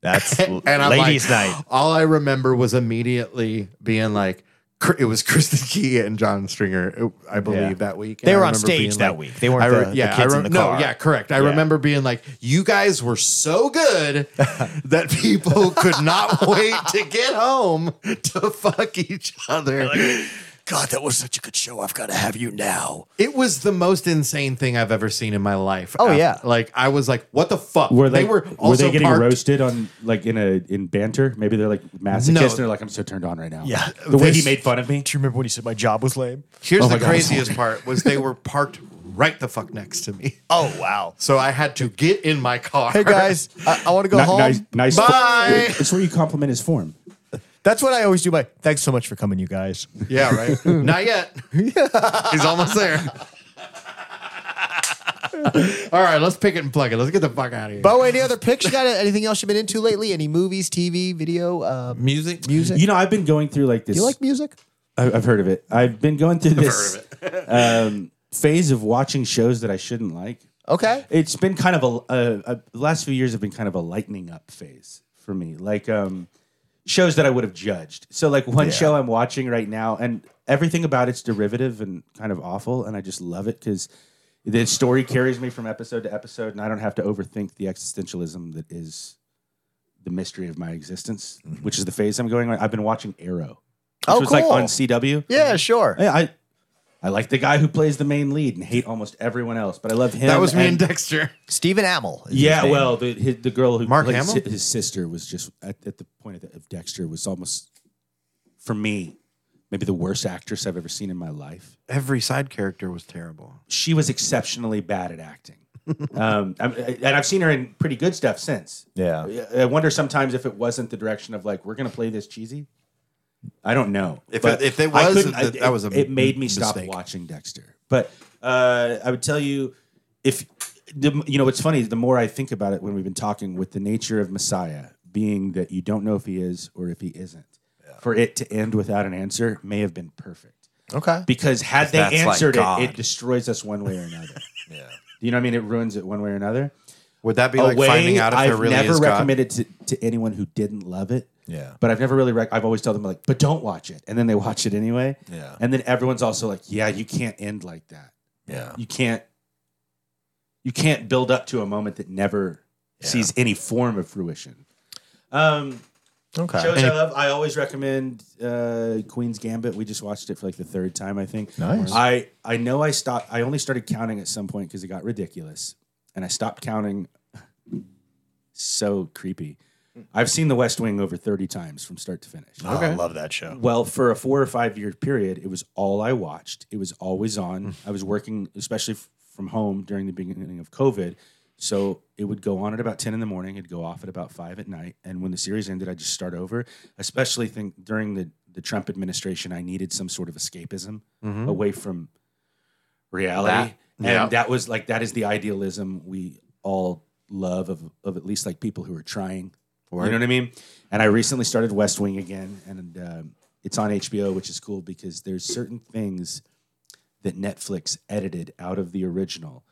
S2: That's l-
S1: And I'm
S2: ladies'
S1: like,
S2: night.
S1: All I remember was immediately being like, Cr- it was Kristen Key and John Stringer, I believe,
S2: Yeah.
S1: that week.
S2: They
S1: And
S2: were
S1: I
S2: on
S1: remember
S2: stage
S1: being
S2: that
S1: like-
S2: week. They weren't
S1: I re-
S2: the,
S1: yeah,
S2: the kids
S1: I re-
S2: in the car.
S1: No, yeah, correct. I
S2: Yeah.
S1: remember being like, you guys were so good that people could not wait to get home to fuck each other.
S2: God, that was such a good show. I've got to have you now.
S1: It was the most insane thing I've ever seen in my life.
S2: Oh,
S1: Uh,
S2: yeah.
S1: like I was like, what the fuck?
S3: Were they,
S1: were
S3: were,
S1: also
S3: they getting
S1: parked-
S3: roasted on like in a in banter? Maybe they're like masochists
S1: No.
S3: and they're like, I'm so turned on right now.
S2: Yeah.
S3: The way he
S1: This-
S3: made fun of me.
S2: Do you remember when he said my job was lame?
S1: Here's
S3: my
S1: the
S3: God.
S1: craziest part was they were parked right the fuck next to me.
S2: Oh wow.
S1: So I had to get in my car.
S2: Hey guys, I, want to go
S3: Ni-
S2: home.
S3: Nice, nice.
S1: Bye.
S3: It's where you compliment his form.
S2: That's what I always do. My thanks so much for coming, you guys.
S1: Yeah, right. Not yet. He's almost there. All right, let's pick it and plug it. Let's get the fuck out of here.
S2: Bo, any other picks? You got anything else you've been into lately? Any movies, TV, video, uh,
S1: music.
S2: music?
S3: You know, I've been going through like this.
S2: you like music?
S3: I- I've heard of it. I've been going through this
S1: heard
S3: um, phase of watching shows that I shouldn't like.
S2: Okay.
S3: It's been kind of a, a, a the last few years have been kind of a lightening up phase for me. Like um, shows that I would have judged. So like one show I'm watching right now, and everything about it's derivative and kind of awful, and I just love it because the story carries me from episode to episode, and I don't have to overthink the existentialism that is the mystery of my existence,
S1: Mm-hmm.
S3: which is the phase I'm going on. I've been watching Arrow. Which
S2: Oh,
S3: was like
S2: cool.
S3: on CW.
S2: Yeah, sure.
S3: I, I I like the guy who plays the main lead and hate almost everyone else, but I love him.
S1: That was me and
S3: and-
S1: Dexter.
S2: Stephen Amell. is his
S3: yeah,
S2: name.
S3: well, the his, the girl who
S1: Mark
S3: plays
S1: Hamill?
S3: si- his sister was just at, at the point of, the, of Dexter was almost for me maybe the worst actress I've ever seen in my life.
S1: Every side character was terrible.
S3: She was exceptionally bad at acting, um, I, I- and I've seen her in pretty good stuff since.
S2: Yeah.
S3: I- I wonder sometimes if it wasn't the direction of like we're gonna play this cheesy. I don't know.
S1: If
S3: But
S1: it- if it
S3: I
S1: was,
S3: couldn't-
S1: th- that was a
S3: It made me stop
S1: mistake.
S3: watching Dexter. But uh, I would tell you, if the, you know, what's funny is the more I think about it when we've been talking with the nature of Messiah being that you don't know if he is or if he isn't. For it to end without an answer may have been perfect
S2: Okay.
S3: because had they
S1: that's like
S3: answered
S1: God.
S3: it, it destroys us one way or another.
S2: Yeah.
S3: you know what I mean? It ruins it one way or another
S1: Would that be
S3: a
S1: like
S3: way
S1: finding out if
S3: I've
S1: there really
S3: never
S1: is God?
S3: recommended to, to anyone who didn't love it.
S2: Yeah.
S3: But I've never really, rec- I've always told them, like, but don't watch it. And then they watch it anyway.
S2: Yeah.
S3: And then everyone's also like, yeah, you can't end like that.
S2: Yeah.
S3: You can't, you can't build up to a moment that never sees any form of fruition. Um,
S2: Okay.
S3: Shows I love. I always recommend uh, Queen's Gambit. We just watched it for like the third time, I think.
S2: Nice.
S3: I I know I stopped. I only started counting at some point because it got ridiculous, and I stopped counting. so creepy. I've seen The West Wing over thirty times from start to finish.
S2: Oh, I love that show.
S3: Well, for a four or five year period, it was all I watched. It was always on. I was working, especially f- from home during the beginning of COVID. So it would go on at about 10 in the morning. It'd go off at about five at night. And when the series ended, I'd just start over, especially think during the, the Trump administration, I needed some sort of escapism away from reality. and
S1: yeah.
S3: that was like, that is the idealism we all love of, of at least like people who are trying. You know what I mean? And I recently started West Wing again, and um, it's on HBO, which is cool because there's certain things that Netflix edited out of the original,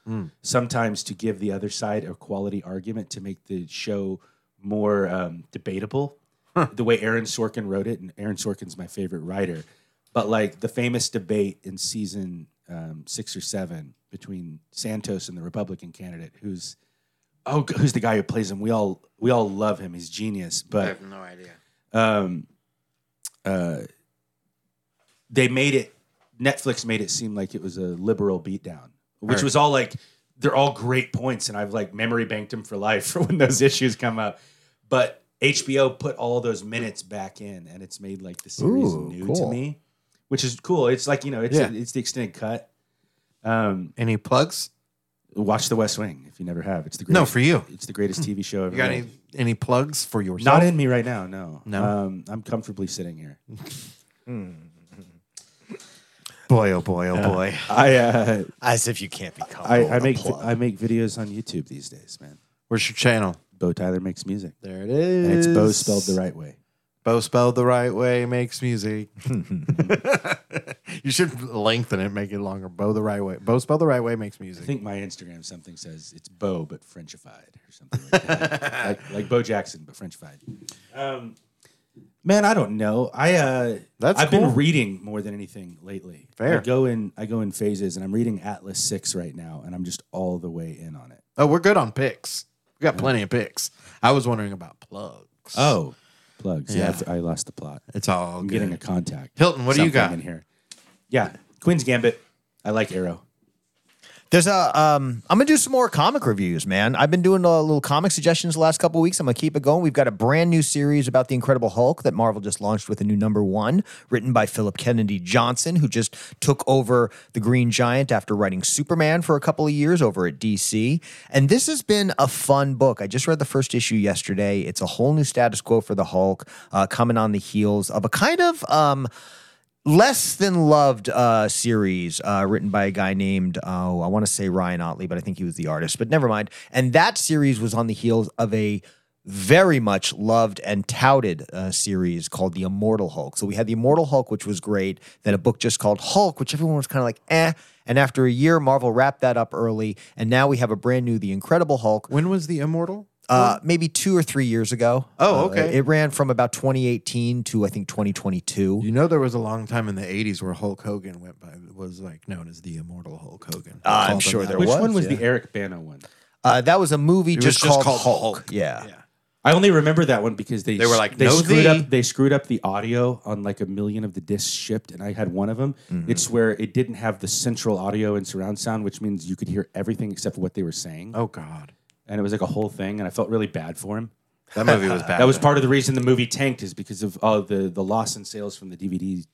S3: sometimes to give the other side a quality argument to make the show more um, debatable. The way Aaron Sorkin wrote it, and Aaron Sorkin's my favorite writer, but like the famous debate in season um, six or seven between Santos and the Republican candidate, who's oh, g- who's the guy who plays him? We all we all love him. He's genius, but
S1: no idea.
S3: um, uh, they made it. Netflix made it seem like it was a liberal beatdown, which
S1: Right.
S3: was all like they're all great points, and I've like memory banked them for life for when those issues come up. But HBO put all those minutes back in, and it's made like the series
S2: Ooh,
S3: new
S2: cool.
S3: to me, which is cool. It's like you know, it's
S1: Yeah.
S3: it's the extended cut. Um,
S1: Any plugs?
S3: watch The West Wing if you never have. It's the greatest,
S1: No, for you.
S3: it's the greatest TV show
S1: You
S3: ever.
S1: got
S3: made.
S1: any any plugs for yourself?
S3: Not in me right now. No.
S1: No?
S3: Um, I'm comfortably sitting here.
S1: boy, oh boy, oh boy.
S3: I uh,
S2: As if you can't be comfortable.
S3: I,
S2: with
S3: I
S2: a
S3: make
S2: plug.
S3: I make videos on YouTube these days, man.
S1: Where's your channel?
S3: Bo Tyler makes music,
S1: There it is.
S3: and it's Bo spelled the right way.
S1: Bo spelled the right way makes music. you should lengthen it, make it longer. Bo the right way. Bo spelled the right way makes music.
S3: I think my Instagram something says it's Bo but Frenchified or something like that, like, like Bo Jackson but Frenchified. Um, man, I don't know. I uh,
S1: That's
S3: I've
S1: cool.
S3: been reading more than anything lately.
S1: Fair.
S3: I go in I go in phases, and I'm reading Atlas Six right now, and I'm just all the way in on it.
S1: oh, we're good on picks. We got plenty of picks. I was wondering about plugs.
S3: Oh, plugs. Yeah,
S1: Yeah.
S3: I th- I lost the plot.
S1: it's all
S3: I'm
S1: good.
S3: getting a contact.
S1: Hilton, what do you
S3: Something
S1: got?
S3: in here? Yeah, Queen's Gambit. I like Arrow.
S2: There's a um I'm gonna do some more comic reviews, man. I've been doing a little comic suggestions the last couple weeks. I'm gonna keep it going. We've got a brand new series about the Incredible Hulk that Marvel just launched with a new number one, written by Philip Kennedy Johnson, who just took over the Green Giant after writing Superman for a couple of years over at DC. And this has been a fun book. I just read the first issue yesterday. It's a whole new status quo for the Hulk, uh, coming on the heels of a kind of um less than loved uh, series uh, written by a guy named oh I want to say Ryan Otley, but I think he was the artist. But never mind. And that series was on the heels of a very much loved and touted uh, series called The Immortal Hulk. So we had The Immortal Hulk, which was great. Then a book just called Hulk, which everyone was kind of like eh. And after a year, Marvel wrapped that up early, and now we have a brand new The Incredible Hulk
S1: When was the Immortal?
S2: uh, maybe two or three years ago.
S1: Oh,
S2: Uh,
S1: okay.
S2: it ran from about 2018 to I think 2022.
S1: You know, there was a long time in the '80s where Hulk Hogan went by was like known as the Immortal Hulk Hogan.
S2: Ah, I'm
S1: Called him
S2: sure
S1: that.
S2: there
S3: Which
S2: was,
S3: one was
S2: yeah.
S3: the Eric Bana one?
S2: Uh, that was a movie
S1: was
S2: just,
S1: just
S2: called,
S1: called
S2: Hulk.
S1: Hulk.
S2: Yeah.
S1: Yeah.
S3: I only remember that one because they
S1: They were like,
S3: they
S1: "No,
S3: screwed
S1: thee."
S3: up they screwed up the audio on like a million of the discs shipped, and I had one of them.
S2: Mm-hmm.
S3: It's where it didn't have the central audio and surround sound, which means you could hear everything except what they were saying,
S1: Oh God,
S3: and it was like a whole thing, and I felt really bad for him.
S1: that movie was bad.
S3: That was part of the reason the movie tanked is because of all the the loss in sales from the DVD.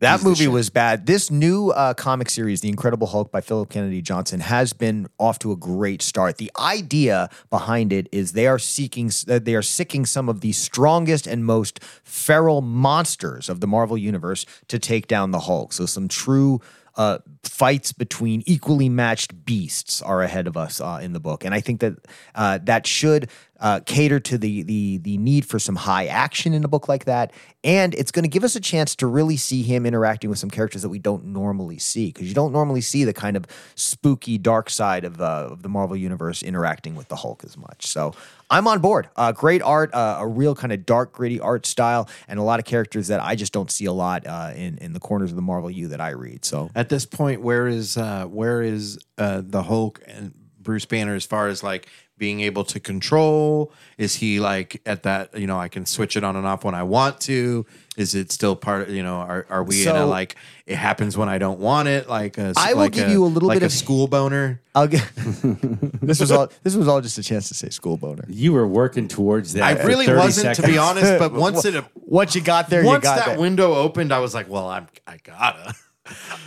S2: That
S3: He's the
S2: movie
S3: shit.
S2: was bad. This new uh, comic series, The Incredible Hulk by Philip Kennedy Johnson, has been off to a great start. The idea behind it is they are seeking, uh, they are sicking some of the strongest and most feral monsters of the Marvel universe to take down the Hulk. So some true uh, fights between equally matched beasts are ahead of us uh, in the book, and I think that uh, that should uh, cater to the the the need for some high action in a book like that, and it's going to give us a chance to really see him interacting with some characters that we don't normally see because you don't normally see the kind of spooky dark side of, uh, of the Marvel universe interacting with the Hulk as much. So I'm on board. Uh, great art, uh, a real kind of dark, gritty art style, and a lot of characters that I just don't see a lot uh, in in the corners of the Marvel U that I read. So
S1: At this point, where is uh, where is uh, the Hulk and Bruce Banner as far as like being able to control? Is he like at that, you know, I can switch it on and off when I want to? Is it still part of, you know, are, are we in a
S2: So-
S1: like, it happens when I don't want it? Like, a,
S2: I will
S1: like
S2: give you a little
S1: like
S2: bit
S1: a
S2: of-
S1: school boner.
S2: I'll get, this was all. This was all just a chance to say school boner.
S4: You were working towards that.
S1: I
S4: for
S1: really
S4: 30
S1: wasn't, to be
S4: seconds.
S1: honest, but once it,
S2: Once you got there, you
S1: once
S2: got
S1: that
S2: there.
S1: window opened, I was like, well, I'm, I gotta.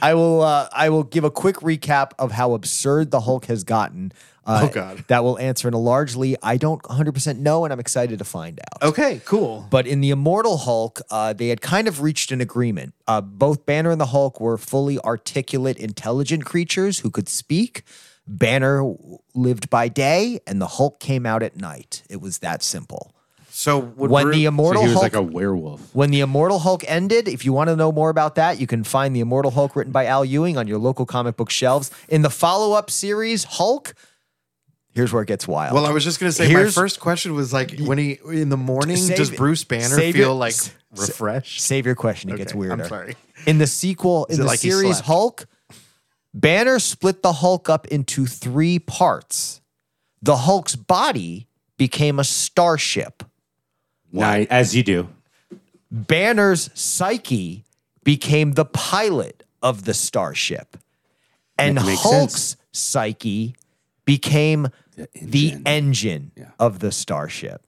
S2: I will. Uh, I will give a quick recap of how absurd the Hulk has gotten. Uh,
S1: Oh, God.
S2: That will answer in a largely I don't 100 percent know, and I'm excited to find out.
S1: Okay, cool.
S2: But in the Immortal Hulk, uh, they had kind of reached an agreement. Uh, both Banner and the Hulk were fully articulate, intelligent creatures who could speak. Banner w- lived by day, and the Hulk came out at night. It was that simple.
S1: So would
S2: when
S1: Bru-
S2: the
S4: So
S2: Immortal
S4: he was
S2: Hulk
S4: like a werewolf.
S2: when the Immortal Hulk ended, if you want to know more about that, you can find the Immortal Hulk written by Al Ewing on your local comic book shelves. In the follow-up series, Hulk. Here's where it gets wild.
S1: Well, I was just gonna say
S2: Here's-
S1: my first question was like when he in the morning
S2: Save
S1: does
S2: it.
S1: Bruce Banner
S2: Save
S1: feel
S2: it.
S1: like
S2: S-
S1: refreshed?
S2: Save your question. It gets
S1: Okay, I'm
S2: weirder.
S1: sorry.
S2: In the sequel, in
S1: it
S2: the
S1: like he
S2: series
S1: slept?
S2: Hulk, Banner split the Hulk up into three parts. The Hulk's body became a starship.
S4: Why? As you do.
S2: Banner's psyche became the pilot of the starship, and
S3: That makes
S2: Hulk's
S3: sense.
S2: psyche became the engine,
S3: engine.
S2: of the starship.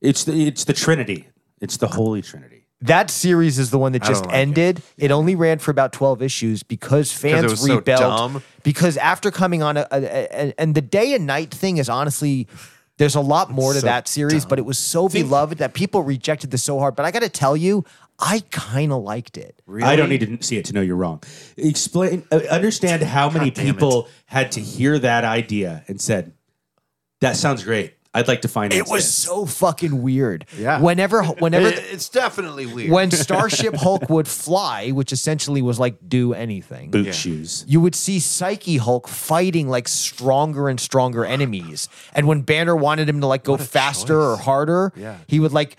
S3: It's the it's the Trinity. It's the Holy Trinity.
S2: That series is the one that just
S1: don't like it.
S2: ended. It. only ran for about 12 issues because fans
S1: was so
S2: rebelled.
S1: dumb.
S2: Because after coming on, a, a- a- and the day and night thing is honestly, there's a lot more to that series, but it was so beloved that people rejected this so hard. But I got to tell you, I kind of liked it.
S4: I don't need to see it to know you're wrong. Explain, uh, understand how many
S1: damn it.
S4: people had to hear that idea and said, "That sounds great. I'd like to find
S2: It was so fucking weird.
S1: Yeah.
S2: Whenever, whenever,
S1: It- it's definitely weird.
S2: when Starship Hulk would fly, which essentially was like do anything,
S4: boot shoes."
S2: you would see Psyche Hulk fighting like stronger and stronger enemies. And when Banner wanted him to like go faster or harder, he would like,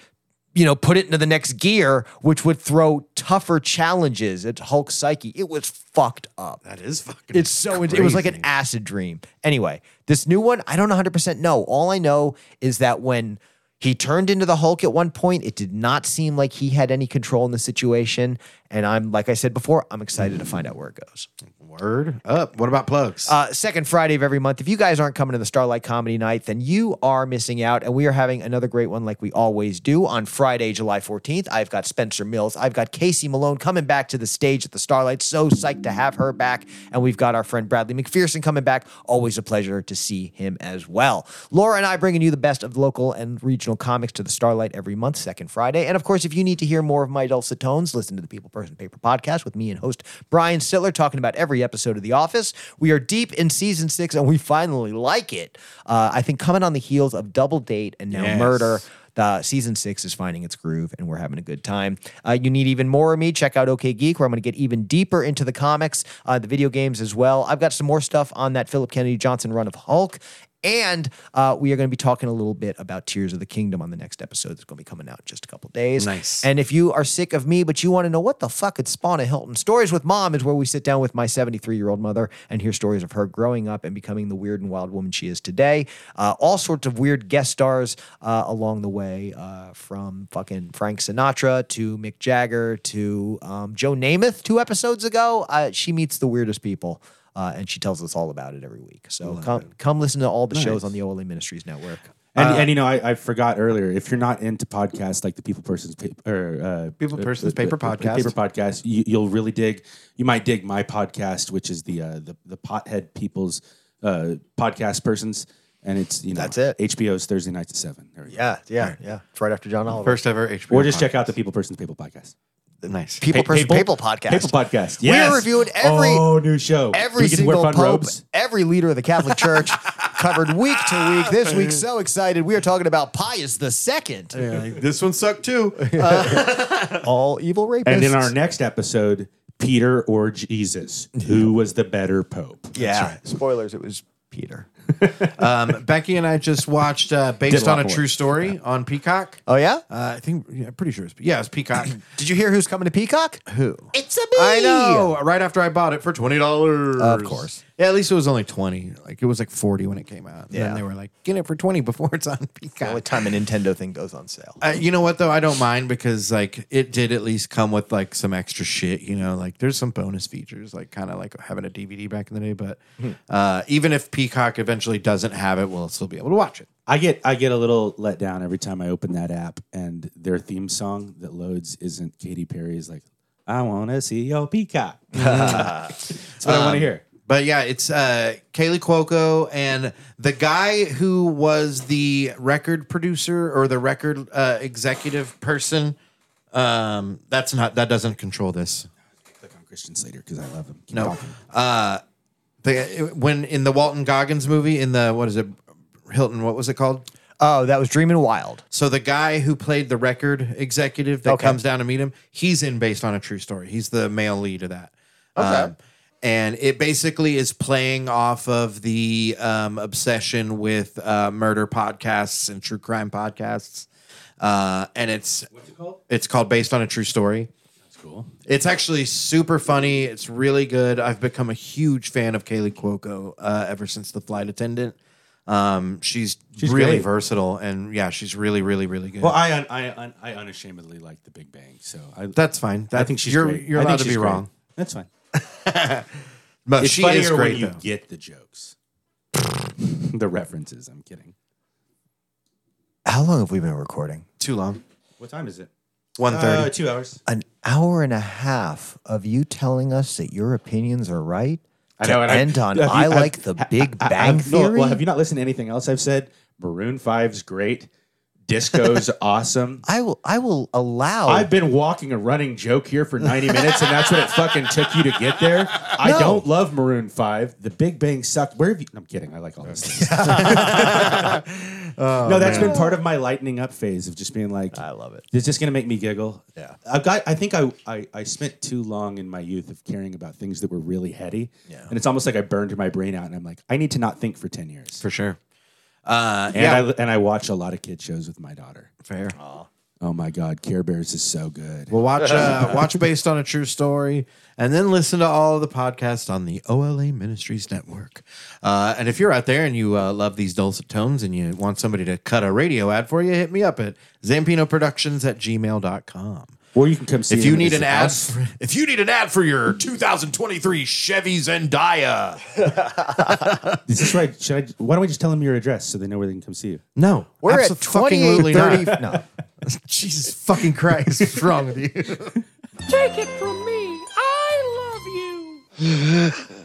S2: you know, put it into the next gear, which would throw tougher challenges at Hulk's Psyche. It was fucked up.
S1: that is fucking.
S2: It's so it was like an acid dream. Anyway, this new one, I don't 100% know. All I know is that when he turned into the Hulk at one point, it did not seem like he had any control in the situation. And I'm, like I said before, I'm excited to find out where it goes.
S1: word up. What about plugs?
S2: Uh, second Friday of every month. If you guys aren't coming to the Starlight Comedy Night, then you are missing out. And we are having another great one like we always do on Friday, July 14th. I've got Spencer Mills. I've got Casey Malone coming back to the stage at the Starlight. So psyched to have her back. And we've got our friend Bradley McPherson coming back. Always a pleasure to see him as well. Laura and I bringing you the best of local and regional comics to the Starlight every month, second Friday. And of course, if you need to hear more of my dulcet tones, listen to the People Person Paper podcast with me and host Brian Sittler talking about every episode of The Office. We are deep in season six and we finally like it. Uh, I think coming on the heels of Double Date and now
S1: Yes.
S2: Murder. The season six is finding its groove, and we're having a good time. Uh, you need even more of me? Check out OK Geek, where I'm going to get even deeper into the comics, uh, the video games as well. I've got some more stuff on that Philip Kennedy Johnson run of Hulk, and uh, we are going to be talking a little bit about Tears of the Kingdom on the next episode that's going to be coming out in just a couple days.
S1: Nice.
S2: And if you are sick of me, but you want to know what the fuck could spawn a Hilton, Stories with Mom is where we sit down with my 73 year old mother and hear stories of her growing up and becoming the weird and wild woman she is today. Uh, all sorts of weird guest stars uh, along the way, uh, from fucking Frank Sinatra to Mick Jagger to um, Joe Namath two episodes ago. Uh, she meets the weirdest people. Uh, and she tells us all about it every week. So come, come listen to all the shows on the OLA Ministries Network.
S4: And,
S2: Uh,
S4: and you know, I, I forgot earlier. If you're not into podcasts like the People Persons Paper or uh,
S1: People
S4: uh,
S1: Persons
S4: uh,
S1: Paper
S4: uh,
S1: Podcast.
S4: Paper Podcast, you, you'll really dig. You might dig my podcast, which is the uh, the the Pothead People's uh, podcast persons, and it's you know
S2: That's it.
S4: HBO's Thursday nights at seven. There we go.
S2: Yeah, yeah, yeah. It's right after John Oliver.
S1: First ever HBO.
S4: Or just
S1: podcast.
S4: check out the People Persons People Podcast.
S1: Nice.
S2: People, person, people
S4: Papal-
S2: podcast.
S4: Papal podcast.
S2: We are
S4: Yes.
S2: reviewing every-
S4: oh new show. Do
S2: every
S4: we get to wear
S2: single
S4: fun
S2: pope,
S4: robes?
S2: every leader of the Catholic Church, covered week to week. This week, so excited. We are talking about Pius the Second,
S1: this one sucked too.
S2: all evil rapists.
S4: And in our next episode, Peter or Jesus, who was the better pope?
S2: yeah, spoilers. It was Peter.
S1: um, Becky and I just watched uh,
S4: Did
S1: based
S4: a
S1: on
S4: lot
S1: a
S4: more.
S1: true story on Peacock.
S2: Oh yeah.
S1: Uh, I think yeah, I'm pretty sure it's yeah, it's Peacock.
S2: Did you hear who's coming to Peacock? Who? It's a me.
S1: Oh, I know. Right after I bought it for twenty dollars.
S2: Of course.
S1: Yeah, at least it was only 20. Like it was like 40 when it came out. And
S2: Yeah.
S1: then they were like, get it for 20 before it's on
S2: The only
S1: Peacock.
S2: time a Nintendo thing goes on sale.
S1: Uh, you know what though? I don't mind because like it did at least come with like some extra shit. You know, like there's some bonus features, like kind of like having a DVD back in the day. But
S2: Hmm.
S1: uh, even if Peacock eventually doesn't have it, we'll still be able to watch it.
S3: I get I get a little let down every time I open that app and their theme song that loads isn't Katy Perry's like I want to see your peacock. That's what I
S1: Um,
S3: want to hear.
S1: But yeah, it's uh, Kaylee Cuoco and the guy who was the record producer or the record uh, executive person. Um, that's not that doesn't control this.
S3: Click on Christian Slater because I love him. Keep
S1: No,
S3: talking.
S1: uh, the, when in the Walton Goggins movie in the what is it, Hilton? What was it called?
S2: Oh, that was Dreamin' Wild.
S1: So the guy who played the record executive that
S2: Okay.
S1: comes down to meet him, he's in based on a true story. He's the male lead of that. Okay. and it basically is playing off of the um, obsession with uh, murder podcasts and true crime podcasts. Uh, and it's it's called based on a true story. It's actually super funny. It's really good. I've become a huge fan of Kaylee Cuoco uh, ever since the flight attendant. Um, she's, really
S3: great.
S1: versatile, and yeah, she's really, really, really good.
S3: Well, I un, I un, I unashamedly like The Big Bang, so I
S1: that's fine. That,
S3: I think she's
S1: you're
S3: great.
S1: you're
S3: I think
S1: allowed to
S3: she's
S1: be
S3: great.
S1: wrong,
S3: That's fine.
S1: but
S3: It's
S1: she
S3: funnier
S1: is great.
S3: when you
S1: though.
S3: get the jokes, the references. I'm kidding.
S2: How long have we been recording?
S1: Too long.
S3: What time is it?
S1: One
S3: Uh,
S1: thirty.
S3: two hours.
S2: An hour and a half of you telling us that your opinions are right.
S3: I know,
S2: to
S3: and I-
S2: end on
S3: have you-
S2: I
S3: have-
S2: like the Big
S3: I-
S2: Bang
S3: I've- no,
S2: Theory.
S3: well, have you not listened to anything else I've said? Maroon 5's great. Disco's awesome.
S2: I will. I will allow.
S3: I've been walking a running joke here for 90 minutes, and that's what it fucking took you to get there. I
S2: No.
S3: don't love Maroon 5. The Big Bang sucked. Where have you? I'm kidding. I like all this. stuff. no, that's been part of my lightening up phase of just being like,
S2: Oh, I love it.
S3: It's just gonna make me giggle.
S2: Yeah.
S3: I've got. I think I, I I spent too long in my youth of caring about things that were really heady.
S2: Yeah.
S3: And it's almost like I burned my brain out, and I'm like, I need to not think for ten years.
S1: for sure. Uh,
S3: and
S1: yeah,
S3: I and I watch a lot of kid shows with my daughter.
S1: fair.
S3: Oh my God, Care Bears is so good.
S1: Well, watch uh, watch based on a true story, and then listen to all of the podcasts on the OLA Ministries Network. Uh, and if you're out there and you uh, love these dulcet tones and you want somebody to cut a radio ad for you, hit me up at zampinoproductions at gmail.com.
S3: or you can come see
S1: If
S3: him
S1: you
S3: at
S1: need
S3: his
S1: an ad,
S3: house.
S1: for- if you need an ad for your 2023 Chevy Zendaya,
S3: Is this right? Should I? Why don't we just tell them your address so they know where they can come see you?
S1: no,
S2: We're at
S1: abso-fucking-lutely
S2: twenty-eight
S1: not.
S2: thirty. No.
S1: Jesus fucking Christ, what's wrong with you?
S5: Take it from me. I love you.